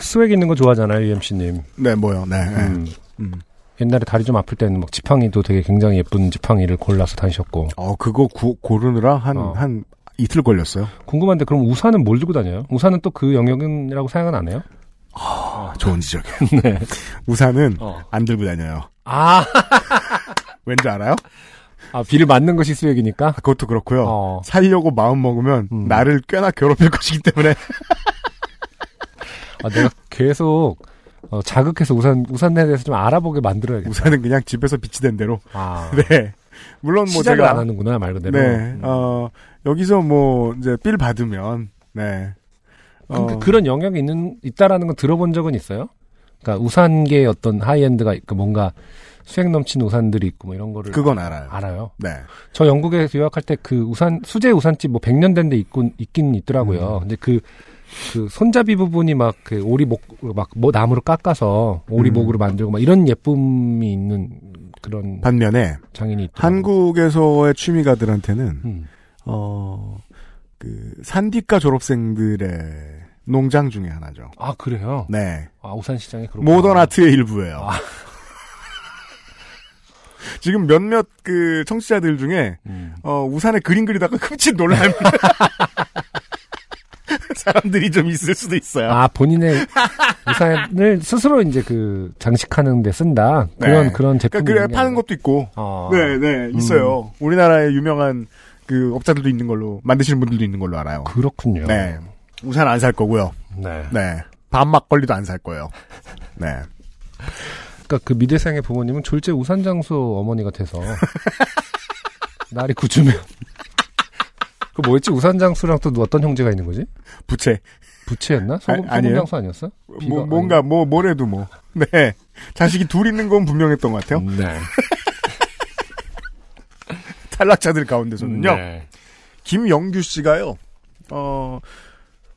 [SPEAKER 2] 스웩 있는 거 좋아하잖아요 UMC님.
[SPEAKER 1] 네, 뭐요. 네. 네. 음.
[SPEAKER 2] 옛날에 다리 좀 아플 때는 막 지팡이도 되게 굉장히 예쁜 지팡이를 골라서 다니셨고
[SPEAKER 1] 어, 그거 구- 고르느라 한,
[SPEAKER 2] 어.
[SPEAKER 1] 한 이틀 걸렸어요.
[SPEAKER 2] 궁금한데 그럼 우산은 뭘 들고 다녀요? 우산은 또 그 영역이라고 생각은 안 해요?
[SPEAKER 1] 좋은 지적이에요. 네. 우산은
[SPEAKER 2] 아, 어.
[SPEAKER 1] 안 들고 다녀요.
[SPEAKER 2] 아,
[SPEAKER 1] 왠지 알아요?
[SPEAKER 2] 아, 비를 맞는 것이 스웩이니까.
[SPEAKER 1] 아, 그것도 그렇고요.
[SPEAKER 2] 어.
[SPEAKER 1] 살려고 마음 먹으면
[SPEAKER 2] 음.
[SPEAKER 1] 나를 꽤나 괴롭힐 것이기 때문에
[SPEAKER 2] 아, 내가 계속 어, 자극해서 우산 우산에 대해서 좀 알아보게 만들어야겠다.
[SPEAKER 1] 우산은 그냥 집에서 비치 된 대로.
[SPEAKER 2] 아.
[SPEAKER 1] 네. 물론 뭐
[SPEAKER 2] 시작을
[SPEAKER 1] 제가
[SPEAKER 2] 안 하는구나 말 그대로. 음.
[SPEAKER 1] 네. 어, 여기서 뭐 이제 삘 받으면 네. 어,
[SPEAKER 2] 근데 그런 영역이 있는 있다라는 건 들어본 적은 있어요? 그러니까 우산계의 어떤 하이엔드가 있고 뭔가 수행 넘치는 우산들이 있고 뭐 이런 거를
[SPEAKER 1] 그건 알아요.
[SPEAKER 2] 알아요.
[SPEAKER 1] 네.
[SPEAKER 2] 저 영국에 서 유학할 때 그 우산 수제 우산집 뭐 100년 된 데 있긴 있긴 있더라고요.
[SPEAKER 1] 음.
[SPEAKER 2] 근데 그 그 손잡이 부분이 막 그 오리목 막뭐 나무로 깎아서
[SPEAKER 1] 음.
[SPEAKER 2] 오리목으로 만들고 막 이런 예쁨이 있는 그런
[SPEAKER 1] 반면에
[SPEAKER 2] 장인이 있더라고요.
[SPEAKER 1] 한국에서의 취미가들한테는
[SPEAKER 2] 음.
[SPEAKER 1] 어, 그 산디과 졸업생들의 농장 중에 하나죠.
[SPEAKER 2] 아 그래요?
[SPEAKER 1] 네.
[SPEAKER 2] 아 우산 시장이 그렇
[SPEAKER 1] 모던 아트의 일부예요.
[SPEAKER 2] 아.
[SPEAKER 1] 지금 몇몇 그 청취자들
[SPEAKER 2] 음.
[SPEAKER 1] 중에 어, 우산에 그림 그리다가 흠칫 놀랍니다. 사람들이 좀 있을 수도 있어요.
[SPEAKER 2] 아, 본인의 유산을 스스로 이제 그 장식하는 데 쓴다. 그런,
[SPEAKER 1] 네.
[SPEAKER 2] 그런
[SPEAKER 1] 그러니까
[SPEAKER 2] 제품이.
[SPEAKER 1] 그래
[SPEAKER 2] 있는 게
[SPEAKER 1] 파는
[SPEAKER 2] 아니라.
[SPEAKER 1] 것도 있고.
[SPEAKER 2] 어.
[SPEAKER 1] 네, 네, 있어요. 우리나라의 유명한 그 업자들도 있는 걸로 만드시는 분들도 있는 걸로 알아요.
[SPEAKER 2] 그렇군요.
[SPEAKER 1] 네. 우산 안 살 거고요.
[SPEAKER 2] 네.
[SPEAKER 1] 네. 밤 막걸리도 안 살 거예요. 네.
[SPEAKER 2] 그러니까 그 미대생의 부모님은 졸제 우산 장수 어머니 같아서 날이 굳으면 그 뭐였지 우산 장수랑 또 어떤 형제가 있는 거지?
[SPEAKER 1] 부채.
[SPEAKER 2] 부채였나? 소금,
[SPEAKER 1] 아, 아니에요.
[SPEAKER 2] 소금 장수 아니었어? 비가-
[SPEAKER 1] 뭐, 뭔가 뭐 뭐래도 뭐. 네. 자식이 둘 있는 건 분명했던 것 같아요.
[SPEAKER 2] 아니. 네.
[SPEAKER 1] 탈락자들 가운데서는요.
[SPEAKER 2] 네.
[SPEAKER 1] 김영규 씨가요. 어,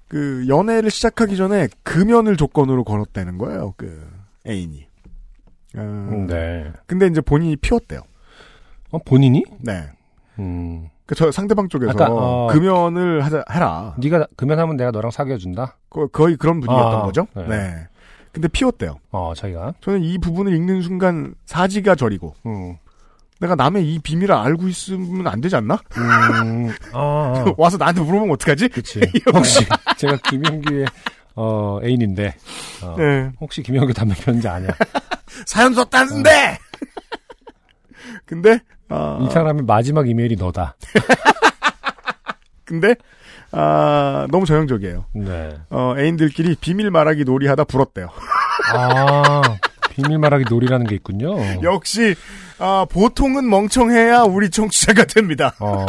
[SPEAKER 1] 그 연애를 시작하기 전에 금연을 조건으로 걸었다는 거예요. 그 애인이. 어,
[SPEAKER 2] 네.
[SPEAKER 1] 근데 이제 본인이 피웠대요.
[SPEAKER 2] 어, 본인이?
[SPEAKER 1] 네.
[SPEAKER 2] 음.
[SPEAKER 1] 그 저 상대방 쪽에서
[SPEAKER 2] 아까, 어.
[SPEAKER 1] 금연을 하자 해라.
[SPEAKER 2] 네가 금연하면 내가 너랑 사귀어 준다.
[SPEAKER 1] 거- 거의 그런 분위기였던
[SPEAKER 2] 아,
[SPEAKER 1] 거죠.
[SPEAKER 2] 네.
[SPEAKER 1] 네. 근데 피웠대요.
[SPEAKER 2] 어, 자기가.
[SPEAKER 1] 저는 이 부분을 읽는 순간 사지가 저리고
[SPEAKER 2] 음.
[SPEAKER 1] 내가 남의 이 비밀을 알고 있으면 안 되지 않나?
[SPEAKER 2] 음. 아, 아.
[SPEAKER 1] 와서 나한테 물어보면 어떡하지?
[SPEAKER 2] 그치. 혹시 제가 김영규의 어, 애인인데 어,
[SPEAKER 1] 네.
[SPEAKER 2] 혹시 김영규 담배 피는지 아냐?
[SPEAKER 1] 사연 썼다는데. 근데 아,
[SPEAKER 2] 이 사람의 마지막 이메일이 너다.
[SPEAKER 1] 근데 아, 너무 전형적이에요.
[SPEAKER 2] 네.
[SPEAKER 1] 어, 애인들끼리 비밀 말하기 놀이하다 불었대요.
[SPEAKER 2] 아, 비밀 말하기 놀이라는 게 있군요.
[SPEAKER 1] 역시 아, 보통은 멍청해야 우리 청취자가 됩니다.
[SPEAKER 2] 어,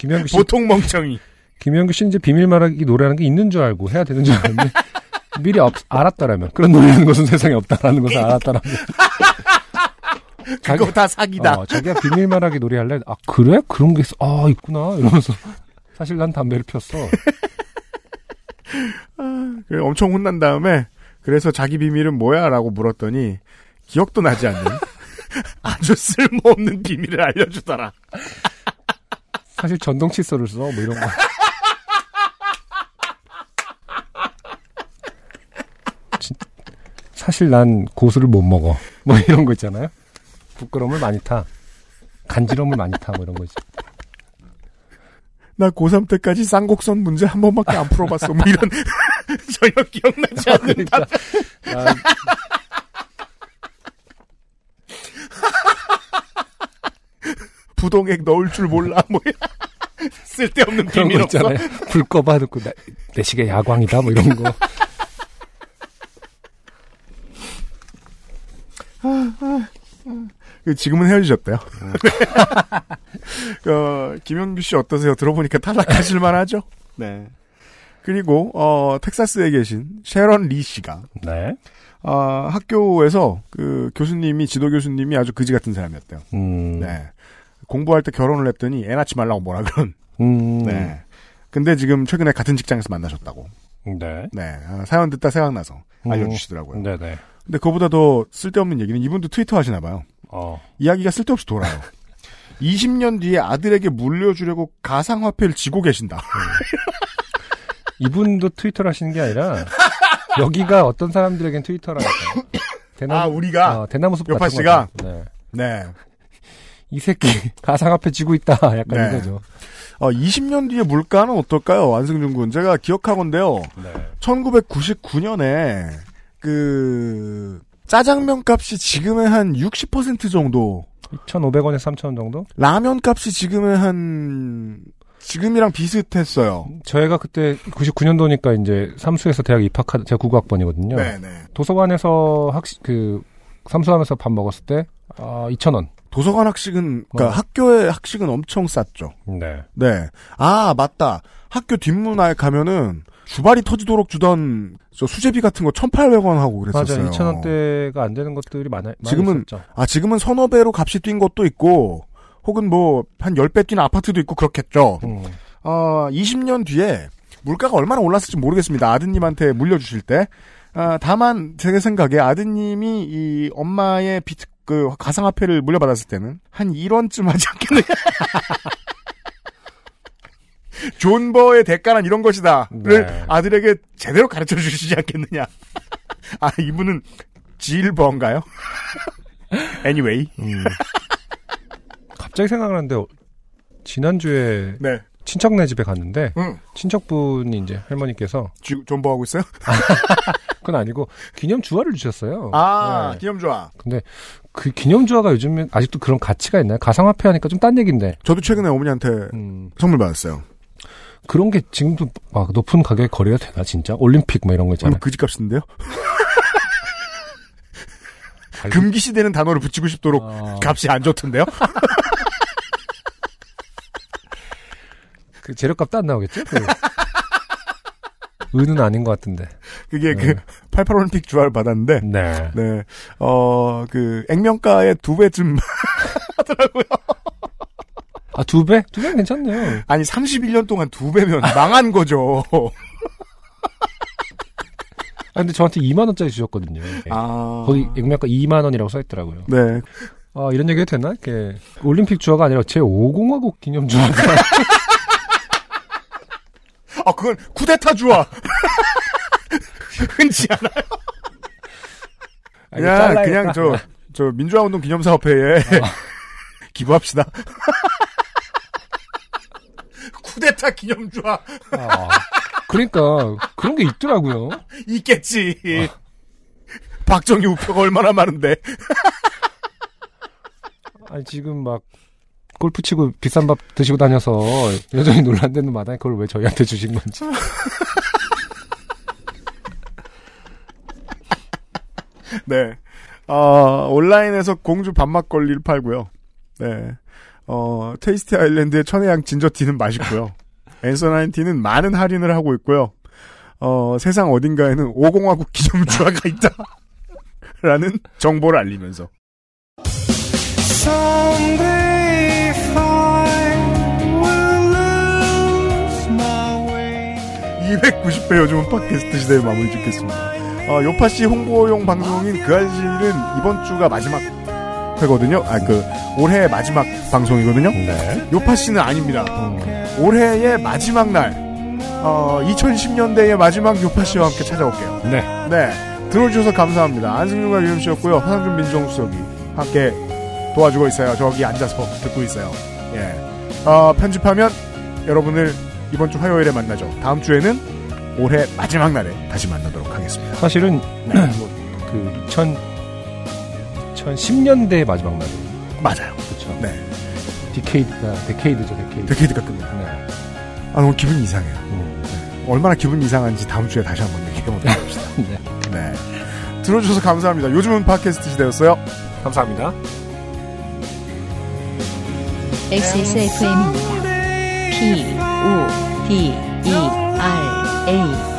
[SPEAKER 2] 김영규 씨,
[SPEAKER 1] 보통 멍청이.
[SPEAKER 2] 김영규 씨 이제 비밀 말하기 노래라는 게 있는 줄 알고 해야 되는 줄 알았는데 미리 없, 알았다라면 그런 노래라는 것은 세상에 없다라는 것을 알았다라면 자기-
[SPEAKER 1] 그거 다 사기다.
[SPEAKER 2] 어, 자기가 비밀 말하기 노래 할래? 아 그래? 그런 게 있어? 아 있구나 이러면서 사실 난 담배를 폈어.
[SPEAKER 1] 그래, 엄청 혼난 다음에 그래서 자기 비밀은 뭐야라고 물었더니 기억도 나지 않는 아주 쓸모없는 비밀을 알려주더라.
[SPEAKER 2] 사실 전동 칫솔을 써 뭐 이런 거. 진- 사실 난 고수를 못 먹어. 뭐 이런 거 있잖아요. 부끄러움을 많이 타. 간지러움을 많이 타. 뭐 이런 거지.
[SPEAKER 1] 나 고3 때까지 쌍곡선 문제 한 번밖에 안 풀어봤어. 뭐 이런 전혀 기억나지 않는
[SPEAKER 2] 그러니까 난
[SPEAKER 1] 부동액 넣을 줄 몰라. 뭐 이런 쓸데없는
[SPEAKER 2] 그런
[SPEAKER 1] 비밀
[SPEAKER 2] 거
[SPEAKER 1] 없어.
[SPEAKER 2] 있잖아요. 불 꺼봐 놓고 내, 내 시계 야광이다. 뭐 이런 거.
[SPEAKER 1] 그 지금은 헤어지셨대요. 어, 김영규 씨 어떠세요? 들어보니까 탈락하실 만하죠? 네. 그리고 어, 텍사스에 계신 셰런 리 씨가
[SPEAKER 2] 네.
[SPEAKER 1] 아, 학교에서 그 교수님이 지도 교수님이 아주 그지 같은 사람이었대요.
[SPEAKER 2] 음.
[SPEAKER 1] 네. 공부할 때 결혼을 했더니 애 낳지 말라고 뭐라 그런.
[SPEAKER 2] 음. 네.
[SPEAKER 1] 네. 근데 지금 최근에 같은 직장에서 만나셨다고.
[SPEAKER 2] 네.
[SPEAKER 1] 네. 아, 사연 듣다 생각나서
[SPEAKER 2] 음.
[SPEAKER 1] 알려주시더라고요.
[SPEAKER 2] 네네.
[SPEAKER 1] 근데 그거보다 더 쓸데없는 얘기는 이분도 트위터 하시나 봐요.
[SPEAKER 2] 어.
[SPEAKER 1] 이야기가 쓸데없이 돌아요. 20년 뒤에 아들에게 물려주려고 가상화폐를 지고 계신다.
[SPEAKER 2] 이분도 트위터를 하시는 게 아니라 여기가 어떤 사람들에겐 트위터라니까.
[SPEAKER 1] 아,
[SPEAKER 2] 대나무
[SPEAKER 1] 우리가?
[SPEAKER 2] 어, 대나무 숲
[SPEAKER 1] 요파
[SPEAKER 2] 같은
[SPEAKER 1] 씨가?
[SPEAKER 2] 거죠. 네.
[SPEAKER 1] 네.
[SPEAKER 2] 이 새끼 가상 앞에 지고 있다. 약간
[SPEAKER 1] 네.
[SPEAKER 2] 이거죠.
[SPEAKER 1] 어, 20년 뒤에 물가는 어떨까요? 안승준 군. 제가 기억하건데요. 1999년에 그 짜장면 값이 지금의 한 60% 정도,
[SPEAKER 2] 2,500원에서 3,000원 정도?
[SPEAKER 1] 라면 값이 지금의 한 지금이랑 비슷했어요.
[SPEAKER 2] 저희가 그때 99년도니까 이제 삼수에서 대학 입학한 제가 국어학번이거든요.
[SPEAKER 1] 네네.
[SPEAKER 2] 도서관에서 학식 그 삼수하면서 밥 먹었을 때 아, 2,000원.
[SPEAKER 1] 도서관 학식은 그러니까
[SPEAKER 2] 어.
[SPEAKER 1] 학교의 학식은 엄청 쌌죠.
[SPEAKER 2] 네.
[SPEAKER 1] 네. 아 맞다. 학교 뒷문에 가면은 주발이 터지도록 주던 저 수제비 같은 거 1,800원 하고 그랬었어요.
[SPEAKER 2] 맞아요. 2,000원대가 안 되는 것들이 많아 많이
[SPEAKER 1] 지금은-
[SPEAKER 2] 있었죠.
[SPEAKER 1] 아, 지금은 서너 배로 값이 뛴 것도 있고, 혹은 뭐, 한 10배 뛴 아파트도 있고 그렇겠죠.
[SPEAKER 2] 음.
[SPEAKER 1] 어, 20년 뒤에 물가가 얼마나 올랐을지 모르겠습니다. 아드님한테 물려주실 때. 아, 다만, 제 생각에 아드님이 이 엄마의 비트, 그, 가상화폐를 물려받았을 때는 한 1원쯤 하지 않겠느냐. 존버의 대가란 이런 것이다를
[SPEAKER 2] 네.
[SPEAKER 1] 아들에게 제대로 가르쳐 주시지 않겠느냐. 아, 이분은 질버인가요? anyway.
[SPEAKER 2] 갑자기 생각나는데 지난주에
[SPEAKER 1] 네.
[SPEAKER 2] 친척네 집에 갔는데
[SPEAKER 1] 응.
[SPEAKER 2] 친척분이 이제 할머니께서
[SPEAKER 1] 쥐- 존버하고 있어요?
[SPEAKER 2] 그건 아니고 기념 주화를 주셨어요.
[SPEAKER 1] 아,
[SPEAKER 2] 네.
[SPEAKER 1] 기념주화.
[SPEAKER 2] 근데 그 기념 주화가 요즘에 아직도 그런 가치가 있나요? 가상화폐 하니까 좀 딴 얘기인데.
[SPEAKER 1] 저도 최근에 어머니한테
[SPEAKER 2] 음,
[SPEAKER 1] 선물 받았어요.
[SPEAKER 2] 그런 게 지금도 막 높은 가격에 거래가 되나 진짜? 올림픽 뭐 이런 거
[SPEAKER 1] 그럼
[SPEAKER 2] 있잖아요.
[SPEAKER 1] 그 집값인데요?
[SPEAKER 2] 알고-
[SPEAKER 1] 금기시되는 단어를 붙이고 싶도록
[SPEAKER 2] 아.
[SPEAKER 1] 값이 안 좋던데요?
[SPEAKER 2] 그 재료값도 안 나오겠죠? 그 은은 아닌 것 같은데.
[SPEAKER 1] 그게
[SPEAKER 2] 네.
[SPEAKER 1] 그 88올림픽 주화를 받았는데
[SPEAKER 2] 네.
[SPEAKER 1] 네. 어, 그, 액면가의 두 배쯤,
[SPEAKER 2] 아, 두 배? 두 배는 괜찮네요.
[SPEAKER 1] 아니, 31년 동안 두 배면 망한 거죠.
[SPEAKER 2] 네. 아, 근데 저한테 2만원짜리 주셨거든요. 예.
[SPEAKER 1] 아.
[SPEAKER 2] 거기 액면가 2만원이라고 써있더라고요.
[SPEAKER 1] 네.
[SPEAKER 2] 아, 이런 얘기 해도 되나? 이렇게. 올림픽 주화가 아니라 제5공화국 기념 주화가.
[SPEAKER 1] 아, 그건 쿠데타 주화! 흔치 않아.
[SPEAKER 2] 아, 이거
[SPEAKER 1] 그냥,
[SPEAKER 2] 잘라야겠다.
[SPEAKER 1] 그냥 저, 저, 민주화운동 기념사업회에 기부합시다. 쿠데타 기념주화
[SPEAKER 2] 아, 그러니까, 그런 게 있더라고요.
[SPEAKER 1] 있겠지. 박정희 우표가 얼마나 많은데.
[SPEAKER 2] 아니, 지금 막, 골프 치고 비싼 밥 드시고 다녀서 여전히 논란되는 마당에 그걸 왜 저희한테 주신 건지.
[SPEAKER 1] 네. 어, 온라인에서 공주 밥막걸리를 팔고요. 네. 어, 테이스티 아일랜드의 천혜향 진저티는 맛있고요. 앤서나인티는 많은 할인을 하고 있고요. 어, 세상 어딘가에는 오공화국 기념주화가 있다. 라는 정보를 알리면서. 이백구십 회 요즘은 팟캐스트 시대에 마무리 짓겠습니다. 어, 요파씨 홍보용 방송인 그 알실은 이번 주가 마지막 회거든요. 아, 그, 올해의 마지막 방송이거든요.
[SPEAKER 2] 네.
[SPEAKER 1] 요파씨는 아닙니다.
[SPEAKER 2] 음,
[SPEAKER 1] 올해의 마지막 날, 어, 2010년대의 마지막 요파씨와 함께 찾아올게요.
[SPEAKER 2] 네.
[SPEAKER 1] 네. 들어주셔서 감사합니다. 안승준과 유엠씨였고요. 화상준 민정수석이 함께 도와주고 있어요. 저기 앉아서 듣고 있어요. 예. 어, 편집하면 여러분을 이번 주 화요일에 만나죠. 다음 주에는 올해 마지막 날에 다시 만나도록 하겠습니다.
[SPEAKER 2] 사실은
[SPEAKER 1] 네.
[SPEAKER 2] 그 2000, 2010년대 마지막 날.
[SPEAKER 1] 맞아요.
[SPEAKER 2] 그렇죠.
[SPEAKER 1] 네.
[SPEAKER 2] 디케이드가 데케이드죠, 데케이드.
[SPEAKER 1] 데케이드가 끝나요.
[SPEAKER 2] 네.
[SPEAKER 1] 아, 너무 기분 이상해요. 네.
[SPEAKER 2] 음.
[SPEAKER 1] 얼마나 기분 이상한지 다음 주에 다시 한번 얘기해보도록 합시다.
[SPEAKER 2] 네.
[SPEAKER 1] 네. 들어주셔서 감사합니다. 요즘은 팟캐스트 시대였어요.
[SPEAKER 2] 감사합니다.
[SPEAKER 3] XSFM입니다. P, O, D, E, R, A.